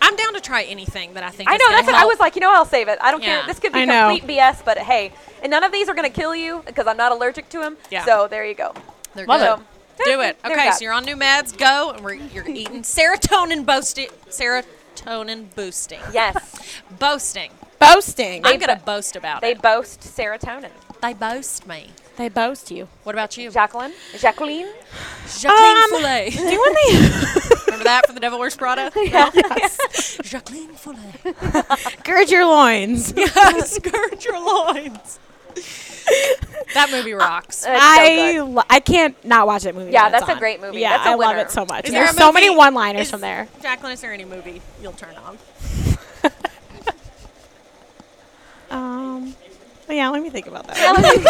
Speaker 1: I'm down to try anything that I think.
Speaker 3: I
Speaker 1: is
Speaker 3: know.
Speaker 1: gonna
Speaker 3: That's what I
Speaker 1: help.
Speaker 3: was like. You know, I'll save it. I don't care.
Speaker 1: Yeah.
Speaker 3: This could be
Speaker 2: I know.
Speaker 3: complete BS, but hey, and none of these are gonna kill you because I'm not allergic to them.
Speaker 1: Yeah.
Speaker 3: So there you go.
Speaker 1: They're
Speaker 2: Love
Speaker 1: good.
Speaker 3: it.
Speaker 1: Do it.
Speaker 3: They're
Speaker 1: Okay,
Speaker 3: good.
Speaker 1: so you're on new meds. Go, and we're, you're eating serotonin boosting. Serotonin boosting.
Speaker 3: Yes,
Speaker 1: Boasting.
Speaker 2: Boasting.
Speaker 1: I'm gonna boast about
Speaker 3: they
Speaker 1: it.
Speaker 3: boast serotonin.
Speaker 1: They boast me.
Speaker 2: They boast you.
Speaker 1: What about you?
Speaker 3: Jacqueline, Jacqueline. Uh,
Speaker 1: Jacqueline
Speaker 2: Um,
Speaker 1: Follett.
Speaker 2: Do you want me?
Speaker 1: Remember that from The Devil Wears Prada? Jacqueline Follett.
Speaker 2: Gird your loins.
Speaker 1: Yes, gird your loins. That movie rocks.
Speaker 3: Uh,
Speaker 2: I
Speaker 3: good.
Speaker 2: lo- I can't not watch that movie.
Speaker 3: Yeah,
Speaker 2: when it's
Speaker 3: that's a
Speaker 2: on.
Speaker 3: great movie.
Speaker 2: Yeah,
Speaker 3: That's a
Speaker 2: I love
Speaker 3: winner.
Speaker 2: it so much.
Speaker 1: Is
Speaker 2: And
Speaker 1: there
Speaker 2: There's
Speaker 1: a
Speaker 2: so many
Speaker 1: movie-
Speaker 2: one-liners
Speaker 1: is-
Speaker 2: from there.
Speaker 1: Jacqueline, is there any movie you'll turn on?
Speaker 2: Um, yeah, let me think about that.
Speaker 3: Yeah, like-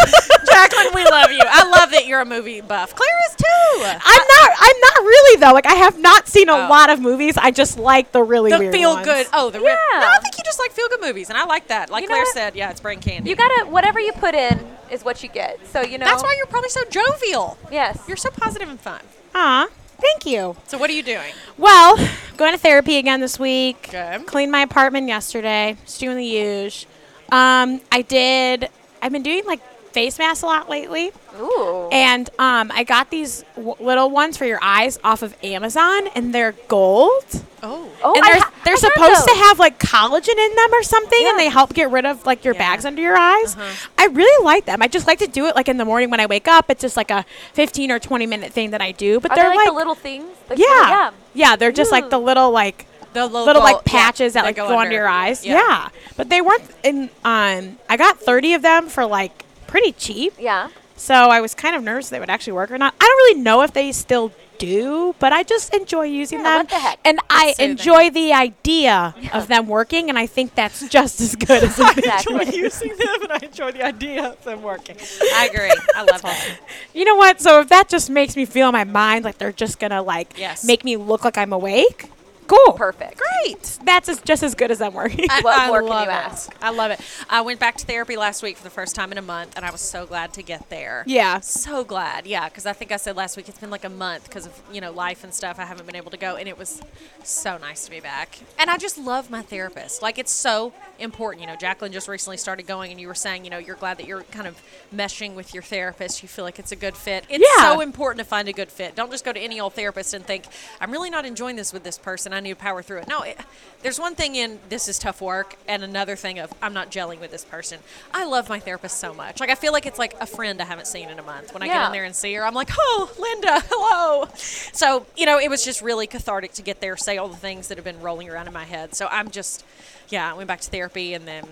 Speaker 1: Jacqueline, we love you. I love that you're a movie buff. Claire is too.
Speaker 2: I'm not. I'm not really though. Like I have not seen a
Speaker 1: Oh.
Speaker 2: lot of movies. I just like the really
Speaker 1: the
Speaker 2: weird
Speaker 1: feel
Speaker 2: ones.
Speaker 1: good. Oh, the real.
Speaker 3: Yeah.
Speaker 1: No, I think you just like feel good movies, and I like that. Like
Speaker 3: You know
Speaker 1: Claire
Speaker 3: what?
Speaker 1: said, yeah, it's brain candy.
Speaker 3: you gotta whatever you put in is what you get. So you know
Speaker 1: That's why you're probably so jovial.
Speaker 3: Yes.
Speaker 1: You're so positive and fun.
Speaker 2: Aw, thank you.
Speaker 1: So what are you doing?
Speaker 2: Well, going to therapy again this week.
Speaker 1: Good.
Speaker 2: Cleaned my apartment yesterday. Just doing the huge. Um, I did. I've been doing like face masks a lot lately,
Speaker 3: Ooh.
Speaker 2: and um, I got these w- little ones for your eyes off of Amazon, and they're gold.
Speaker 1: Oh.
Speaker 3: oh,
Speaker 2: and
Speaker 3: I
Speaker 2: they're,
Speaker 3: ha-
Speaker 2: they're
Speaker 3: I heard
Speaker 2: supposed to
Speaker 3: those.
Speaker 2: have like collagen in them or something, and
Speaker 3: Yeah.
Speaker 2: they help get rid of like your
Speaker 1: Yeah.
Speaker 2: bags under your eyes.
Speaker 1: Uh-huh.
Speaker 2: I really like them. I just like to do it like in the morning when I wake up. It's just like a 15 or 20 minute thing that I do. But
Speaker 3: Are
Speaker 2: they're
Speaker 3: they like, the little things? Like,
Speaker 2: yeah,
Speaker 3: yeah.
Speaker 2: yeah, They're just like the
Speaker 3: Ooh.
Speaker 2: little like
Speaker 1: The little,
Speaker 2: little
Speaker 1: gold-
Speaker 2: like
Speaker 1: yeah,
Speaker 2: patches that like go, under your eyes. Yeah. but they weren't in. Um, I got 30 of them for like pretty cheap.
Speaker 3: Yeah.
Speaker 2: So I was kind of nervous they would actually work or not. I don't really know if they still do, but I just enjoy using
Speaker 3: Yeah,
Speaker 2: them.
Speaker 3: what the heck?
Speaker 2: And I
Speaker 1: soothing.
Speaker 2: enjoy the idea of them working, and I think that's just as good as it is.
Speaker 3: Exactly.
Speaker 1: using them, and I enjoy the idea of them working. I agree. I love that.
Speaker 2: You know what? So if that just makes me feel in my mind like they're just gonna like
Speaker 1: Yes.
Speaker 2: make me look like I'm awake, cool.
Speaker 3: Perfect.
Speaker 1: Great.
Speaker 2: That's as, just as good as them working.
Speaker 1: I,
Speaker 3: What
Speaker 1: I
Speaker 3: more can
Speaker 1: love
Speaker 3: you
Speaker 1: it.
Speaker 3: ask?
Speaker 1: I love it. I went back to therapy last week for the first time in a month, and I was so glad to get there.
Speaker 2: Yeah.
Speaker 1: So glad. Yeah, because I think I said last week it's been like a month because of you know life and stuff. I haven't been able to go, and it was so nice to be back. And I just love my therapist. Like it's so important. You know, Jacqueline just recently started going, and you were saying, you know, you're glad that you're kind of meshing with your therapist. You feel like it's a good fit. It's
Speaker 2: Yeah.
Speaker 1: so important to find a good fit. Don't just go to any old therapist and think, I'm really not enjoying this with this person. I need to power through it. No, it, there's one thing in this is tough work, and another thing of I'm not gelling with this person. I love my therapist so much. Like, I feel like it's like a friend I haven't seen in a month. When I get
Speaker 3: Yeah.
Speaker 1: in there and see her, I'm like, oh, Linda, hello. So, you know, it was just really cathartic to get there, say all the things that have been rolling around in my head. So I'm just, yeah, I went back to therapy and then.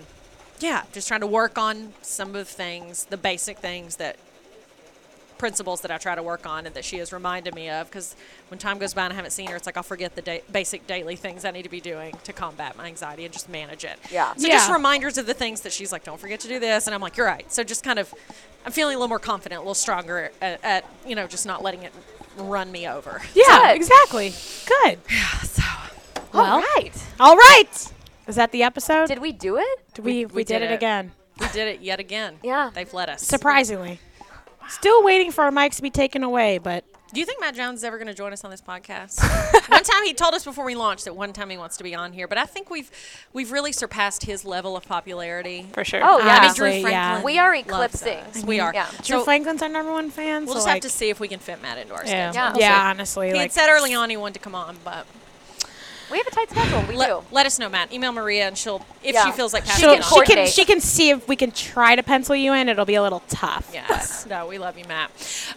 Speaker 1: Yeah, just trying to work on some of the things, the basic things that principles that I try to work on and that she has reminded me of because when time goes by and I haven't seen her, it's like I'll forget the da- basic daily things I need to be doing to combat my anxiety and just manage it.
Speaker 3: Yeah.
Speaker 1: So just
Speaker 2: Yeah.
Speaker 1: reminders of the things that she's like, don't forget to do this. And I'm like, you're right. So just kind of, I'm feeling a little more confident, a little stronger at, at you know, just not letting it run me over.
Speaker 2: yeah,
Speaker 3: Good.
Speaker 2: exactly. Good.
Speaker 1: So
Speaker 3: All right.
Speaker 2: All right. Is that the episode?
Speaker 3: Did we do it?
Speaker 2: we, we, did, it again.
Speaker 1: we did it yet again.
Speaker 3: Yeah.
Speaker 1: They've let us.
Speaker 2: Surprisingly. Still waiting for our mics to be taken away, but
Speaker 1: Do you think Matt Jones is ever going to join us on this podcast? one time he told us before we launched that one time he wants to be on here, but I think we've we've really surpassed his level of popularity.
Speaker 4: for sure.
Speaker 3: Oh yeah.
Speaker 1: I mean,
Speaker 2: Honestly,
Speaker 1: Drew
Speaker 2: yeah.
Speaker 1: Franklin.
Speaker 3: We are
Speaker 1: loves
Speaker 3: eclipsing.
Speaker 1: us. We are.
Speaker 3: Yeah.
Speaker 2: Drew
Speaker 1: So
Speaker 2: Franklin's our number one fan.
Speaker 1: we'll
Speaker 2: so
Speaker 1: just
Speaker 2: like,
Speaker 1: have to see if we can fit Matt into our
Speaker 2: Yeah,
Speaker 1: schedule.
Speaker 2: yeah.
Speaker 3: Yeah. Yeah.
Speaker 2: honestly,
Speaker 1: He
Speaker 2: like,
Speaker 1: had said early on he wanted to come on, but
Speaker 3: We have a tight schedule. We do.
Speaker 1: let, let us know, Matt. Email Maria, and she'll if
Speaker 3: Yeah.
Speaker 1: she feels like passing
Speaker 2: she'll-
Speaker 3: can
Speaker 1: it on.
Speaker 2: she can
Speaker 3: coordinate.
Speaker 2: she can see if we can try to pencil you in. It'll be a little tough.
Speaker 1: Yes. No, we love you, Matt,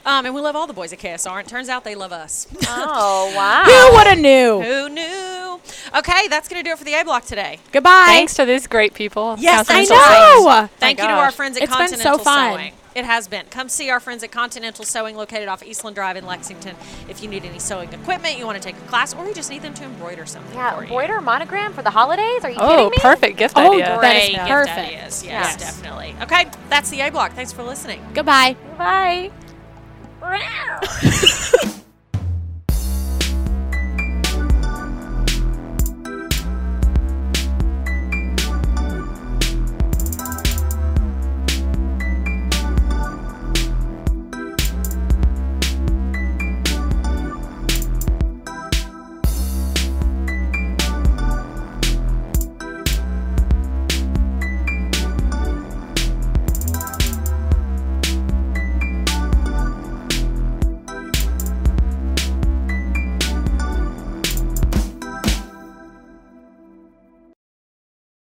Speaker 1: um, and we love all the boys at KSR. And it turns out they love us.
Speaker 3: Oh wow.
Speaker 2: Who would have knew?
Speaker 1: Who knew? Okay, that's gonna do it for the A block today.
Speaker 2: Goodbye.
Speaker 4: Thanks to these great people.
Speaker 1: Yes,
Speaker 4: Councilman
Speaker 1: I
Speaker 4: Schultz.
Speaker 2: know. Oh
Speaker 1: Thank
Speaker 4: my
Speaker 1: you to our
Speaker 4: gosh.
Speaker 1: friends at
Speaker 2: It's been so
Speaker 1: Continental
Speaker 2: fun.
Speaker 1: Sewing. It has been. Come see our friends at Continental Sewing, located off Eastland Drive in Lexington. If you need any sewing equipment, you want to take a class, or you just need them to embroider something
Speaker 3: Yeah,
Speaker 1: for you.
Speaker 3: embroider monogram for the holidays? Are you
Speaker 4: Oh,
Speaker 3: kidding me?
Speaker 4: perfect gift
Speaker 2: Oh,
Speaker 4: idea.
Speaker 2: great. That is
Speaker 1: Great gift
Speaker 2: perfect.
Speaker 1: ideas. Yes,
Speaker 3: Yes.
Speaker 1: definitely. Okay, that's the A block. Thanks for listening.
Speaker 2: Goodbye.
Speaker 3: Bye.